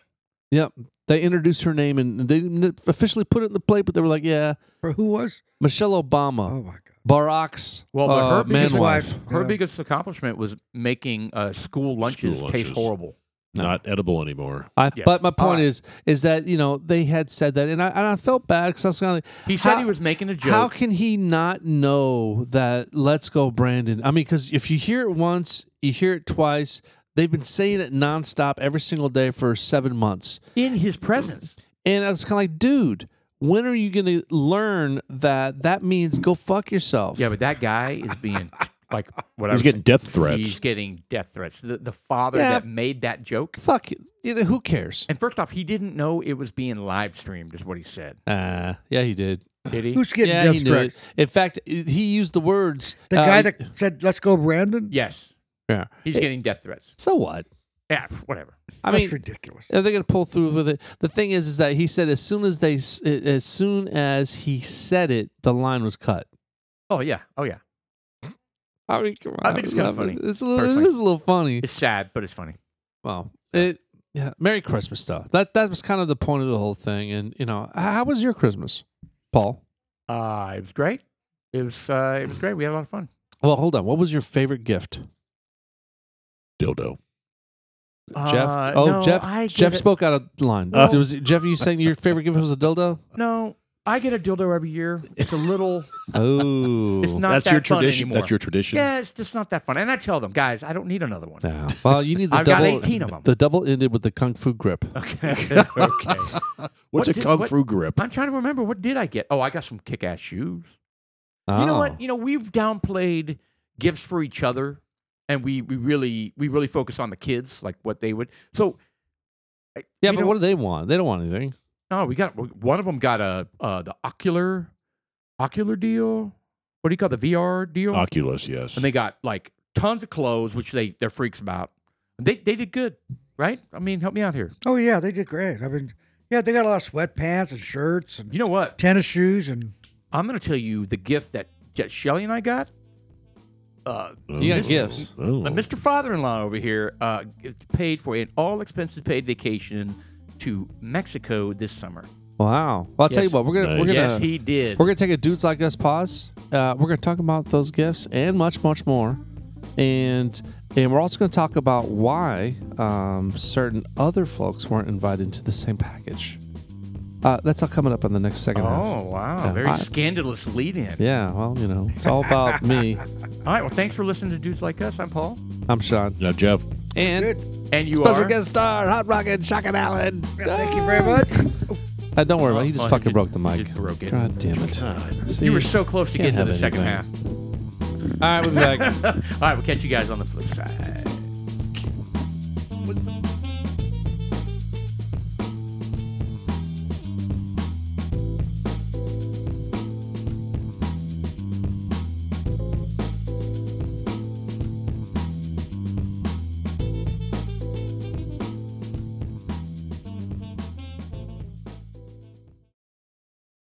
Speaker 1: Yep. They introduced her name and they didn't officially put it in the plate, but they were like, yeah,
Speaker 4: For who was?
Speaker 1: Michelle Obama,
Speaker 4: Oh my God.
Speaker 1: Barack's
Speaker 3: Well, but her
Speaker 1: uh, man
Speaker 3: biggest
Speaker 1: wife.
Speaker 3: Her
Speaker 4: Yeah.
Speaker 3: biggest accomplishment was making uh, school lunches
Speaker 2: School
Speaker 3: taste
Speaker 2: lunches.
Speaker 3: horrible.
Speaker 2: Not edible anymore.
Speaker 1: I,
Speaker 3: Yes.
Speaker 1: But my
Speaker 3: All
Speaker 1: point
Speaker 3: right.
Speaker 1: is, is that you know they had said that, and I and I felt bad because I was kind of like,
Speaker 3: He said
Speaker 1: how-
Speaker 3: he was making a joke.
Speaker 1: How can he not know that "Let's Go, Brandon"? I mean, because if you hear it once, you hear it twice. They've been saying it nonstop every single day for seven months,
Speaker 3: in his presence.
Speaker 1: and I was kind of like, dude, when are you going to learn that that means go fuck yourself?
Speaker 3: Yeah, but that guy is being like what I
Speaker 2: He's
Speaker 3: was
Speaker 2: getting death threats.
Speaker 3: He's getting death threats. The, the father
Speaker 1: Yeah.
Speaker 3: that made that joke.
Speaker 1: fuck it. You know, who cares?
Speaker 3: And first off, he didn't know it was being live streamed, is what he said.
Speaker 1: Uh, yeah, he did.
Speaker 3: Did he?
Speaker 4: Who's getting
Speaker 1: yeah,
Speaker 4: death
Speaker 1: he knew it.
Speaker 4: threats?
Speaker 1: In fact, he used the words.
Speaker 4: The
Speaker 1: uh,
Speaker 4: guy that said, "Let's go, Brandon."
Speaker 3: yes.
Speaker 1: Yeah.
Speaker 3: He's getting death threats.
Speaker 1: So what?
Speaker 3: Yeah, whatever.
Speaker 1: I
Speaker 4: That's
Speaker 1: mean,
Speaker 4: ridiculous.
Speaker 1: Are they going to pull through with it? The thing is, is that he said as soon as they, s- as soon as he said it, the line was cut.
Speaker 3: Oh yeah. Oh yeah.
Speaker 1: I mean, come on.
Speaker 3: I think it's kinda
Speaker 1: love it.
Speaker 3: funny,
Speaker 1: It's a little, it
Speaker 3: personally.
Speaker 1: is a little funny.
Speaker 3: It's sad, but it's funny.
Speaker 1: Well, it yeah. Merry Christmas stuff. That that was kind of the point of the whole thing. And you know, h- how was your Christmas, Paul?
Speaker 3: Uh, it was great. It was uh, it was great. We had a lot of fun.
Speaker 1: Well, hold on. What was your favorite gift,
Speaker 2: Dildo.
Speaker 1: Jeff?
Speaker 3: Uh,
Speaker 1: Oh,
Speaker 3: no,
Speaker 1: Jeff.
Speaker 3: I
Speaker 1: Jeff
Speaker 3: get it.
Speaker 1: spoke out of line.
Speaker 2: Oh.
Speaker 1: Was it- Jeff, are you saying your favorite gift was a dildo?
Speaker 3: No, I get a dildo every year. It's a little.
Speaker 1: Oh,
Speaker 3: It's not
Speaker 2: That's
Speaker 3: that
Speaker 2: your
Speaker 3: fun
Speaker 2: tradition.
Speaker 3: anymore.
Speaker 2: That's your tradition.
Speaker 3: Yeah, it's just not that fun. And I tell them, guys, I don't need another one.
Speaker 1: Yeah. Well, you need the
Speaker 3: I've got
Speaker 1: double.
Speaker 3: 18 of 'em.
Speaker 1: The double ended with the kung fu grip.
Speaker 3: Okay. okay.
Speaker 2: What's
Speaker 3: What
Speaker 2: a
Speaker 3: did-
Speaker 2: kung
Speaker 3: what-
Speaker 2: fu grip?
Speaker 3: I'm trying to remember. What did I get? Oh, I got some kick-ass shoes. You know
Speaker 1: Oh.
Speaker 3: what? You know we've downplayed gifts for each other, and we we really we really focus on the kids, like what they would. So. I-
Speaker 1: Yeah,
Speaker 3: we
Speaker 1: but
Speaker 3: don't-
Speaker 1: what do they want? They don't want anything.
Speaker 3: No, we got one of them got a uh, the ocular, ocular deal. What do you call it, the VR deal?
Speaker 2: Oculus, yes.
Speaker 3: and they got like tons of clothes, which they they're freaks about. They they did good, right? I mean, help me out here.
Speaker 4: Oh yeah, they did great. I mean, yeah, they got a lot of sweatpants and shirts and
Speaker 3: You know what?
Speaker 4: tennis shoes and
Speaker 3: I'm gonna tell you the gift that that Shelly and I got. Uh,
Speaker 2: Oh.
Speaker 1: You got gifts.
Speaker 2: Oh.
Speaker 3: Mr. Father-in-law over here uh, paid for an all-expenses-paid vacation to Mexico this summer.
Speaker 1: Wow. Well, I'll tell you
Speaker 3: Yes.
Speaker 1: what. We're gonna we're
Speaker 2: Nice.
Speaker 1: gonna
Speaker 3: Yes, he did.
Speaker 1: We're gonna take a dudes like us pause. Uh, we're gonna talk about those gifts and much, much more, and and we're also gonna talk about why um, certain other folks weren't invited to the same package. Uh, that's all coming up in the next second half.
Speaker 3: Oh wow!
Speaker 1: Yeah,
Speaker 3: Very
Speaker 1: I-
Speaker 3: scandalous lead-in.
Speaker 1: Yeah, well, you know, it's all about me.
Speaker 3: All right. Well, thanks for listening to Dudes Like Us. I'm Paul,
Speaker 1: I'm Sean,
Speaker 2: Now, Jeff,
Speaker 1: and
Speaker 4: good.
Speaker 3: and you
Speaker 1: special
Speaker 3: are.
Speaker 1: guest star, Hot Rocket, Shock and Allen.
Speaker 4: Thank you very much.
Speaker 1: Uh, don't worry, about it. he
Speaker 3: Oh,
Speaker 1: just
Speaker 3: oh,
Speaker 1: fucking
Speaker 3: he
Speaker 1: broke the
Speaker 3: just- he
Speaker 1: mic.
Speaker 3: just broke it.
Speaker 1: God damn it! See,
Speaker 3: You were so close to
Speaker 1: Can't
Speaker 3: getting
Speaker 1: have
Speaker 3: to the second half.
Speaker 1: anything. All right, we'll be back.
Speaker 3: All right, we'll catch you guys on the flip side.